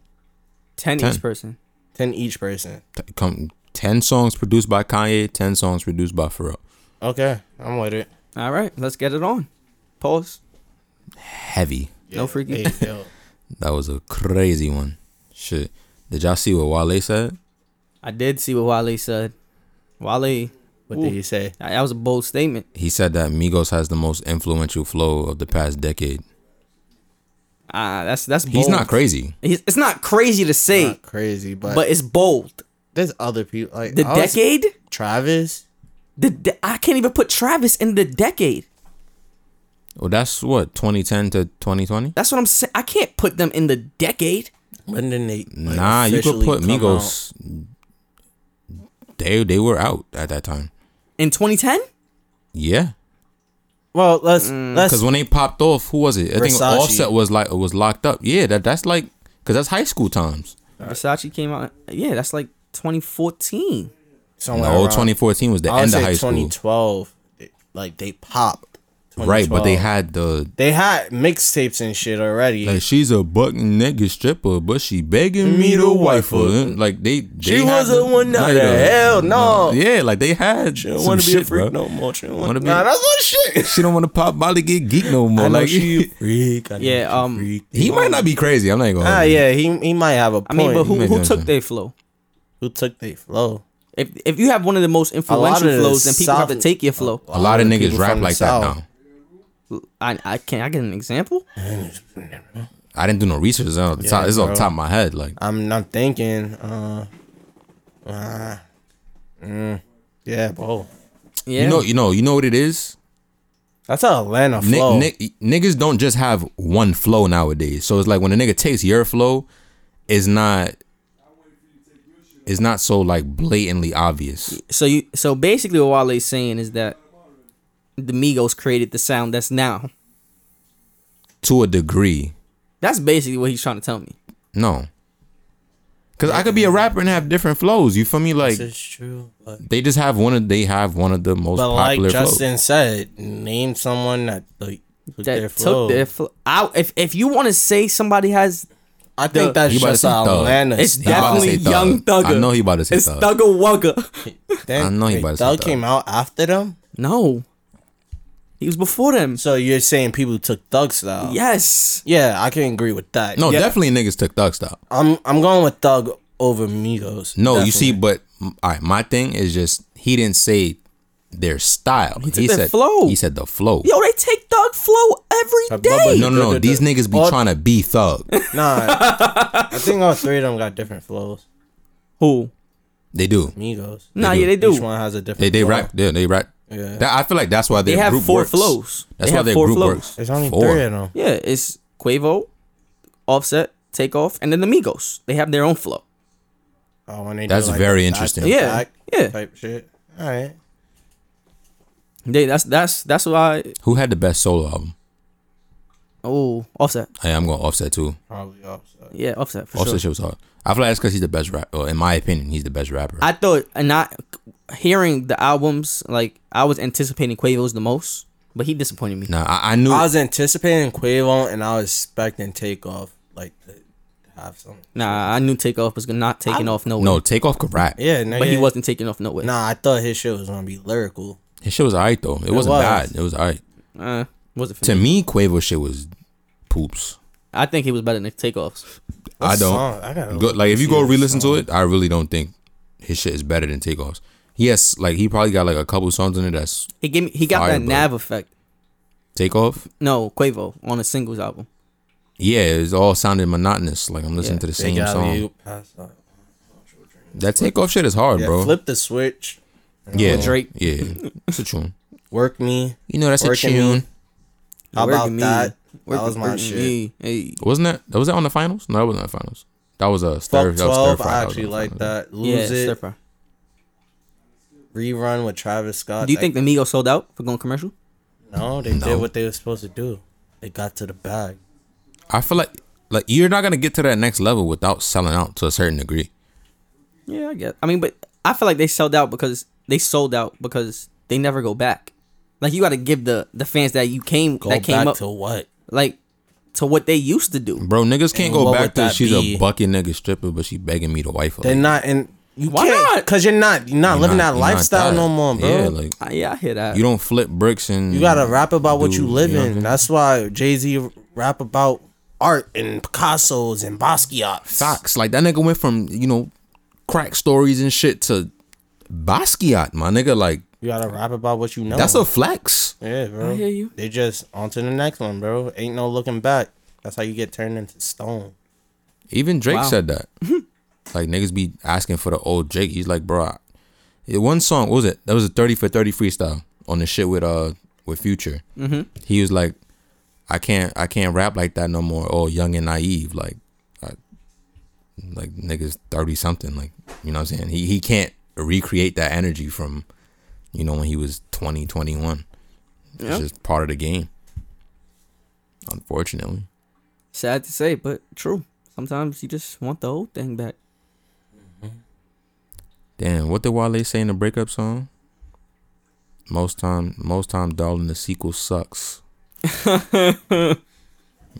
Speaker 1: Ten,
Speaker 2: Ten.
Speaker 1: each person.
Speaker 3: ten each person.
Speaker 2: t- come ten songs produced by Kanye, ten songs produced by Pharrell.
Speaker 3: Okay, I'm
Speaker 1: [LAUGHS]
Speaker 3: with it.
Speaker 1: All right. Let's get it on. Pause.
Speaker 2: Heavy.
Speaker 1: No freaking.
Speaker 3: Hey, yo.
Speaker 2: That was a crazy one. Shit. Did y'all see what Wale said?
Speaker 1: I did see what Wale said. Wale,
Speaker 3: What did he say?
Speaker 1: that that was a bold statement.
Speaker 2: He said that Migos has the most influential flow of the past decade.
Speaker 1: Ah, that's that's. Bold.
Speaker 2: He's not crazy.
Speaker 1: He's, it's not crazy to say,
Speaker 3: Not crazy, but,
Speaker 1: but it's bold.
Speaker 3: there's other people like
Speaker 1: The
Speaker 3: I was-
Speaker 1: decade.
Speaker 3: Travis.
Speaker 1: The de- I can't even put Travis in the decade.
Speaker 2: Well, that's what 2010 to 2020.
Speaker 1: That's what I'm saying. I can't put them in the decade.
Speaker 3: When did they? like,
Speaker 2: nah, you could
Speaker 3: officially
Speaker 2: put
Speaker 3: come out?
Speaker 2: Migos. They they were out at that time.
Speaker 1: In 2010?
Speaker 2: Yeah,
Speaker 3: Well, let's let's
Speaker 1: Mm.
Speaker 2: because when they popped off, who was it? I think
Speaker 3: Versace.
Speaker 2: Offset was like was locked up. Yeah, that that's like because that's high school times.
Speaker 1: Versace came out. Yeah, that's like 2014.
Speaker 3: somewhere.
Speaker 2: No,
Speaker 3: around-
Speaker 2: 2014 was the
Speaker 3: I would
Speaker 2: end of
Speaker 3: say
Speaker 2: high school,
Speaker 3: 2012. it- Like they popped.
Speaker 2: right? But they
Speaker 3: 2012.
Speaker 2: had the
Speaker 3: they had mixtapes and shit already.
Speaker 2: like she's a buck naked stripper, but she
Speaker 3: Mm,
Speaker 2: begging me to wife her. Like they, they
Speaker 3: she
Speaker 2: had
Speaker 3: was a
Speaker 2: the-
Speaker 3: one night.
Speaker 2: Like, uh,
Speaker 3: Hell no.
Speaker 2: Yeah, like they had
Speaker 3: I
Speaker 2: some
Speaker 3: want to be a
Speaker 2: shit,
Speaker 3: freak
Speaker 2: bro.
Speaker 3: no more. She don't
Speaker 2: Wanna
Speaker 3: want
Speaker 2: be-
Speaker 3: Nah, that's what
Speaker 2: [LAUGHS]
Speaker 3: shit.
Speaker 2: She don't want to pop Molly get geek no more.
Speaker 3: I know
Speaker 2: Like
Speaker 3: she
Speaker 2: [LAUGHS]
Speaker 3: a freak. I know
Speaker 1: Yeah,
Speaker 3: she
Speaker 1: um,
Speaker 3: freak.
Speaker 2: he might not be crazy. I'm not even gonna.
Speaker 3: Ah,
Speaker 2: hold you.
Speaker 3: yeah, he he might have a
Speaker 1: I
Speaker 3: point.
Speaker 1: mean, but who,
Speaker 2: Maybe
Speaker 1: who
Speaker 2: I'm
Speaker 1: took
Speaker 2: saying.
Speaker 1: their flow?
Speaker 3: who took the flow?
Speaker 1: If if you have one of the most influential
Speaker 3: the Oh,
Speaker 1: flows, then people have to
Speaker 3: South-
Speaker 1: take your flow.
Speaker 2: A lot of
Speaker 3: people
Speaker 2: niggas rap
Speaker 3: from the
Speaker 2: like that
Speaker 3: South.
Speaker 2: now.
Speaker 3: oh.
Speaker 1: I I can I get an example?
Speaker 2: I didn't do no research. It's on the top, this is on
Speaker 3: bro. Ah,
Speaker 2: top of my head. Like
Speaker 3: I'm not thinking. Uh, uh, mm, yeah, bro.
Speaker 1: Yeah.
Speaker 2: you know, you know, you know what it is.
Speaker 3: That's a Atlanta
Speaker 2: Ni-
Speaker 3: flow.
Speaker 2: ni- niggas don't just have one flow nowadays. So it's like when a nigga takes your flow, it's not. It's not so like blatantly obvious.
Speaker 1: so you so basically what Wale's saying is that the Migos created the sound that's now.
Speaker 2: to a degree.
Speaker 1: That's basically what he's trying to tell me.
Speaker 2: No. Cause I could be a rapper and have different flows. You feel me? Like
Speaker 3: This is true. But,
Speaker 2: they just have one of they have one of the most
Speaker 3: but like
Speaker 2: popular flows.
Speaker 3: Justin said, name someone that like,
Speaker 1: That
Speaker 3: took their flow.
Speaker 1: took their flow. I, if if you want to say somebody has,
Speaker 3: I think
Speaker 1: the-
Speaker 3: that's
Speaker 2: He about
Speaker 3: just
Speaker 2: to say thug.
Speaker 3: Atlanta.
Speaker 1: It's
Speaker 2: He about to say
Speaker 1: definitely
Speaker 2: Thug.
Speaker 1: Young Thugger.
Speaker 2: I know he about to say
Speaker 1: it's
Speaker 2: thug.
Speaker 1: Thugger Wugger. [LAUGHS]
Speaker 2: [LAUGHS]
Speaker 3: Then,
Speaker 2: I know he
Speaker 3: wait,
Speaker 2: about to say
Speaker 3: Thug
Speaker 2: thug.
Speaker 3: came out after them.
Speaker 1: No, he was before them.
Speaker 3: So you're saying people took Thug style?
Speaker 1: Yes,
Speaker 3: Yeah, I can agree with that.
Speaker 2: No,
Speaker 3: yeah,
Speaker 2: definitely niggas took thug style.
Speaker 3: I'm I'm going with Thug over Migos.
Speaker 2: No, you
Speaker 3: definitely.
Speaker 2: see, but mm, all right, my thing is just he didn't say their style. He,
Speaker 1: took their
Speaker 2: said
Speaker 1: flow.
Speaker 2: He said the flow.
Speaker 1: yo, they take Thug flow every
Speaker 3: But
Speaker 1: day.
Speaker 3: Bubba-
Speaker 2: no, no, no.
Speaker 3: the-
Speaker 2: These
Speaker 3: the-
Speaker 2: niggas be
Speaker 3: all-
Speaker 2: trying to be thug. [LAUGHS]
Speaker 3: Nah, I think all three of them got different flows.
Speaker 1: Who?
Speaker 2: They do.
Speaker 3: Migos.
Speaker 1: Nah,
Speaker 2: do.
Speaker 1: yeah, they do.
Speaker 3: Each one has a different.
Speaker 2: They they
Speaker 3: flow.
Speaker 2: rap. Yeah, they rap.
Speaker 3: Yeah.
Speaker 2: That, I feel like that's why
Speaker 1: They
Speaker 2: their
Speaker 1: have
Speaker 2: group
Speaker 1: four
Speaker 2: works.
Speaker 1: flows.
Speaker 2: That's
Speaker 1: They
Speaker 2: why
Speaker 1: have
Speaker 2: their
Speaker 1: four
Speaker 2: group
Speaker 1: flows.
Speaker 2: works.
Speaker 3: There's only
Speaker 2: Four.
Speaker 3: three of them.
Speaker 1: Yeah, it's Quavo, Offset, Takeoff, and then the Migos. They have their own flow.
Speaker 3: Oh, and they
Speaker 2: That's
Speaker 3: do, like,
Speaker 2: very
Speaker 3: back
Speaker 2: interesting.
Speaker 3: to
Speaker 1: Yeah,
Speaker 3: back
Speaker 1: yeah.
Speaker 3: Type shit. All right.
Speaker 1: They that's that's that's why.
Speaker 2: Who had the best solo album?
Speaker 1: Oh, Offset.
Speaker 2: I am going to offset too.
Speaker 3: Probably offset.
Speaker 1: Yeah, Offset for
Speaker 2: Offset
Speaker 1: sure.
Speaker 2: shit was hard. I feel like that's because he's the best rapper. Well, in my opinion, he's the best rapper.
Speaker 1: I thought and not hearing the albums like I was anticipating Quavo's the most, but he disappointed me.
Speaker 2: nah, I, I knew.
Speaker 3: I was anticipating Quavo, and I was expecting Takeoff like to have some.
Speaker 1: Nah, I knew Takeoff was not taking off nowhere.
Speaker 2: no, Takeoff could rap.
Speaker 3: Yeah, nigga.
Speaker 1: but he wasn't taking off nowhere.
Speaker 3: Nah, I thought his shit was gonna be lyrical.
Speaker 2: His shit was alright though. It, wasn't
Speaker 3: was.
Speaker 2: bad. It was alright.
Speaker 1: Uh, wasn't for
Speaker 2: To
Speaker 1: me.
Speaker 2: me, Quavo shit was poops.
Speaker 1: I think he was better than Takeoff's.
Speaker 2: I
Speaker 3: What
Speaker 2: don't.
Speaker 3: song? I gotta
Speaker 2: Go, like if you go
Speaker 3: see the
Speaker 2: re-listen to
Speaker 3: song.
Speaker 2: it, I really don't think his shit is better than Takeoff's. Yes, like he probably got like a couple songs in it that's
Speaker 1: He gave me he got
Speaker 2: Fire,
Speaker 1: that
Speaker 2: bro.
Speaker 1: nav effect.
Speaker 2: Takeoff.
Speaker 1: No, Quavo on a singles album.
Speaker 2: Yeah, it's all sounded monotonous. Like I'm listening
Speaker 1: Yeah.
Speaker 2: to the same
Speaker 3: Big
Speaker 2: song.
Speaker 3: alley-oop, pass up.
Speaker 2: That Takeoff shit is hard,
Speaker 3: Yeah,
Speaker 2: bro.
Speaker 3: flip the switch.
Speaker 2: yeah,
Speaker 1: Drake.
Speaker 2: Yeah, it's a tune.
Speaker 3: Work me.
Speaker 2: You know that's a
Speaker 3: Working
Speaker 2: tune.
Speaker 3: Me. How
Speaker 1: Working
Speaker 3: about
Speaker 1: me.
Speaker 3: that?
Speaker 1: Working-
Speaker 3: that was my
Speaker 1: working
Speaker 3: shit.
Speaker 1: me. Hey.
Speaker 2: Wasn't that? that- Was that on the finals? No, that wasn't on the finals. That was a stir.
Speaker 3: Fuck
Speaker 2: That was stir
Speaker 3: twelve.
Speaker 2: fry.
Speaker 3: I
Speaker 2: That was
Speaker 3: actually
Speaker 2: on the
Speaker 3: like
Speaker 2: finals.
Speaker 3: that.
Speaker 1: Yeah,
Speaker 3: Lose
Speaker 1: stir
Speaker 3: it.
Speaker 1: fry.
Speaker 3: Rerun with Travis Scott.
Speaker 1: Do you
Speaker 3: That-
Speaker 1: think the Migos sold out for going commercial?
Speaker 3: No, they
Speaker 2: No.
Speaker 3: did what they were supposed to do. They got to the bag.
Speaker 2: I feel like like you're not gonna get to that next level without selling out to a certain degree.
Speaker 1: Yeah, I guess. I mean, but I feel like they sold out because they sold out because they never go back. Like you got to give the the fans that you came
Speaker 3: Go
Speaker 1: that
Speaker 3: back
Speaker 1: came up
Speaker 3: to Mm. what?
Speaker 1: like to what they used to do.
Speaker 2: Bro, niggas can't
Speaker 3: And
Speaker 2: go
Speaker 3: what
Speaker 2: back
Speaker 3: would
Speaker 2: to
Speaker 3: that
Speaker 2: she's
Speaker 3: be?
Speaker 2: a bucket nigga stripper, but she begging me to wife her.
Speaker 3: They're
Speaker 2: Like,
Speaker 3: not in. You
Speaker 1: Why
Speaker 3: can't,
Speaker 1: not?
Speaker 3: Cause you're not. You're not
Speaker 2: you're
Speaker 3: living
Speaker 2: not-
Speaker 3: that
Speaker 2: you're not
Speaker 3: lifestyle
Speaker 2: that.
Speaker 3: no more, bro.
Speaker 2: Yeah, like
Speaker 1: I, yeah, I hear that.
Speaker 2: you don't flip bricks and
Speaker 3: you gotta rap about what you
Speaker 2: Dude,
Speaker 3: live
Speaker 2: you know what
Speaker 3: in.
Speaker 2: I'm
Speaker 3: That's why Jay Z rap about art and Picasso's and Basquiat's.
Speaker 2: facts. Like that nigga went from you know crack stories and shit to Basquiat, my nigga. Like
Speaker 3: You gotta rap about what you know.
Speaker 2: that's a flex.
Speaker 3: yeah, bro.
Speaker 1: I hear you.
Speaker 3: They just on to the next one, bro. Ain't no looking back. That's how you get turned into stone.
Speaker 2: Even Drake
Speaker 1: Wow. [LAUGHS]
Speaker 2: said that. like niggas be asking for the old Drake. He's like, bro, I- yeah, one song what was it? That was a thirty for thirty freestyle on the shit with uh with Future. Mm-hmm. He was like, I can't I can't rap like that no more. Or young and naive, like I, like niggas thirty something, like you know what I'm saying. He he can't recreate that energy from you know when he was 20, 21.
Speaker 1: Yeah.
Speaker 2: It's just part of the game. Unfortunately,
Speaker 1: Sad to say, but true. Sometimes you just want the whole thing back.
Speaker 2: damn. What did Wale say in the breakup song? Most time, most time, darling, the sequel
Speaker 3: [LAUGHS]
Speaker 2: sucks.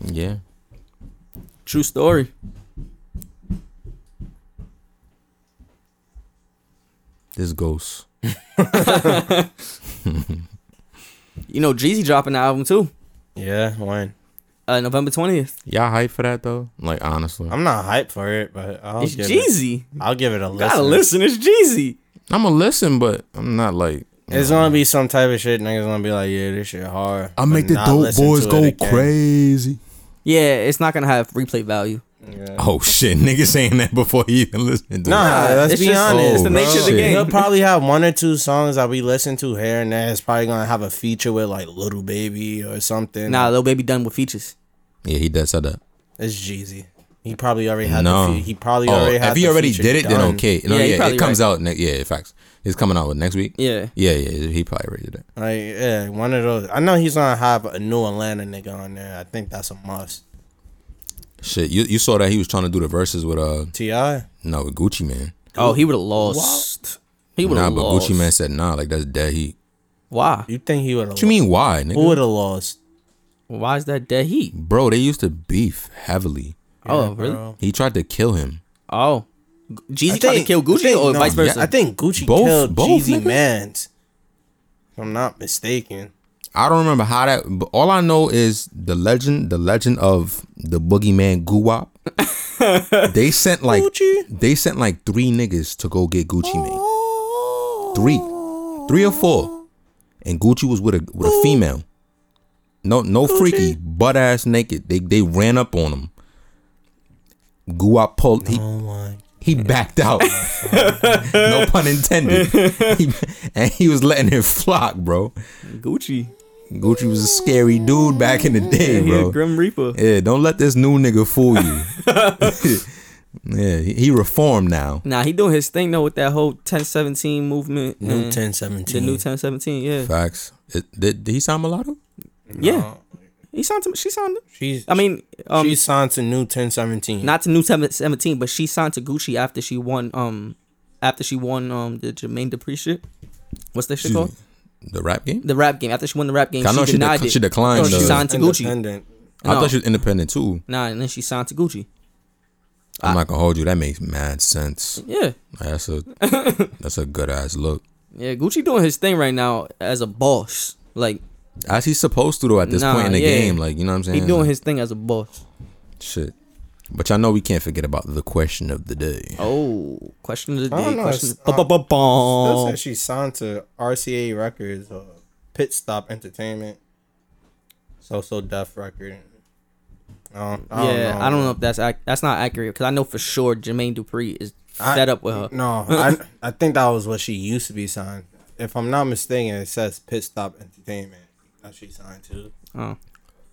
Speaker 2: yeah.
Speaker 1: True story.
Speaker 2: This ghost.
Speaker 1: You know, Jeezy dropping the album too.
Speaker 3: Yeah, when
Speaker 1: Uh, November twentieth.
Speaker 2: Y'all hype for that though? Like honestly, I'm,
Speaker 3: I'm not hyped for it, but I'll
Speaker 1: It's
Speaker 3: give it.
Speaker 1: Jeezy.
Speaker 3: I'll give it a
Speaker 1: Gotta
Speaker 3: listen.
Speaker 1: listen. It's Jeezy.
Speaker 2: gonna listen, but I'm not like.
Speaker 3: It's gonna be some type of shit. Niggas gonna be like, yeah, this shit hard. but not listen to it again.
Speaker 2: crazy.
Speaker 1: Yeah, it's not gonna have replay value.
Speaker 3: Yeah.
Speaker 2: Oh shit, niggas saying that before you even listen to it.
Speaker 3: Nah,
Speaker 1: Nah,
Speaker 3: let's
Speaker 1: it's
Speaker 3: be
Speaker 1: just-
Speaker 3: honest.
Speaker 2: it's the
Speaker 3: bro.
Speaker 2: nature of the game.
Speaker 3: He'll probably have one or two songs that we listen to here and there. It's probably gonna have a feature with like Little Baby or something.
Speaker 1: Nah, Lil Baby done with features.
Speaker 2: Yeah, he does said that.
Speaker 3: it's Jeezy. He probably already had.
Speaker 2: No.
Speaker 3: The fe- he probably
Speaker 2: Oh,
Speaker 3: already had.
Speaker 2: if he
Speaker 3: the
Speaker 2: already
Speaker 3: feature
Speaker 2: did it, then
Speaker 3: done.
Speaker 2: okay. No,
Speaker 1: Yeah, he
Speaker 2: yeah,
Speaker 1: probably
Speaker 2: it comes out next. Yeah, facts. It's coming out next week.
Speaker 1: Yeah.
Speaker 2: Yeah, yeah, he probably already did it.
Speaker 3: Like, yeah, one of those. I know he's gonna have a new Atlanta nigga on there. I think that's a must.
Speaker 2: Shit, you, you saw that he was trying to do the verses with uh
Speaker 3: Ti.
Speaker 2: no with Gucci man.
Speaker 1: Oh, he would have lost. He would
Speaker 2: Nah,
Speaker 1: have
Speaker 2: but
Speaker 1: lost.
Speaker 2: Gucci man said nah, like that's dead heat.
Speaker 1: Why?
Speaker 3: You think he would have?
Speaker 2: What you mean why, nigga?
Speaker 3: Who would have lost?
Speaker 1: Why is that dead heat?
Speaker 2: Bro, they used to beef heavily.
Speaker 1: oh, really?
Speaker 3: bro.
Speaker 2: He tried to kill him.
Speaker 1: Oh, G-
Speaker 3: I
Speaker 1: Jeezy tried to
Speaker 3: think-
Speaker 1: kill
Speaker 3: I
Speaker 1: Gucci
Speaker 3: think-
Speaker 1: or
Speaker 3: no,
Speaker 1: vice
Speaker 2: yeah,
Speaker 1: versa?
Speaker 3: I think Gucci
Speaker 2: Both-
Speaker 3: killed
Speaker 2: both,
Speaker 3: Jeezy
Speaker 2: nigga.
Speaker 3: Mans. If I'm not mistaken.
Speaker 2: I don't remember how that. But all I know is the legend, the legend of the boogeyman Guwap. they sent like
Speaker 3: Gucci.
Speaker 2: they sent like three niggas to go get Gucci Mane. Three, three or four, and Gucci was with a with a female. No, no freaky butt ass naked. They they ran up on him. Guwap pulled. He
Speaker 3: Oh my.
Speaker 2: he backed out. [LAUGHS] no pun intended. He- and he was letting it flock, bro.
Speaker 1: Gucci.
Speaker 2: Gucci was a scary dude back in the day,
Speaker 1: He a
Speaker 2: bro.
Speaker 1: Grim Reaper.
Speaker 2: Yeah, don't let this new nigga fool you. [LAUGHS] yeah, he, he reformed now.
Speaker 1: Nah, he doing his thing though with that whole 1017 movement.
Speaker 3: New
Speaker 1: and
Speaker 3: 1017.
Speaker 1: The new 1017, yeah.
Speaker 2: Facts. It- did, did he sound mulatto?
Speaker 1: Yeah. He sound to, she signed
Speaker 3: She's
Speaker 1: I mean, um,
Speaker 3: she's signed to new 1017.
Speaker 1: not to new 17, but she signed to Gucci after she won um after she won um the Jermaine Dupri shit. What's that shit
Speaker 2: She-
Speaker 1: called?
Speaker 2: The rap game?
Speaker 1: The rap game. After she won the rap game,
Speaker 2: I know
Speaker 1: she,
Speaker 2: she,
Speaker 1: denied
Speaker 2: dec-
Speaker 1: it.
Speaker 2: she declined.
Speaker 1: No, she
Speaker 2: the-
Speaker 1: signed to Gucci.
Speaker 3: Independent.
Speaker 2: I
Speaker 1: No.
Speaker 2: thought she was independent too.
Speaker 1: Nah, and then she signed to Gucci.
Speaker 2: I'm not gonna hold you. That makes mad sense.
Speaker 1: Yeah.
Speaker 2: Like,
Speaker 1: [LAUGHS]
Speaker 2: That's a that's a good ass look.
Speaker 1: Yeah, Gucci doing his thing right now as a boss. Like
Speaker 2: As he's supposed to though at this
Speaker 1: Nah,
Speaker 2: point in the
Speaker 1: yeah.
Speaker 2: game, like you know what I'm
Speaker 1: he
Speaker 2: saying?
Speaker 1: doing his thing as a boss.
Speaker 2: shit. But y'all know we can't forget about the question of the day.
Speaker 1: Oh, question of the
Speaker 3: I don't
Speaker 1: day.
Speaker 3: know,
Speaker 1: Question.
Speaker 3: it's- uh,
Speaker 1: Ba-ba-ba-bom.
Speaker 3: Still said she's signed to RCA Records or Pit Stop Entertainment. So so deaf record. I don't, I don't
Speaker 1: yeah,
Speaker 3: know.
Speaker 1: I don't know if that's ac- that's not accurate because I know for sure Jermaine Dupri is
Speaker 3: I-
Speaker 1: fed up with her.
Speaker 3: No, I I think that was what she used to be signed. If I'm not mistaken, it says Pit Stop Entertainment that she signed to.
Speaker 1: Oh.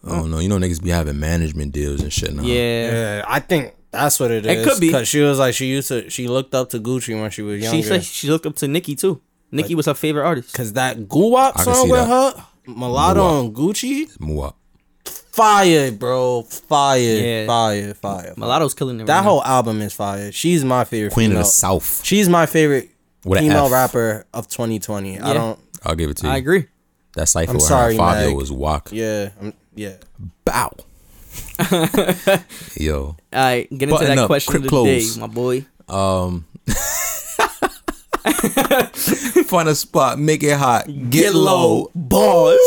Speaker 2: I don't know. You know niggas be having management deals and shit now.
Speaker 1: Yeah,
Speaker 3: Yeah, I think that's what it
Speaker 1: It
Speaker 3: is.
Speaker 1: could be.
Speaker 3: because she was like she used to. She looked up to Gucci when she was
Speaker 1: she
Speaker 3: younger.
Speaker 1: said she looked up to Nicki too. Nicki was her favorite artist.
Speaker 3: Cause that Goo Wop
Speaker 2: I can
Speaker 3: song
Speaker 2: see
Speaker 3: with
Speaker 2: that.
Speaker 3: her, Mulatto and Gucci,
Speaker 2: Move up.
Speaker 3: fire, bro, fire,
Speaker 1: Yeah.
Speaker 3: fire, fire.
Speaker 1: Mulatto's killing it.
Speaker 3: That
Speaker 1: right now.
Speaker 3: whole album is fire. She's my favorite
Speaker 2: Queen
Speaker 3: female.
Speaker 2: of the South.
Speaker 3: She's my favorite
Speaker 2: With a
Speaker 3: female
Speaker 2: F.
Speaker 3: rapper of 2020. I
Speaker 1: Yeah.
Speaker 3: don't.
Speaker 2: I'll give it to you.
Speaker 1: I agree.
Speaker 2: That cipher
Speaker 3: I'm
Speaker 2: with
Speaker 3: sorry,
Speaker 2: her Fabio
Speaker 3: Mag.
Speaker 2: was walk.
Speaker 3: Yeah, I'm, yeah.
Speaker 2: Bow.
Speaker 1: [LAUGHS]
Speaker 2: Yo.
Speaker 1: All right, get into
Speaker 2: Button
Speaker 1: that
Speaker 2: up,
Speaker 1: question of
Speaker 2: crip
Speaker 1: the
Speaker 2: clothes.
Speaker 1: day, my boy.
Speaker 2: Find a spot, make it hot, get, low.
Speaker 1: boss.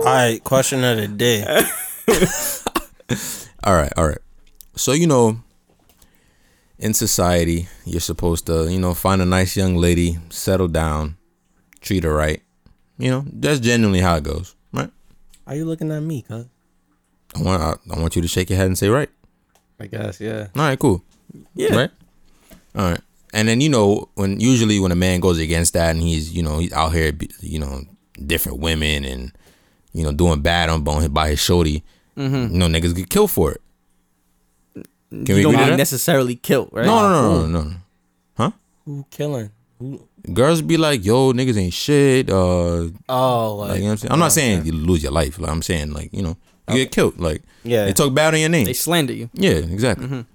Speaker 3: All right, question of the [LAUGHS] day.
Speaker 2: All right, all right. So you know, in society, you're supposed to, you know, find a nice young lady, settle down, treat her right. You know, that's genuinely how it goes, right?
Speaker 3: Are you looking at me, cuz?
Speaker 2: I want I, I want you to shake your head and say right.
Speaker 3: I guess, yeah.
Speaker 2: All right, cool.
Speaker 1: Yeah.
Speaker 2: Right. All right. And then you know when usually when a man goes against that and he's you know he's out here be- you know different women and you know, doing bad on bone by his shorty, mm-hmm. you know, niggas get killed for it. Can
Speaker 1: you don't
Speaker 2: agree to
Speaker 1: mean
Speaker 2: that?
Speaker 1: necessarily killed, right?
Speaker 2: No, no, no, no, no.
Speaker 3: Who killing? Who?
Speaker 2: Girls be like, yo, niggas ain't shit. Uh,
Speaker 3: Oh,
Speaker 2: like,
Speaker 3: like,
Speaker 2: you know what I'm saying? I'm not saying you lose your life. Like, I'm saying, like, you know, you get killed. Like,
Speaker 3: Yeah. Mm-hmm.
Speaker 2: they talk bad on your name.
Speaker 1: They slander you.
Speaker 2: Yeah, exactly.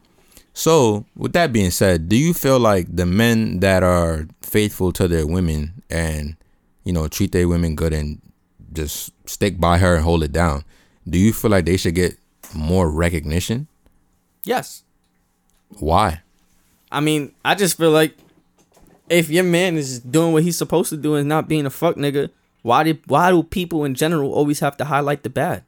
Speaker 2: So, with that being said, do you feel like the men that are faithful to their women and you know treat their women good and just stick by her and hold it down, do you feel like they should get more recognition?
Speaker 1: Yes.
Speaker 2: Why?
Speaker 1: I mean, I just feel like if your man is doing what he's supposed to do and not being a fuck nigga, why did why do people in general always have to highlight the bad?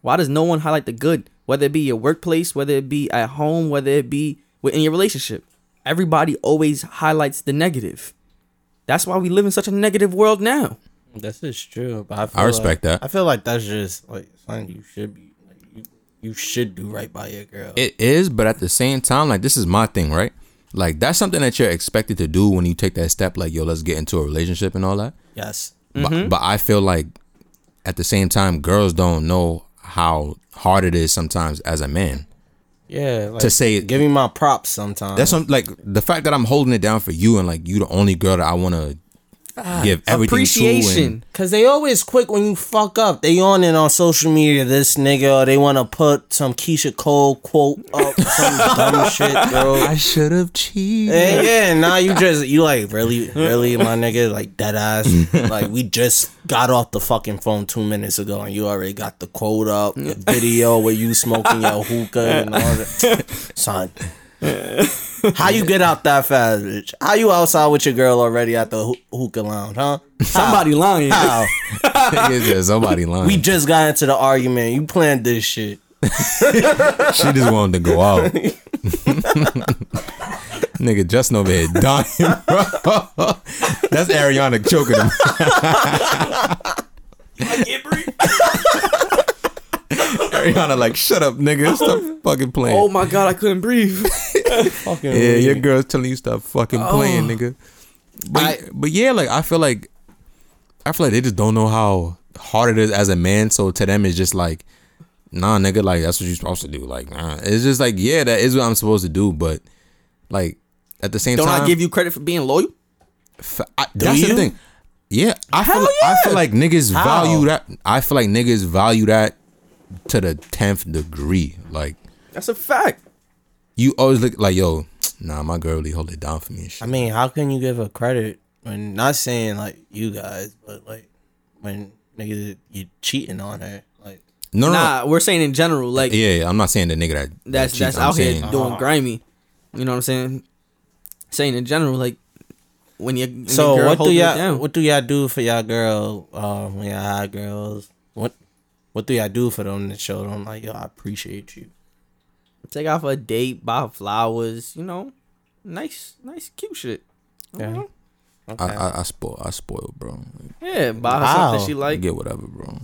Speaker 1: Why does no one highlight the good? Whether it be your workplace, whether it be at home, whether it be within your relationship, everybody always highlights the negative. That's why we live in such a negative world now.
Speaker 3: this is true. But I, feel
Speaker 2: I respect
Speaker 3: like-
Speaker 2: that.
Speaker 3: I feel like that's just like something you should be. Like, you, you should do right by your girl.
Speaker 2: It is, but at the same time, like this is my thing, right? Like that's something that you're expected to do when you take that step, like yo, let's get into a relationship and all that.
Speaker 3: yes.
Speaker 2: But, but I feel like at the same time, girls don't know how hard it is sometimes as a man.
Speaker 3: Yeah. Like,
Speaker 2: To say-
Speaker 3: give me my props sometimes.
Speaker 2: That's some, like the fact that I'm holding it down for you and like you the only girl that I want to
Speaker 3: Ah,
Speaker 2: give everything to.
Speaker 1: Appreciation.
Speaker 2: And,
Speaker 3: Cause they always quick when you fuck up. They on it on social media. This nigga, or they want to put some Keisha Cole quote up, some dumb shit, bro.
Speaker 2: I should have cheated.
Speaker 3: [LAUGHS] And yeah, now you just you like really, really, my nigga, like dead ass. Like we just got off the fucking phone two minutes ago, and you already got the quote up, the video where you smoking your hookah and all that, son. How you get out that fast, bitch? How you outside with your girl already at the hoo- hookah lounge, huh?
Speaker 1: Somebody lying.
Speaker 3: How?
Speaker 2: Niggas, there's somebody lying.
Speaker 3: We just got into the argument. You planned this shit.
Speaker 2: she just wanted to go out. Nigga, Justin over here dying, bro. That's Ariana choking him. Ariana, like, shut up, nigga. Stop fucking playing.
Speaker 1: [LAUGHS] Oh my god, I couldn't breathe.
Speaker 3: Fucking
Speaker 2: Yeah, your girl's telling you stop fucking playing, nigga. But
Speaker 1: Oh. I-
Speaker 2: but yeah, like I feel like I feel like they just don't know how hard it is as a man. So to them, it's just like, nah, nigga, like that's what you're supposed to do. Like, nah, it's just like, yeah, that is what I'm supposed to do. But like at the same
Speaker 1: Don't
Speaker 2: time,
Speaker 1: I give you credit for being loyal?
Speaker 2: f- I- that's
Speaker 3: you?
Speaker 2: the thing. Yeah, I feel
Speaker 1: Hell
Speaker 2: like, I feel
Speaker 1: yeah.
Speaker 2: like niggas
Speaker 3: How?
Speaker 2: value that. I feel like niggas value that to the tenth degree. Like
Speaker 1: That's a fact.
Speaker 2: you always look like, yo, nah, my girl really hold it down for me. And shit.
Speaker 3: I mean, how can you give her credit when not saying like you guys, but like when niggas you cheating on her? Like
Speaker 2: no, no, no.
Speaker 1: Nah, we're saying in general, like
Speaker 2: Yeah, yeah, I'm not saying the nigga that
Speaker 1: that's
Speaker 2: that cheats,
Speaker 1: that's
Speaker 2: I'm
Speaker 1: out here
Speaker 2: saying-
Speaker 1: doing grimy. You know what I'm saying? Saying in general, like when you when your
Speaker 3: so,
Speaker 1: girl
Speaker 3: what do
Speaker 1: holding it
Speaker 3: y'all
Speaker 1: down.
Speaker 3: what do y'all do for y'all girl? Um, when y'all hot girls, what what do y'all do for them to show them like yo, I appreciate you?
Speaker 1: take out for a date, buy her flowers, you know, nice nice cute shit. You
Speaker 3: Yeah.
Speaker 1: know?
Speaker 2: I, I, I spoil, I spoil, bro.
Speaker 1: Yeah, buy her
Speaker 3: Wow.
Speaker 1: something she
Speaker 2: I
Speaker 1: like.
Speaker 2: get whatever, bro.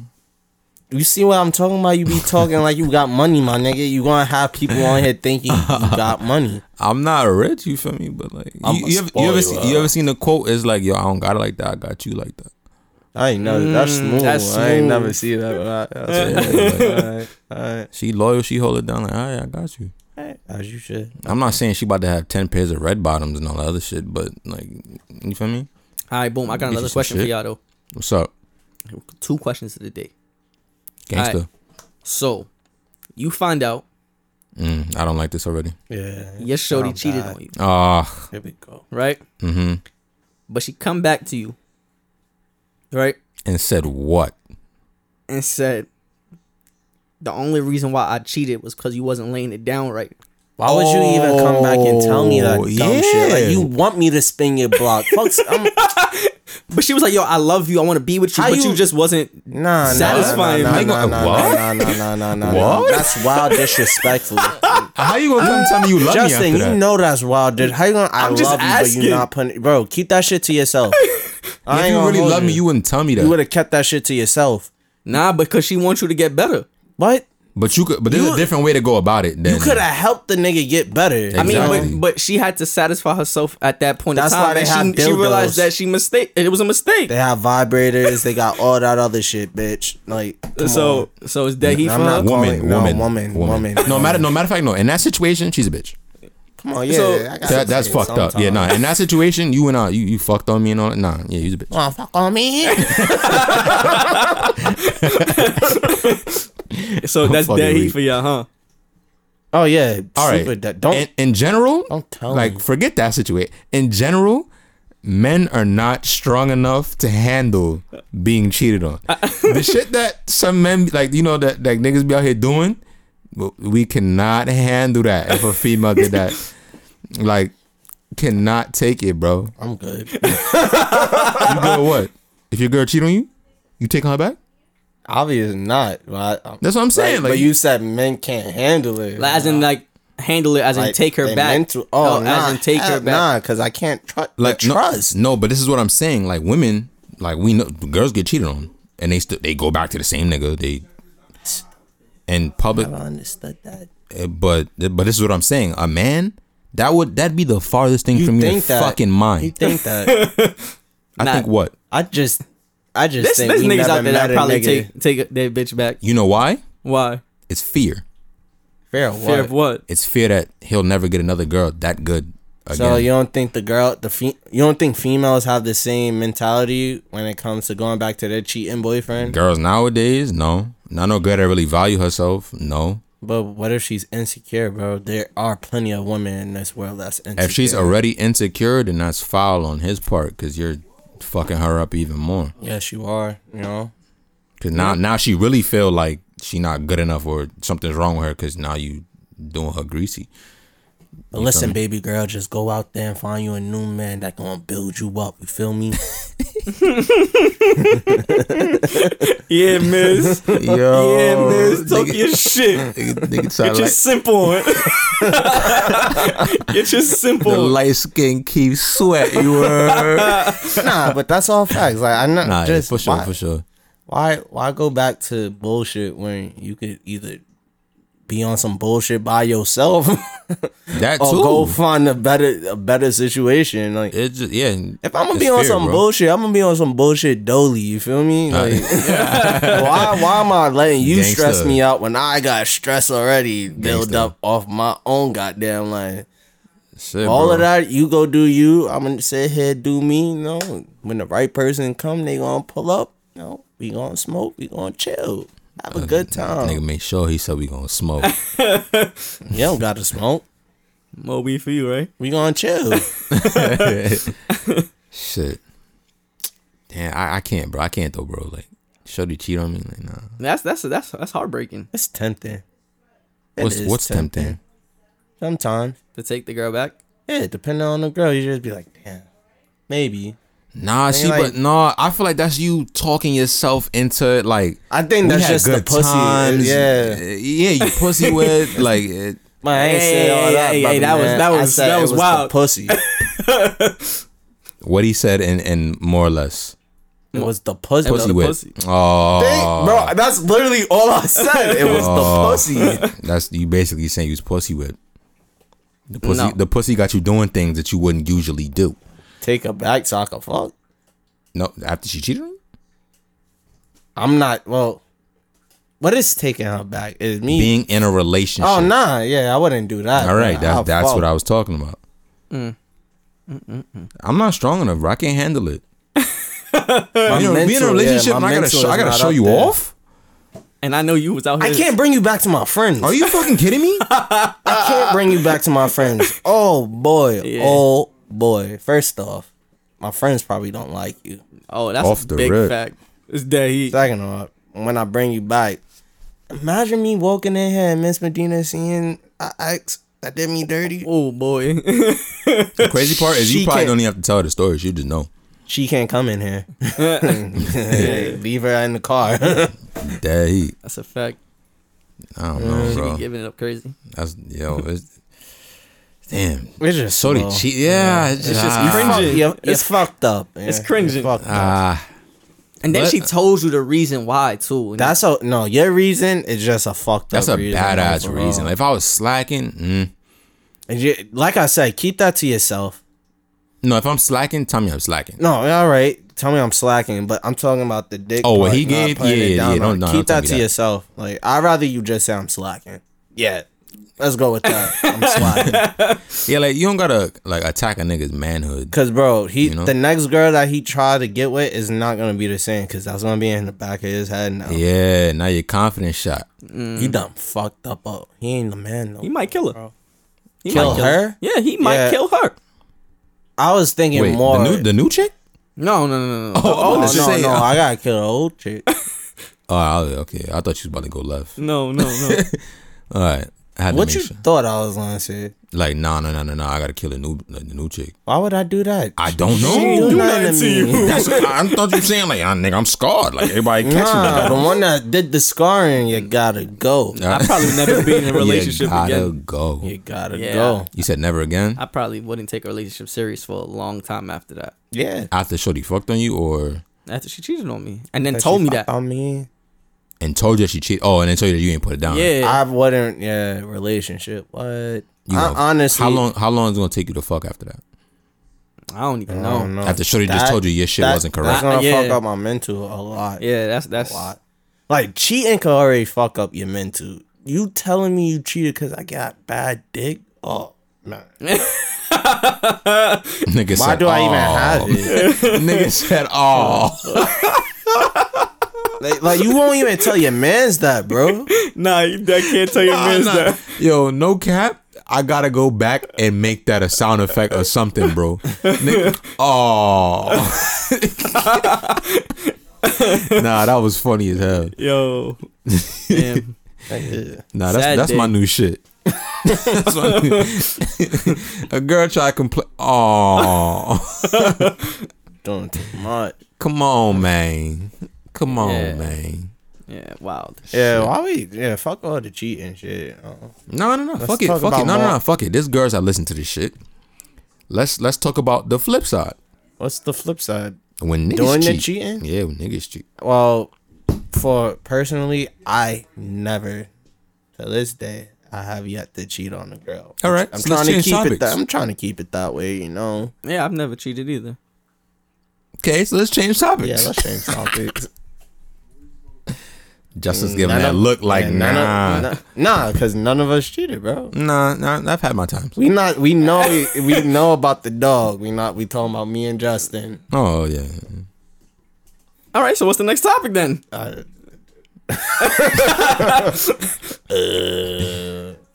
Speaker 3: You see what I'm talking about? You be talking like you got money, my nigga. You gonna have people on here thinking you got money.
Speaker 2: I'm not rich, you feel me? But like, you,
Speaker 3: I'm a
Speaker 2: you, ever, you ever see,
Speaker 3: spoiler.
Speaker 2: you ever seen the quote? It's like, yo, I don't got it like that. I got you like that. [LAUGHS]
Speaker 3: I ain't know that's
Speaker 1: Mm,
Speaker 3: smooth.
Speaker 1: that's
Speaker 3: I ain't
Speaker 1: smooth.
Speaker 3: never see that. but
Speaker 1: [LAUGHS]
Speaker 3: I- That's
Speaker 2: Yeah, like,
Speaker 3: all right, all right.
Speaker 2: she loyal, she hold it down. Like, all right, I got you.
Speaker 3: As you should.
Speaker 2: I'm not saying she about to have ten pairs of red bottoms and all that other shit, but like, you feel me?
Speaker 1: All right, boom. I
Speaker 2: Get
Speaker 1: got
Speaker 2: you
Speaker 1: another
Speaker 2: some
Speaker 1: question for
Speaker 2: shit.
Speaker 1: y'all though.
Speaker 2: What's up,
Speaker 1: Two questions to the day.
Speaker 2: gangster?
Speaker 1: So, you find out
Speaker 2: Mm, I don't like this already.
Speaker 3: Yeah.
Speaker 1: your shorty
Speaker 3: Oh,
Speaker 1: cheated
Speaker 3: God.
Speaker 1: on you,
Speaker 2: Ah,
Speaker 3: Here we go.
Speaker 1: right?
Speaker 2: hmm
Speaker 1: But she come back to you, right?
Speaker 2: And said what?
Speaker 1: and said the only reason why I cheated was because you wasn't laying it down right.
Speaker 3: Why would you even come back and tell me that
Speaker 2: Oh,
Speaker 3: dumb shit?
Speaker 2: yeah.
Speaker 3: Like you want me to spin your block? [LAUGHS] Fuck, I'm,
Speaker 1: But she was like, "Yo, I love you. I want to be with you."
Speaker 3: How
Speaker 1: but you,
Speaker 3: you-
Speaker 1: just wasn't.
Speaker 3: nah, nah,
Speaker 1: Satisfying,
Speaker 3: Nah,
Speaker 2: nigga.
Speaker 3: nah, nah,
Speaker 2: What?
Speaker 3: nah, nah, nah, nah, nah, nah.
Speaker 2: What?
Speaker 3: That's wild, [LAUGHS] disrespectful.
Speaker 2: How you gonna come tell me you love
Speaker 3: Justin,
Speaker 2: me after
Speaker 3: you
Speaker 2: that?
Speaker 3: know that's wild. Dude. How you gonna? I
Speaker 1: I'm
Speaker 3: love
Speaker 1: just
Speaker 3: you, but
Speaker 1: asking.
Speaker 3: you not putting. Bro, keep that shit to [LAUGHS] yourself. I
Speaker 2: if
Speaker 3: ain't
Speaker 2: you
Speaker 3: gonna
Speaker 2: really
Speaker 3: hold
Speaker 2: love me, you wouldn't tell me that.
Speaker 3: you would have kept that shit to yourself.
Speaker 1: Nah, because she wants you to get better.
Speaker 3: What?
Speaker 2: But you could. But there's
Speaker 3: You-
Speaker 2: a different way to go about it. Than,
Speaker 3: You could have helped the nigga get better.
Speaker 1: I mean,
Speaker 2: Exactly.
Speaker 1: but, but she had to satisfy herself at that point
Speaker 3: That's
Speaker 1: in time.
Speaker 3: why they
Speaker 1: and she,
Speaker 3: have
Speaker 1: she realized
Speaker 3: dildos.
Speaker 1: that she mistake. It was a mistake.
Speaker 3: They have vibrators. they got all that other shit, bitch. Like, come
Speaker 1: so so it's dead heat for
Speaker 3: I'm
Speaker 1: her.
Speaker 3: not-
Speaker 2: woman,
Speaker 3: calling- no,
Speaker 2: woman,
Speaker 3: woman, woman.
Speaker 2: No matter, no matter of fact, no. In that situation, she's a bitch.
Speaker 3: on. come on, yeah,
Speaker 1: so-
Speaker 3: I got
Speaker 2: That, that's fucked up. Yeah, nah. In that situation, you and I, you, you fucked on me and all that. Nah, yeah, you's a bitch.
Speaker 3: Wanna fuck
Speaker 1: [LAUGHS]
Speaker 3: on me?
Speaker 1: So that's
Speaker 2: fucking
Speaker 1: dead heat
Speaker 2: weak.
Speaker 1: for y'all, huh?
Speaker 3: oh yeah,
Speaker 2: All right.
Speaker 3: super de- don't
Speaker 2: in, in general,
Speaker 3: Don't tell
Speaker 2: like
Speaker 3: me.
Speaker 2: forget that situation. In general, men are not strong enough to handle being cheated on.
Speaker 3: Uh, [LAUGHS]
Speaker 2: the shit that some men like, you know, that like niggas be out here doing, w- we cannot handle that. If a female did
Speaker 3: [LAUGHS]
Speaker 2: that, like, cannot take it, bro.
Speaker 3: I'm good. [LAUGHS]
Speaker 2: You go what? If your girl cheat on you, you taking her back?
Speaker 3: Obviously not. Well, I, I'm-
Speaker 2: That's what I'm saying.
Speaker 3: like,
Speaker 2: Like,
Speaker 3: but
Speaker 2: you,
Speaker 3: you said men can't handle it.
Speaker 1: Like, as in like handle it as in
Speaker 3: Like,
Speaker 1: take her
Speaker 3: they
Speaker 1: back.
Speaker 3: meant to- oh,
Speaker 1: No,
Speaker 3: nah,
Speaker 1: as in take her
Speaker 3: hell
Speaker 1: back.
Speaker 3: Nah, because I can't trust.
Speaker 2: like
Speaker 3: Like
Speaker 2: no-
Speaker 3: trust.
Speaker 2: No, but this is what I'm saying. Like women, like we know girls get cheated on, and they still they go back to the same nigga. They and public,
Speaker 3: I understood that.
Speaker 2: eh, but but this is what I'm saying. A man that would that would be the farthest thing from your
Speaker 3: think that-
Speaker 2: fucking
Speaker 3: You
Speaker 2: mind.
Speaker 3: think
Speaker 1: [LAUGHS]
Speaker 3: that?
Speaker 2: I think what
Speaker 3: I just, I just
Speaker 1: There's,
Speaker 3: think
Speaker 1: there's
Speaker 3: we
Speaker 1: niggas
Speaker 3: never
Speaker 1: out there
Speaker 3: met
Speaker 1: that
Speaker 3: a
Speaker 1: probably take
Speaker 3: nigga.
Speaker 1: take their bitch back.
Speaker 2: you know why?
Speaker 1: Why?
Speaker 2: It's fear.
Speaker 3: fair
Speaker 1: Fear of what?
Speaker 2: It's fear that he'll never get another girl that good again.
Speaker 3: So you don't think the girl, the fe- you don't think females have the same mentality when it comes to going back to their cheating boyfriend?
Speaker 2: Girls nowadays, no, not no girl that really value herself. No,
Speaker 3: But what if she's insecure, bro? There are plenty of women in this world that's insecure.
Speaker 2: if she's already insecure, then that's foul on his part because you're fucking her up even more.
Speaker 3: yes, you are. You know,
Speaker 2: Cause now, now she really feel like she not good enough or something's wrong with her. Cause now you doing her greasy.
Speaker 3: But listen, baby girl, just go out there and find you a new man that gonna build you up. You
Speaker 2: [LAUGHS]
Speaker 3: feel me?
Speaker 1: Yeah, [LAUGHS] miss.
Speaker 2: Yo,
Speaker 1: Yeah, miss. Talk your [LAUGHS] shit. Get your simp [LAUGHS] on. Get your simp on.
Speaker 2: skin keep sweat. You were
Speaker 3: nah, but that's all facts. Like I'm not
Speaker 2: nah, yeah,
Speaker 3: just
Speaker 2: for sure,
Speaker 3: why,
Speaker 2: for sure.
Speaker 3: why why go back to bullshit when you could either be on some bullshit by yourself [LAUGHS]
Speaker 2: That
Speaker 3: or
Speaker 2: too.
Speaker 3: Oh, go find a better a better situation. Like
Speaker 2: it just yeah.
Speaker 3: If I'm gonna
Speaker 2: it's
Speaker 3: be on
Speaker 2: fear,
Speaker 3: some
Speaker 2: bro. Uh,
Speaker 3: bullshit, I'm gonna be on some bullshit dolly. You feel me?
Speaker 2: [LAUGHS]
Speaker 3: Like, [LAUGHS] why why am I letting you stress
Speaker 2: Gangsta.
Speaker 3: me out when I got stress already built
Speaker 2: Gangsta.
Speaker 3: up off my own goddamn line?
Speaker 2: Shit,
Speaker 3: All
Speaker 2: bro.
Speaker 3: of that, you go do you. I'm gonna sit here do me. You know, when the right person come, they gonna pull up. You know, we gonna smoke. We gonna chill. Have a good
Speaker 2: Uh, Nigga,
Speaker 3: time.
Speaker 2: make sure he said we gonna smoke.
Speaker 3: [LAUGHS] You don't gotta smoke.
Speaker 1: More weed for you, right?
Speaker 3: We
Speaker 2: [LAUGHS]
Speaker 3: gonna chill.
Speaker 2: Shit. Damn, I, I can't, bro. I can't though, bro. Like, Shorty cheat on me? Like, nah.
Speaker 1: That's that's that's that's heartbreaking
Speaker 3: It's tempting. It
Speaker 2: What's
Speaker 3: is
Speaker 2: what's tempting?
Speaker 3: Sometimes.
Speaker 1: to take the girl back.
Speaker 3: Yeah, depending on the girl, you just be like, damn, maybe.
Speaker 2: Nah, see,
Speaker 3: like-
Speaker 2: but nah, I feel like that's you talking yourself into like.
Speaker 3: I think that's
Speaker 2: we had
Speaker 3: just the
Speaker 2: good
Speaker 3: pussy.
Speaker 2: times. Uh,
Speaker 3: Yeah.
Speaker 2: yeah, you
Speaker 3: [LAUGHS]
Speaker 2: pussy with like. It,
Speaker 3: Man, I
Speaker 1: Hey,
Speaker 3: ain't say all
Speaker 1: hey,
Speaker 3: that.
Speaker 1: hey,
Speaker 3: brother,
Speaker 1: that was-
Speaker 3: man.
Speaker 1: that
Speaker 3: I
Speaker 1: was-
Speaker 3: said
Speaker 1: that
Speaker 3: it
Speaker 1: was
Speaker 3: the
Speaker 1: wild.
Speaker 3: pussy.
Speaker 2: what he said and and more or less
Speaker 3: [LAUGHS] It was the pussy.
Speaker 2: pussy
Speaker 1: the
Speaker 2: with.
Speaker 1: pussy.
Speaker 2: Oh,
Speaker 3: bro, that's literally all I said. It was the pussy.
Speaker 2: that's you basically saying you was pussy with. The pussy,
Speaker 1: No.
Speaker 2: the pussy got you doing things that you wouldn't usually do.
Speaker 3: Take her back so I can fuck.
Speaker 2: No, after she cheated on you,
Speaker 3: I'm not. Well, what is taking her back? Is me?
Speaker 2: being in a relationship.
Speaker 3: oh nah, yeah, I wouldn't do that.
Speaker 2: All right, that's that's what I
Speaker 3: I.
Speaker 2: was talking about. Mm. I'm not strong enough, bro. I can't handle it. You know, being in a relationship, and I gotta show, I gotta show you off.
Speaker 1: And I know you was out
Speaker 3: I
Speaker 1: here.
Speaker 3: can't bring you back to my friends.
Speaker 2: Are you fucking kidding
Speaker 3: [LAUGHS]
Speaker 2: me?
Speaker 3: I can't bring you back to my friends. [LAUGHS] Oh boy,
Speaker 1: Yeah.
Speaker 3: oh boy. First off, my friends probably don't like you.
Speaker 1: Oh, that's
Speaker 2: Off
Speaker 1: a
Speaker 2: the
Speaker 1: big
Speaker 2: rip.
Speaker 1: fact. It's dead heat.
Speaker 3: Second off, when I bring you back, imagine me walking in here and Miss Medina seeing I ex that did me dirty.
Speaker 1: Oh boy. [LAUGHS]
Speaker 2: The crazy part is
Speaker 3: She
Speaker 2: you probably
Speaker 3: can't-
Speaker 2: don't even have to tell her the story. She just know.
Speaker 3: She can't come in [LAUGHS] here. Leave her in the [LAUGHS] car.
Speaker 2: Dad, he.
Speaker 1: that's a fact.
Speaker 2: I don't know,
Speaker 1: She
Speaker 2: bro.
Speaker 1: be giving it up crazy.
Speaker 2: That's yo. It's, damn.
Speaker 3: it's just
Speaker 2: So did cheat. Yeah, it's just
Speaker 3: [LAUGHS]
Speaker 1: Cringing.
Speaker 3: It's, fucked up.
Speaker 1: It's cringing.
Speaker 3: fucked up.
Speaker 2: ah.
Speaker 1: And then
Speaker 2: What?
Speaker 1: she told you the reason why too. And
Speaker 3: That's a no. Your reason is just a fucked
Speaker 2: That's
Speaker 3: up.
Speaker 2: a
Speaker 3: reason
Speaker 2: badass
Speaker 3: overall.
Speaker 2: reason. Like, if I was slacking, mm,
Speaker 3: And you- like I said, keep that to yourself.
Speaker 2: no, if I'm slacking, tell me I'm slacking.
Speaker 3: No, all right. Tell me I'm slacking, but I'm talking about the dick.
Speaker 2: Oh, what
Speaker 3: part,
Speaker 2: he
Speaker 3: not
Speaker 2: gave?
Speaker 3: putting
Speaker 2: Yeah,
Speaker 3: it
Speaker 2: yeah,
Speaker 3: down
Speaker 2: yeah.
Speaker 3: on-
Speaker 2: Don't- no,
Speaker 3: keep
Speaker 2: don't tell
Speaker 3: that
Speaker 2: me
Speaker 3: to
Speaker 2: that.
Speaker 3: yourself. Like I'd rather you just say I'm slacking. Yeah, let's go with that.
Speaker 2: [LAUGHS]
Speaker 3: I'm slacking.
Speaker 2: Yeah, like you don't gotta like attack a nigga's manhood.
Speaker 3: Cause bro, he
Speaker 2: know?
Speaker 3: the next girl that he tried to get with is not gonna be the same. Cause that's gonna be in the back of his head now.
Speaker 2: Yeah, now your confidence shot.
Speaker 3: He done fucked up. Up. He ain't the man no
Speaker 1: he might kill her. He
Speaker 3: Kill
Speaker 1: might
Speaker 3: her?
Speaker 1: Oh. Yeah, he might
Speaker 3: Yeah.
Speaker 1: kill her.
Speaker 3: I was thinking
Speaker 2: Wait,
Speaker 3: more.
Speaker 2: the new the new chick?
Speaker 1: No, no, no, no, no.
Speaker 2: Oh,
Speaker 3: oh
Speaker 2: I
Speaker 3: no,
Speaker 2: was just saying. [LAUGHS]
Speaker 3: no, I gotta kill the old chick.
Speaker 2: Oh, I- okay. I thought you was about to go left.
Speaker 1: No, no, no.
Speaker 2: All right, I had to
Speaker 3: what
Speaker 2: make
Speaker 3: you
Speaker 2: sure.
Speaker 3: thought I was gonna say?
Speaker 2: Like, nah, nah, nah, nah, nah. I gotta kill the new the new chick.
Speaker 3: Why would I do that?
Speaker 2: I don't know.
Speaker 3: She do nothing to me. [LAUGHS]
Speaker 2: That's, I thought you were saying like, ah, nigga, I'm scarred. Like everybody catching
Speaker 3: Nah,
Speaker 1: [LAUGHS]
Speaker 2: nah.
Speaker 3: the one that did the scarring, you gotta go.
Speaker 1: I probably never be in a relationship
Speaker 2: you gotta
Speaker 1: again.
Speaker 2: go.
Speaker 3: You gotta
Speaker 1: Yeah.
Speaker 3: go.
Speaker 2: You said never again.
Speaker 1: I probably wouldn't take a relationship serious for a long time after that.
Speaker 3: Yeah.
Speaker 2: After Shorty fucked on you, or
Speaker 1: After she cheated on me and then told me that.
Speaker 3: I mean,
Speaker 2: and told you that she cheated. Oh, and then told you that you ain't put it down.
Speaker 1: Yeah,
Speaker 3: I wouldn't. Yeah, relationship. What?
Speaker 2: You
Speaker 3: I,
Speaker 2: gonna-
Speaker 3: honestly,
Speaker 2: How long? How long is it gonna take you to fuck after that?
Speaker 1: I, don't even
Speaker 3: I
Speaker 1: know.
Speaker 3: don't know.
Speaker 2: After Shorty just
Speaker 3: That-
Speaker 2: told you your shit
Speaker 3: that-
Speaker 2: wasn't
Speaker 3: That's
Speaker 2: [LAUGHS] correct.
Speaker 3: gonna
Speaker 1: Yeah.
Speaker 3: fuck up my mental a lot.
Speaker 1: Yeah, that's
Speaker 3: a
Speaker 1: that's
Speaker 3: lot. Like cheating could already fuck up your mental. You telling me you cheated because I got bad dick? Oh man.
Speaker 2: Nigga
Speaker 3: Why
Speaker 2: said,
Speaker 3: do I even
Speaker 2: "Aw." [LAUGHS]
Speaker 3: have it?
Speaker 1: [LAUGHS]
Speaker 2: Nigga said,
Speaker 3: [LAUGHS]
Speaker 2: "Oh,
Speaker 3: like, like you won't even tell your man's that, bro.
Speaker 1: [LAUGHS] Nah, you- I can't tell your man that.
Speaker 2: yo, no cap." I gotta go back and make that a sound effect or something,
Speaker 3: [LAUGHS]
Speaker 2: bro. Nigga, oh, [LAUGHS] nah, that was funny as hell.
Speaker 1: Yo, damn.
Speaker 2: Nah, that's
Speaker 1: Sad
Speaker 2: that's my
Speaker 1: day. [LAUGHS]
Speaker 2: new shit. That's my new- a girl try to complain. Oh,
Speaker 3: Doing too much.
Speaker 2: come on, man. Come on,
Speaker 1: Yeah.
Speaker 2: man.
Speaker 1: yeah, wild.
Speaker 3: Yeah, why we? Yeah, fuck all the cheating shit. Uh-uh.
Speaker 2: No, no, no. fuck it.
Speaker 3: talk
Speaker 2: Fuck
Speaker 3: about
Speaker 2: it. No, no,
Speaker 3: more.
Speaker 2: no. Fuck it. There's girls that listen to this shit. Let's let's talk about the flip side.
Speaker 3: What's the flip side?
Speaker 2: When niggas
Speaker 3: Doing the
Speaker 2: cheat.
Speaker 3: cheating?
Speaker 2: Yeah, when niggas cheat.
Speaker 3: Well, for personally, I never to this day I have yet to cheat on a girl.
Speaker 2: All right,
Speaker 3: I'm
Speaker 2: so let's
Speaker 3: trying to
Speaker 2: change
Speaker 3: keep it. That,
Speaker 2: topics.
Speaker 3: I'm trying to keep it that way, you know.
Speaker 1: Yeah, I've never cheated either.
Speaker 2: Okay, so let's change
Speaker 3: Yeah,
Speaker 2: topics.
Speaker 3: let's change topics.
Speaker 2: Justin's giving
Speaker 3: None
Speaker 2: that
Speaker 3: of-
Speaker 2: look [LAUGHS] like
Speaker 3: Mm, yeah,
Speaker 2: nah,
Speaker 3: none of- nah, because none of us cheated, bro.
Speaker 2: nah, nah, I've had my times.
Speaker 3: We not. We know. we know about the dog. We not. We talking about me and Justin.
Speaker 2: Oh yeah.
Speaker 1: All right, so what's the next topic then?
Speaker 3: Uh,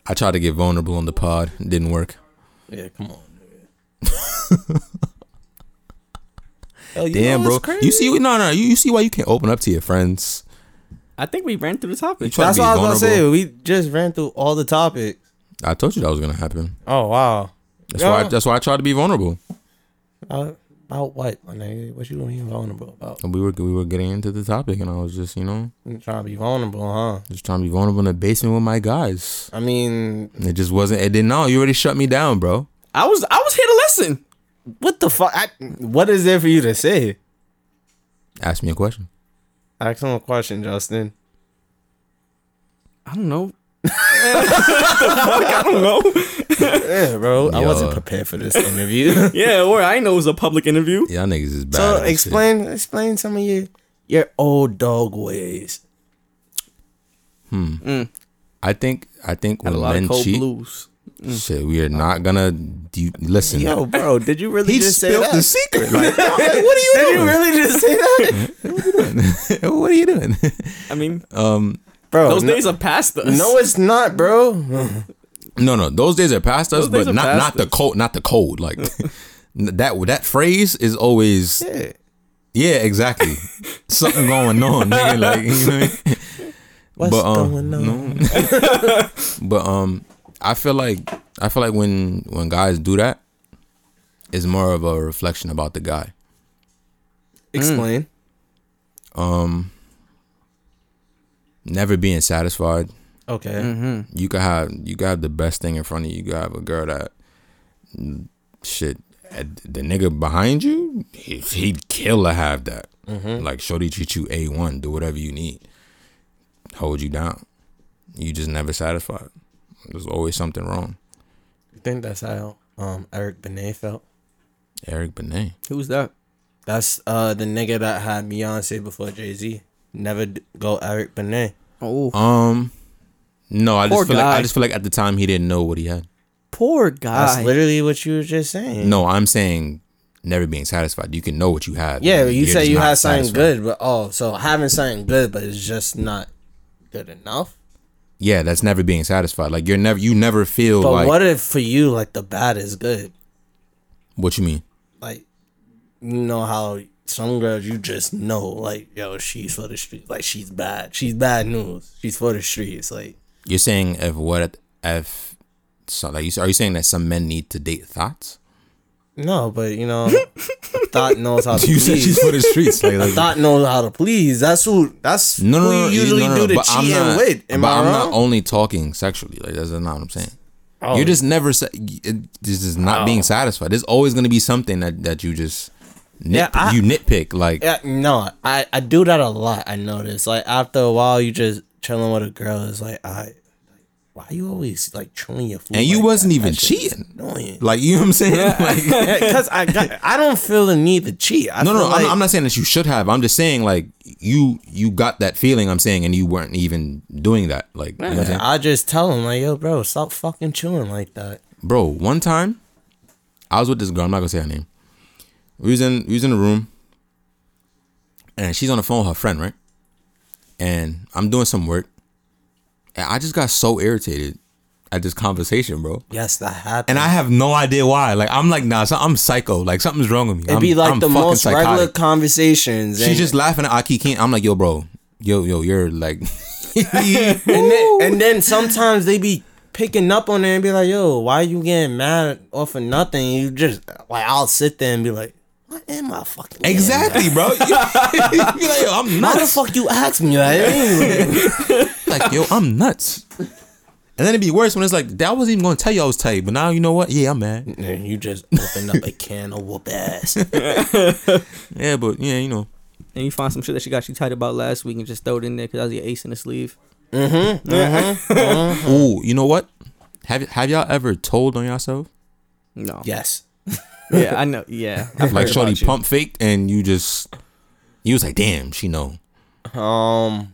Speaker 2: I tried to get vulnerable on the pod. It didn't work.
Speaker 3: yeah, come on.
Speaker 2: Damn, bro. You see, no, no. You, you see why you can't open up to your friends.
Speaker 1: I think we ran through the topic.
Speaker 2: try-
Speaker 3: That's
Speaker 2: be
Speaker 3: what I was gonna say.
Speaker 2: vulnerable.
Speaker 3: We just ran through all the topics.
Speaker 2: I told you that was gonna happen.
Speaker 3: Oh wow.
Speaker 2: That's why. I, that's why I tried to be vulnerable.
Speaker 3: Uh, about what, my nigga? What you being vulnerable about?
Speaker 2: And we were we were getting into the topic, and I was just you know
Speaker 3: I'm trying to be vulnerable, huh?
Speaker 2: just trying to be vulnerable in the basement with my guys.
Speaker 3: I mean,
Speaker 2: And it just wasn't. It didn't. No, you already shut me down, bro.
Speaker 1: I was I was here to listen.
Speaker 3: what the fuck? I, what is there for you to say?
Speaker 2: Ask me a question.
Speaker 3: Ask him a question, Justin.
Speaker 1: I don't know. [LAUGHS] What the fuck? I don't know.
Speaker 3: Yeah, bro. I
Speaker 2: Yo.
Speaker 3: wasn't prepared for this [LAUGHS] interview.
Speaker 1: Yeah, or I know it was a public interview.
Speaker 2: Y'all niggas is bad.
Speaker 3: so
Speaker 2: at this shit.
Speaker 3: explain, explain some of your your old dog ways.
Speaker 2: I think I think
Speaker 1: Had
Speaker 2: when
Speaker 1: a lot
Speaker 2: men
Speaker 1: of cold
Speaker 2: cheat,
Speaker 1: blues.
Speaker 2: shit, we are not gonna do, listen.
Speaker 3: Mm. Yo, bro, did you really
Speaker 2: he
Speaker 3: just say
Speaker 2: spilled
Speaker 3: that?
Speaker 2: the
Speaker 3: [LAUGHS]
Speaker 2: secret. Like, [LAUGHS] yo, like, what are you
Speaker 3: did you
Speaker 2: doing?
Speaker 3: really just say that,
Speaker 2: what are you doing?
Speaker 1: I mean,
Speaker 3: [LAUGHS] bro?
Speaker 1: those
Speaker 3: Oh, no,
Speaker 1: days are past us.
Speaker 3: no, it's not, bro.
Speaker 2: no, no, those days are past us,
Speaker 1: Those days
Speaker 2: but
Speaker 1: are
Speaker 2: not
Speaker 1: past
Speaker 2: not the cold, not the
Speaker 1: [LAUGHS]
Speaker 2: cold. Like that that phrase is always
Speaker 3: Yeah.
Speaker 2: yeah,
Speaker 1: [LAUGHS]
Speaker 2: exactly. Something going on, nigga. Like [LAUGHS] you know what I mean?
Speaker 3: What's
Speaker 2: But, um,
Speaker 3: going on?
Speaker 2: But um, I feel like I feel like when when guys do that, it's more of a reflection about the guy.
Speaker 3: Explain.
Speaker 2: Never being satisfied.
Speaker 3: Okay.
Speaker 2: Mm-hmm. You could have you could have the best thing in front of you. You could have a girl that mm, shit the nigga behind you, if he'd kill to have that.
Speaker 3: Mm-hmm.
Speaker 2: Like, Shorty treat you a one, do whatever you need, hold you down. You just never satisfied. There's always something wrong.
Speaker 3: You think that's how um Eric Benet felt?
Speaker 2: Eric Benet.
Speaker 1: Who's that?
Speaker 3: That's uh the nigga that had Beyonce before Jay Z. Never d- go Eric Benet.
Speaker 1: Oh,
Speaker 2: Um, no, I
Speaker 1: Poor
Speaker 2: just feel like
Speaker 1: guy.
Speaker 2: I just feel like at the time he didn't know what he had.
Speaker 1: poor
Speaker 3: That's
Speaker 1: guy.
Speaker 3: literally what you were just saying.
Speaker 2: No, I'm saying never being satisfied. You can know what you have.
Speaker 3: Yeah, you
Speaker 2: You're
Speaker 3: said
Speaker 2: just
Speaker 3: you
Speaker 2: not
Speaker 3: had something
Speaker 2: satisfied.
Speaker 3: good, but oh, so having something good, but it's just not good enough.
Speaker 2: Yeah, that's never being satisfied. Like you're never you never feel
Speaker 3: But
Speaker 2: like what,
Speaker 3: what if for you, like the bad is good?
Speaker 2: you mean.
Speaker 3: Like, you know how some girls you just know, like, yo, she's for the streets. Like, she's bad. She's bad news. She's for the streets. Like,
Speaker 2: You're saying if what if so like you are you saying that some men need to date thoughts?
Speaker 3: no, but you
Speaker 2: [LAUGHS]
Speaker 3: know, thought knows how to
Speaker 2: You
Speaker 3: please.
Speaker 2: said she's for the streets. Like, like,
Speaker 3: thought knows how to please. That's who. That's
Speaker 2: no, no,
Speaker 3: who
Speaker 2: no,
Speaker 3: you
Speaker 2: you-
Speaker 3: usually
Speaker 2: no, no, no,
Speaker 3: do the
Speaker 2: but I'm
Speaker 3: cheating
Speaker 2: not-
Speaker 3: with. Am
Speaker 2: but
Speaker 3: I
Speaker 2: I'm
Speaker 3: wrong?
Speaker 2: not only talking sexually. Like that's not what I'm saying. You're just never. sa- it- This is not being satisfied. There's always gonna be something that that you just nit,
Speaker 3: Yeah, I-
Speaker 2: you nitpick. Like
Speaker 3: Yeah, no, I I do that a lot. I notice like after a while, you just chilling with a girl. It's like I, why you always like chewing your food?
Speaker 2: And you
Speaker 3: like
Speaker 2: wasn't
Speaker 3: that?
Speaker 2: even
Speaker 3: That shit is
Speaker 2: cheating.
Speaker 3: Annoying.
Speaker 2: Like you know what I'm saying? [LAUGHS] Like,
Speaker 3: Because I got, [LAUGHS] I don't feel the need to cheat. I
Speaker 2: no, no,
Speaker 3: feel
Speaker 2: I'm,
Speaker 3: like-
Speaker 2: I'm not saying that you should have. I'm just saying like you you got that feeling. I'm saying and you weren't even doing that. Like you know what I'm saying?
Speaker 3: I just tell him like, yo, bro, stop fucking chewing like that.
Speaker 2: bro. One time, I was with this girl. I'm not gonna say her name. We was in we was in a room, and she's on the phone with her friend, right? And I'm doing some work, and I just got so irritated at this conversation, bro.
Speaker 3: Yes, that happened.
Speaker 2: And I have no idea why. Like I'm like nah, so I'm psycho. Like something's wrong with me.
Speaker 3: it'd
Speaker 2: I'm,
Speaker 3: be like
Speaker 2: I'm
Speaker 3: the
Speaker 2: fucking
Speaker 3: most
Speaker 2: psychotic.
Speaker 3: regular conversations.
Speaker 2: She's
Speaker 3: and-
Speaker 2: just laughing at Aki Keen. I'm like, yo, bro, yo, yo, you're
Speaker 1: [LAUGHS]
Speaker 2: like, [LAUGHS]
Speaker 3: and then, and then sometimes they be picking up on it and be like, yo, why you getting mad off of nothing? You just like I'll sit there and be like, what am I fucking getting
Speaker 2: exactly, bro. [LAUGHS] You- You're like, yo, I'm
Speaker 3: Why the
Speaker 2: nuts.
Speaker 3: fuck you ask
Speaker 1: [LAUGHS]
Speaker 3: me that? Anyway?
Speaker 2: Like, yo, I'm nuts. And then it'd be worse when it's like, I wasn't even gonna tell you I was tight, but now you know what? Yeah, I'm mad.
Speaker 3: And you just opened up a can of whoop ass.
Speaker 2: Yeah, but yeah, you know.
Speaker 1: and you find some shit that she got you tight about last week and just throw it in there because that was your ace in the sleeve.
Speaker 2: Ooh, you know what? Have have y'all ever told on
Speaker 1: [LAUGHS]
Speaker 2: yourself?
Speaker 1: No. Yeah,
Speaker 3: Yes.
Speaker 1: I know. Yeah.
Speaker 3: [LAUGHS]
Speaker 1: I've
Speaker 2: Like
Speaker 1: heard
Speaker 2: Shorty
Speaker 1: about you.
Speaker 2: pump faked and you just you was like, damn, she know.
Speaker 3: Um,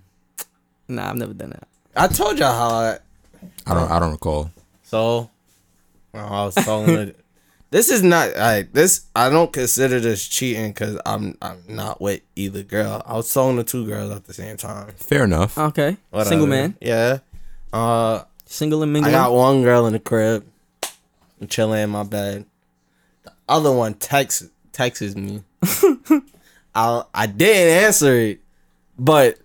Speaker 1: Nah, I've never done that.
Speaker 3: I told y'all how. I,
Speaker 2: I don't I don't recall.
Speaker 3: so, oh, I was telling her.
Speaker 1: [LAUGHS]
Speaker 3: This is not like this. I don't consider this cheating because I'm I'm not with either girl. I was talking to two girls at the same time.
Speaker 2: Fair enough.
Speaker 1: Okay.
Speaker 3: Whatever.
Speaker 1: Single man.
Speaker 3: Yeah. Uh,
Speaker 1: Single and
Speaker 3: I
Speaker 1: mingle.
Speaker 3: got one girl in the crib, I'm chilling in my bed. The other one texts texts me. I I didn't answer it, but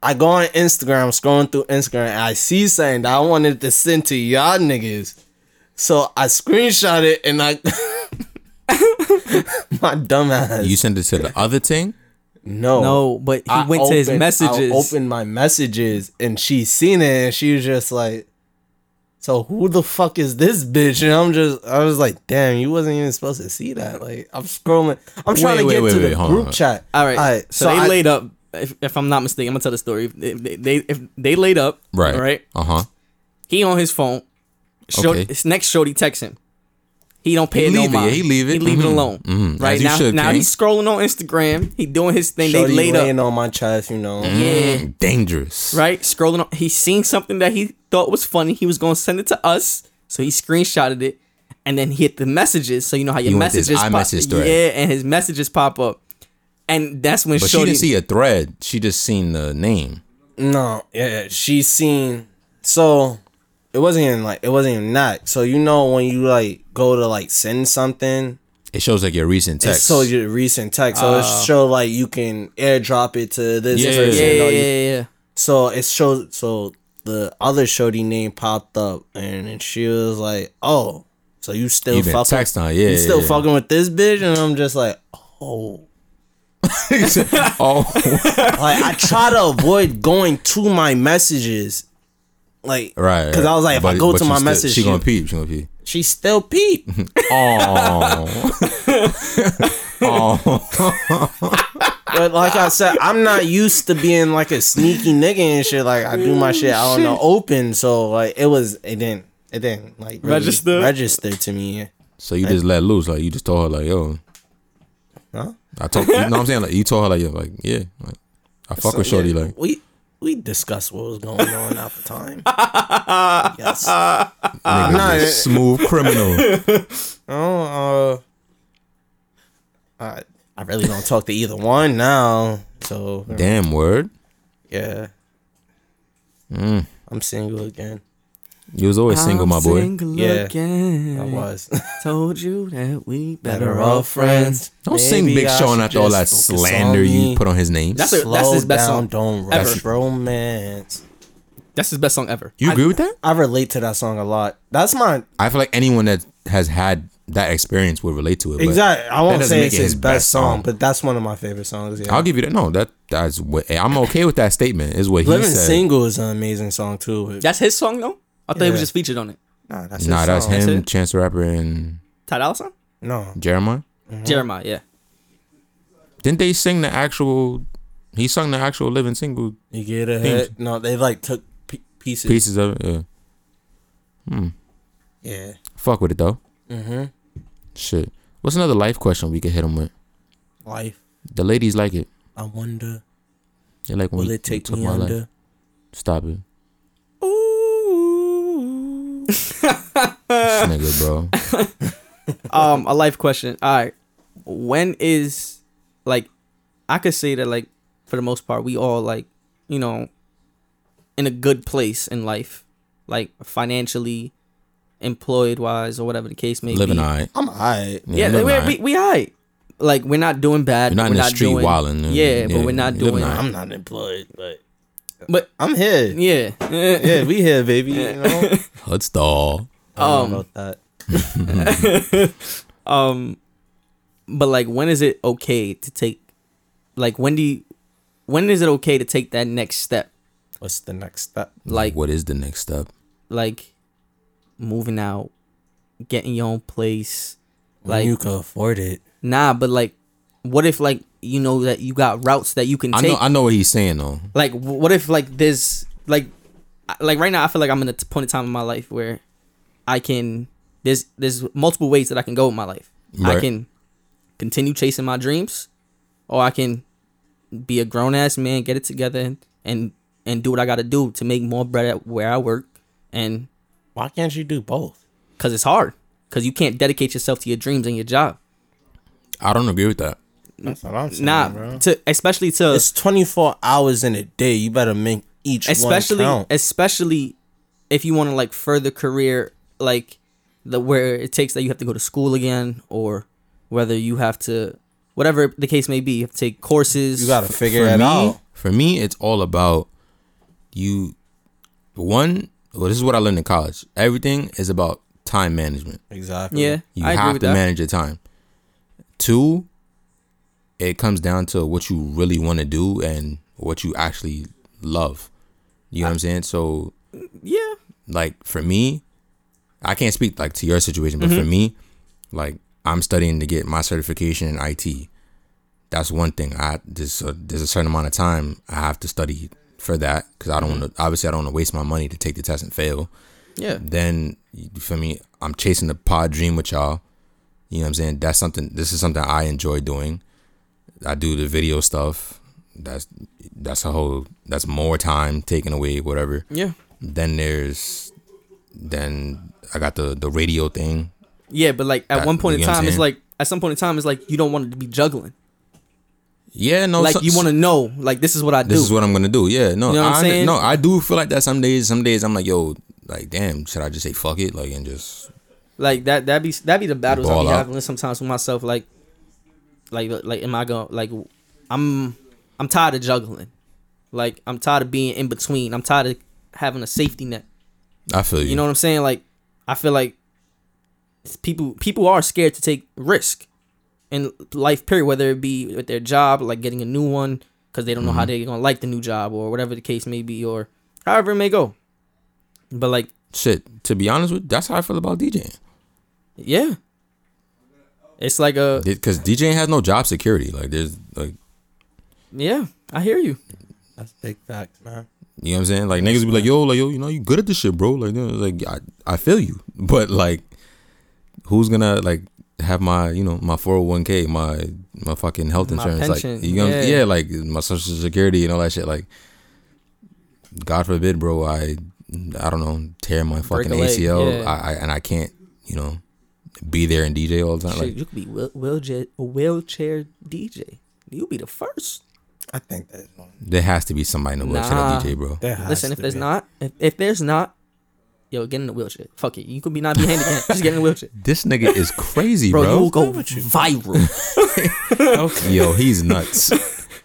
Speaker 3: I go on Instagram, scrolling through Instagram, and I see something that I wanted to send to y'all niggas. So I screenshot it and I [LAUGHS] my dumb ass.
Speaker 2: You sent it to the other thing?
Speaker 3: no.
Speaker 1: no, but he
Speaker 3: I
Speaker 1: went to his
Speaker 3: opened-
Speaker 1: messages.
Speaker 3: I opened my messages and she seen it and she was just like, "So who the fuck is this bitch?" And I'm just, I was like, "Damn, you wasn't even supposed to see that." Like I'm scrolling, I'm trying to
Speaker 2: wait,
Speaker 3: get
Speaker 2: wait,
Speaker 3: to
Speaker 2: wait,
Speaker 3: the
Speaker 2: hold on,
Speaker 3: group
Speaker 2: hold on.
Speaker 3: chat.
Speaker 1: All right. so, they
Speaker 3: I-
Speaker 1: laid up. If, if I'm not mistaken, I'm gonna tell the story. If they, they, they if they laid up,
Speaker 2: Right.
Speaker 1: all right.
Speaker 2: Uh huh.
Speaker 1: He on his phone. Shorty,
Speaker 2: Okay.
Speaker 1: His next shorty texts him. He don't pay
Speaker 2: He
Speaker 1: no
Speaker 2: leave it,
Speaker 1: mind.
Speaker 2: yeah, he leave it.
Speaker 1: He leave it
Speaker 2: Mhm,
Speaker 1: alone.
Speaker 2: mhm,
Speaker 1: Right
Speaker 2: as you
Speaker 1: now,
Speaker 2: should,
Speaker 1: now
Speaker 2: King.
Speaker 1: he's scrolling on Instagram. He doing his thing.
Speaker 3: Shorty
Speaker 1: they laid up. Mm-hmm.
Speaker 3: laying on my chest, you know.
Speaker 1: Yeah.
Speaker 2: Dangerous.
Speaker 1: Right. Scrolling on. He seen something that he thought was funny. He was gonna send it to us, so he screenshotted it, and then he hit the messages. So you know how your
Speaker 2: He went to his
Speaker 1: messages pop.
Speaker 2: iMessage thread.
Speaker 1: Yeah, and his messages pop up, and that's when
Speaker 2: But she
Speaker 1: shorty.
Speaker 2: didn't see a thread. She just seen the name.
Speaker 3: No, yeah, she seen. So it wasn't even like it wasn't even that. So you know when you like go to like send something
Speaker 2: It shows like your recent
Speaker 3: It
Speaker 2: text. Ah.
Speaker 3: So your recent text. So it show like you can airdrop it to this
Speaker 2: Yeah,
Speaker 3: person.
Speaker 1: yeah,
Speaker 3: or
Speaker 1: yeah,
Speaker 3: you-
Speaker 1: yeah, yeah.
Speaker 3: So it shows. So the other shorty name popped up, and, and she was like, "Oh, so you still
Speaker 2: You've been
Speaker 3: fucking?
Speaker 2: texting her, yeah,
Speaker 3: you still
Speaker 2: yeah, yeah.
Speaker 3: fucking with this bitch?" And I'm just like, "Oh." [LAUGHS]
Speaker 2: oh,
Speaker 3: Like I try to avoid going to my messages, like
Speaker 2: right.
Speaker 3: Because I was like, if I
Speaker 2: But-
Speaker 3: go
Speaker 2: but
Speaker 3: to
Speaker 2: you
Speaker 3: my
Speaker 2: still-
Speaker 3: message,
Speaker 2: she
Speaker 3: she
Speaker 2: gonna peep. She gonna peep.
Speaker 3: She's still Pete. [LAUGHS]
Speaker 2: Oh. oh.
Speaker 3: But like I said, I'm not used to being like a sneaky nigga and shit. Like I do my shit out in the open, so like it was, it didn't, it didn't like really
Speaker 1: Register?
Speaker 3: register to me.
Speaker 2: So you just let loose, like you just told her, like yo.
Speaker 3: Huh?
Speaker 2: I told you know what I'm
Speaker 3: [LAUGHS]
Speaker 2: saying, like you told her, like yo, like yeah, like I fuck with shorty, like
Speaker 3: we we discussed what was going on at the time. yes.
Speaker 2: nigga,
Speaker 3: Uh, nah,
Speaker 2: you
Speaker 3: it-
Speaker 2: smooth
Speaker 3: [LAUGHS]
Speaker 2: criminal.
Speaker 3: Oh, uh, I I really don't talk to either one now. So
Speaker 2: Damn word,
Speaker 3: yeah,
Speaker 2: Mm.
Speaker 3: I'm single again.
Speaker 2: you was always single, my boy.
Speaker 3: Yeah. I
Speaker 1: Again.
Speaker 3: was [LAUGHS]
Speaker 1: Told you that we
Speaker 3: better off friends.
Speaker 2: Don't sing
Speaker 3: Maybe
Speaker 2: Big
Speaker 3: I
Speaker 2: Sean
Speaker 3: should
Speaker 2: after all
Speaker 3: just
Speaker 2: that
Speaker 3: focus
Speaker 2: slander
Speaker 3: on
Speaker 2: you
Speaker 3: me.
Speaker 2: put on his name.
Speaker 1: That's a- that's
Speaker 3: Slow
Speaker 1: his best
Speaker 3: down,
Speaker 1: song
Speaker 3: Don't
Speaker 1: ever.
Speaker 3: rush romance.
Speaker 1: That's his best song ever.
Speaker 2: you agree with that?
Speaker 3: I relate to that song a lot. That's my
Speaker 2: I feel like anyone that has had that experience would relate to it. but
Speaker 3: exact. I
Speaker 2: that
Speaker 3: won't
Speaker 2: doesn't
Speaker 3: say
Speaker 2: make
Speaker 3: it's
Speaker 2: it
Speaker 3: his,
Speaker 2: his
Speaker 3: best,
Speaker 2: best
Speaker 3: song,
Speaker 2: song.
Speaker 3: but that's one of my favorite songs. Yeah,
Speaker 2: I'll give you that. No, that that's what eh, I'm okay with that statement. Is what he
Speaker 3: Living
Speaker 2: said.
Speaker 3: Single is an amazing song too. but-
Speaker 1: That's his song though. I thought he was
Speaker 3: Yeah.
Speaker 1: just featured on it.
Speaker 3: nah, that's
Speaker 2: Nah,
Speaker 3: his
Speaker 2: that's
Speaker 3: song.
Speaker 2: him,
Speaker 1: That's it?
Speaker 2: Chance the Rapper, and
Speaker 1: Ty Dolla Sign,
Speaker 3: No,
Speaker 2: Jeremiah.
Speaker 1: Jeremiah. Yeah.
Speaker 2: Didn't they sing the actual? He sung the actual living single
Speaker 3: you get a hit. No, they like took p- pieces.
Speaker 2: pieces of it. Yeah.
Speaker 3: Yeah.
Speaker 2: Fuck with it though.
Speaker 3: Mm-hmm.
Speaker 2: Shit. What's another life question we could hit him with?
Speaker 3: Life.
Speaker 2: The ladies like it.
Speaker 3: I wonder
Speaker 2: They like when
Speaker 3: will
Speaker 2: we
Speaker 3: it take
Speaker 2: took
Speaker 3: me
Speaker 2: my
Speaker 3: under?
Speaker 2: life. Stop it.
Speaker 3: Ooh.
Speaker 2: This nigga,
Speaker 3: [LAUGHS]
Speaker 2: bro.
Speaker 1: [LAUGHS] um a life question all right when is like i could say that like for the most part we all like you know in a good place in life like financially employed wise or whatever the case may
Speaker 2: Living
Speaker 1: be
Speaker 2: alright.
Speaker 3: I'm alright.
Speaker 1: yeah,
Speaker 2: living
Speaker 1: we,
Speaker 2: alright.
Speaker 1: we, we all right like we're not doing bad
Speaker 2: We're not
Speaker 1: we're
Speaker 2: in the
Speaker 1: not
Speaker 2: street
Speaker 1: doing,
Speaker 2: wilding.
Speaker 1: yeah, but we're not doing
Speaker 3: I'm not employed, but
Speaker 1: but
Speaker 3: I'm here. Yeah,
Speaker 1: yeah yeah
Speaker 3: we here, baby. You [LAUGHS] know.
Speaker 2: Hut stall.
Speaker 3: I don't
Speaker 1: Um,
Speaker 3: know about that.
Speaker 1: um but like when is it okay to take like when do you when is it okay to take that next step
Speaker 3: What's the next step?
Speaker 1: like
Speaker 2: What is the next step?
Speaker 1: like moving out, getting your own place.
Speaker 3: Like
Speaker 1: Like
Speaker 3: you can afford it.
Speaker 1: nah, but like, what if like you know that you got routes that you can
Speaker 2: I
Speaker 1: take?
Speaker 2: know. I know what he's saying though.
Speaker 1: like, wh- what if like there's like, I- like right now I feel like I'm in a t- point in time in my life where I can there's there's multiple ways that I can go with my life. I
Speaker 2: Right.
Speaker 1: can continue chasing my dreams, or I can be a grown ass man, get it together, and and do what I got to do to make more bread at where I work and
Speaker 3: Why can't you do both?
Speaker 1: because it's hard because you can't dedicate yourself to your dreams and your job
Speaker 2: I don't agree with that.
Speaker 3: That's what I'm saying,
Speaker 1: nah to especially to
Speaker 3: It's 24 hours in a day. You better make each
Speaker 1: especially
Speaker 3: one count.
Speaker 1: especially if you want to like further career like the where it takes that you have to go to school again or whether you have to whatever the case may be you have to take courses
Speaker 3: You gotta figure
Speaker 2: for
Speaker 3: it
Speaker 2: me,
Speaker 3: out.
Speaker 2: For me, it's all about you. One, well, this is what I learned in college. Everything is about time management.
Speaker 3: Exactly.
Speaker 1: yeah
Speaker 2: You
Speaker 1: i agree
Speaker 2: have
Speaker 1: with
Speaker 2: to
Speaker 1: that
Speaker 2: manage your time. Two, it comes down to what you really want to do and what you actually love. You know what I'm saying? So,
Speaker 1: yeah
Speaker 2: like for me, I can't speak like to your situation, but for me, like I'm studying to get my certification in IT. That's one thing. I there's a, there's a certain amount of time I have to study for that because I don't want to. Obviously, I don't want to waste my money to take the test and fail.
Speaker 1: yeah
Speaker 2: Then you feel me? I'm chasing the pod dream with y'all. You know what I'm saying? That's something. This is something I enjoy doing. I do the video stuff. That's that's a whole. That's more time taken away. Whatever
Speaker 1: yeah
Speaker 2: then there's then I got the the radio thing.
Speaker 1: yeah but like at
Speaker 2: That-
Speaker 1: one point in
Speaker 2: you know what I'm
Speaker 1: time it's
Speaker 2: saying?
Speaker 1: like at some point in time it's like you don't want to be juggling
Speaker 2: Yeah, no,
Speaker 1: like
Speaker 2: Oh, so-
Speaker 1: you want to know like this is what i do
Speaker 2: This is what I'm gonna do. Yeah, no,
Speaker 1: You know what I'm
Speaker 2: I,
Speaker 1: saying?
Speaker 2: no, I do feel like that some days. Some days I'm like, yo, like damn, should I just say fuck it, like and just
Speaker 1: Like that that be that be the battles I
Speaker 2: Ball
Speaker 1: be
Speaker 2: out.
Speaker 1: having sometimes with myself. Like, like like am I going to like I'm I'm tired of juggling. Like I'm tired of being in between. I'm tired of having a safety net.
Speaker 2: I feel you.
Speaker 1: You know what I'm saying? Like I feel like it's people people are scared to take risk in life period, whether it be with their job, like getting a new one because they don't
Speaker 2: Mm-hmm.
Speaker 1: know how they're gonna like the new job or whatever the case may be, or however it may go. But like
Speaker 2: shit. To be honest with, you, that's how I feel about DJing.
Speaker 1: Yeah. It's like a
Speaker 2: Because DJing has no job security. Like there's like
Speaker 1: yeah. I hear you.
Speaker 3: That's big facts, man.
Speaker 2: you know what I'm saying. Like niggas be like, yo, like yo, you know, you good at this shit, bro. Like, you know, like I, I feel you, [LAUGHS] but like, who's gonna like have my you know my 401k, my my fucking health
Speaker 1: My
Speaker 2: insurance,
Speaker 1: pension,
Speaker 2: like you know,
Speaker 1: yeah.
Speaker 2: yeah. yeah, like my social security and all that shit. Like, God forbid, bro, I I don't know tear my
Speaker 1: Break
Speaker 2: fucking
Speaker 1: a leg,
Speaker 2: ACL,
Speaker 1: yeah.
Speaker 2: I, I and I can't you know be there and DJ all the time.
Speaker 1: Shit,
Speaker 2: Like,
Speaker 1: you could be wheel- wheelchair wheelchair DJ. You'll be the first.
Speaker 3: I think that's one.
Speaker 2: there has to be somebody in the wheelchair
Speaker 1: Nah.
Speaker 2: DJ, bro.
Speaker 3: There has
Speaker 1: Listen, if
Speaker 3: to
Speaker 1: there's
Speaker 3: be.
Speaker 1: not, if, if there's not, yo, get in the wheelchair. Fuck it. You could be not be handicapped. Just get in the wheelchair.
Speaker 2: This nigga is crazy,
Speaker 1: Bro,
Speaker 2: bro.
Speaker 1: you will go viral.
Speaker 2: Yo, he's nuts.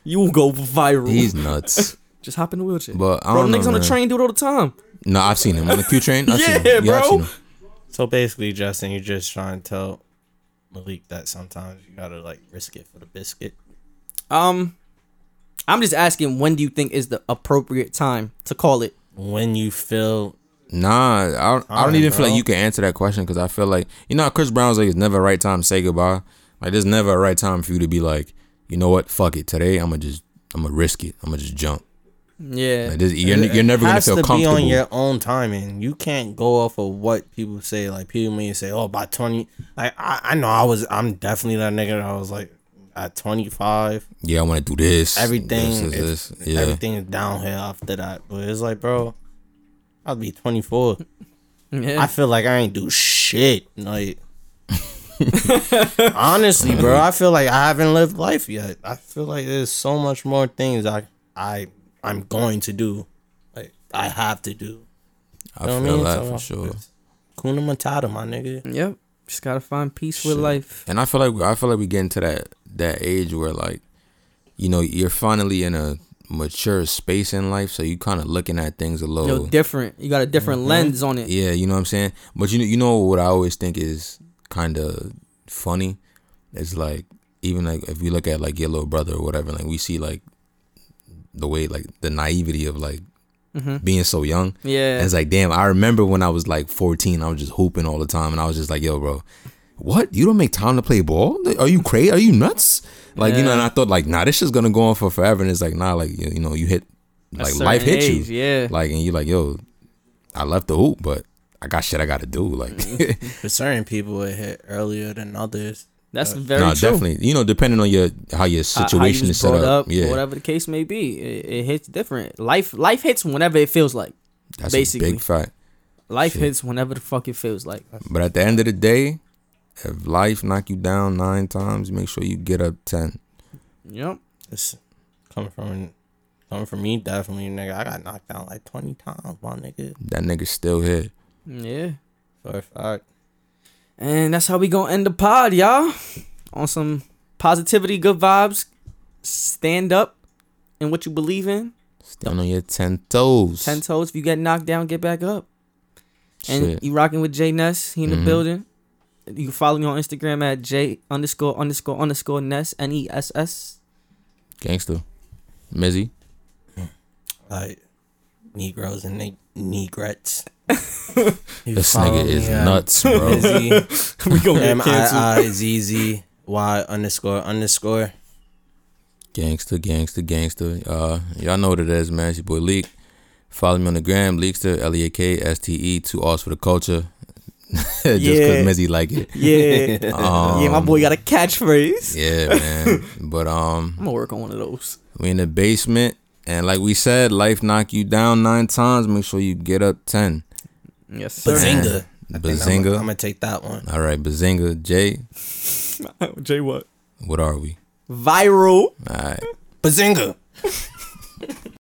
Speaker 1: you will go viral.
Speaker 2: He's nuts.
Speaker 1: Just hop in the wheelchair.
Speaker 2: But I
Speaker 1: bro,
Speaker 2: don't
Speaker 1: niggas
Speaker 2: know,
Speaker 1: on the
Speaker 2: man.
Speaker 1: train do it all the time.
Speaker 2: No, I've seen him on the Q train. I've
Speaker 1: Yeah,
Speaker 2: seen him. I've
Speaker 1: bro.
Speaker 2: seen him.
Speaker 3: So basically, Justin, you're just trying to tell Malik that sometimes you gotta like risk it for the biscuit.
Speaker 1: Um, I'm just asking, when do you think is the appropriate time to call it?
Speaker 3: When you feel
Speaker 2: Nah, I don't, I don't
Speaker 3: Alright,
Speaker 2: even feel
Speaker 3: bro.
Speaker 2: like you can answer that question because I feel like you know how Chris Brown's like it's never a right time to say goodbye. Like there's never a right time for you to be like, you know what, fuck it. Today I'm gonna just I'm gonna risk it. I'm gonna just jump.
Speaker 1: Yeah,
Speaker 2: Like, this, you're,
Speaker 3: It
Speaker 2: you're never gonna
Speaker 3: has
Speaker 2: feel
Speaker 3: to
Speaker 2: comfortable.
Speaker 3: Be on your own timing. You can't go off of what people say. Like people may say, "Oh, by 20, like I, I know I was. I'm definitely that nigga. That I was like at 25.
Speaker 2: yeah, I want to do this.
Speaker 3: Everything,
Speaker 2: This,
Speaker 3: is-
Speaker 2: this, this. Yeah.
Speaker 3: everything is downhill after that. But it's like, bro, I'll be 24.
Speaker 1: yeah.
Speaker 3: I feel like I ain't do shit. Like, [LAUGHS] honestly, bro, I feel like I haven't lived life yet. I feel like there's so much more things I, I, I'm going to do. Like, I have to do.
Speaker 2: I
Speaker 3: You know
Speaker 2: feel
Speaker 3: what I mean?
Speaker 2: that
Speaker 3: So,
Speaker 2: for sure.
Speaker 3: it's Kuna Matata, my nigga.
Speaker 1: yep. Just gotta find peace with life.
Speaker 2: And I feel like I feel like we get into that that age where like, you know, you're finally in a mature space in life, so you kind of looking at things a little.
Speaker 1: Yo, different. You got a different lens on it.
Speaker 2: Mm-hmm. Yeah, you know what I'm saying. But you you know what I always think is kind of funny. It's like even like if you look at like your little brother or whatever, like we see like the way like the naivety of like being so young.
Speaker 1: Mm-hmm. Yeah.
Speaker 2: And it's like damn, I remember when I was like 14, I was just hooping all the time, and I was just like, yo, bro. What you don't make time to play ball? Are you crazy? Are you nuts? Like you know, and I thought like, nah, this shit's gonna go on for forever. And it's like, nah, like you, you know, you hit, like life
Speaker 1: certain
Speaker 2: hits
Speaker 1: age,
Speaker 2: you,
Speaker 1: yeah.
Speaker 2: [LAUGHS] Like and you like, yo, I left the hoop, but I got shit I got to do. Like,
Speaker 1: Mm.
Speaker 2: [LAUGHS]
Speaker 3: For certain people, it hit earlier than others.
Speaker 1: That's
Speaker 2: no,
Speaker 1: very true.
Speaker 2: definitely. You know, depending on your
Speaker 1: How-
Speaker 2: how your
Speaker 1: how you
Speaker 2: situation
Speaker 1: was
Speaker 2: is set
Speaker 1: brought
Speaker 2: up, yeah,
Speaker 1: or whatever the case may be, it, it hits different. Life, life hits whenever it feels like.
Speaker 2: that's
Speaker 1: basically.
Speaker 2: a big fact.
Speaker 1: Life
Speaker 2: Shit.
Speaker 1: hits whenever the fuck it feels like.
Speaker 2: But at the end of the day, if life knock you down nine times, make sure you get up ten.
Speaker 1: Yep.
Speaker 3: It's coming from, coming from me, definitely, nigga. I got knocked down like 20 times, my nigga.
Speaker 2: That nigga's still here.
Speaker 1: Yeah.
Speaker 3: For a fact.
Speaker 1: And that's how we gonna end the pod, y'all. On some positivity, good vibes. Stand up in what you believe in.
Speaker 2: Stand on your ten toes.
Speaker 1: Ten toes. If you get knocked down, get back up. And
Speaker 2: Shit.
Speaker 1: you rocking with Jay Ness. He in the
Speaker 2: Mhm.
Speaker 1: building. You can follow me on Instagram at J underscore underscore underscore Ness N E S S.
Speaker 2: Gangster. Mizzy.
Speaker 3: like Negroes and ne- Negrettes. [LAUGHS]
Speaker 2: This nigga is
Speaker 1: [LAUGHS]
Speaker 2: nuts, bro.
Speaker 3: [LAUGHS] we gonna get underscore underscore.
Speaker 2: Gangster, gangster, gangster. Uh, y'all know what it is, man. It's your boy Leak. Follow me on the gram, Leakster, L E A K S T E, two R's for the culture. [LAUGHS] Just cause
Speaker 1: Yeah.
Speaker 2: Mizzy like it. [LAUGHS]
Speaker 1: Yeah.
Speaker 2: Um,
Speaker 1: yeah, my boy got a catchphrase.
Speaker 2: Yeah, man. But um,
Speaker 1: I'm gonna work on one of those.
Speaker 2: we in the basement, and like we said, life knock you down nine times. Make sure you get up ten.
Speaker 1: Yes, sir.
Speaker 3: Bazinga.
Speaker 2: Bazinga.
Speaker 3: I'm gonna take that one.
Speaker 2: All right, Bazinga, Jay.
Speaker 1: [LAUGHS] Jay, what?
Speaker 2: What are we?
Speaker 1: Viral.
Speaker 2: All right.
Speaker 3: Bazinga.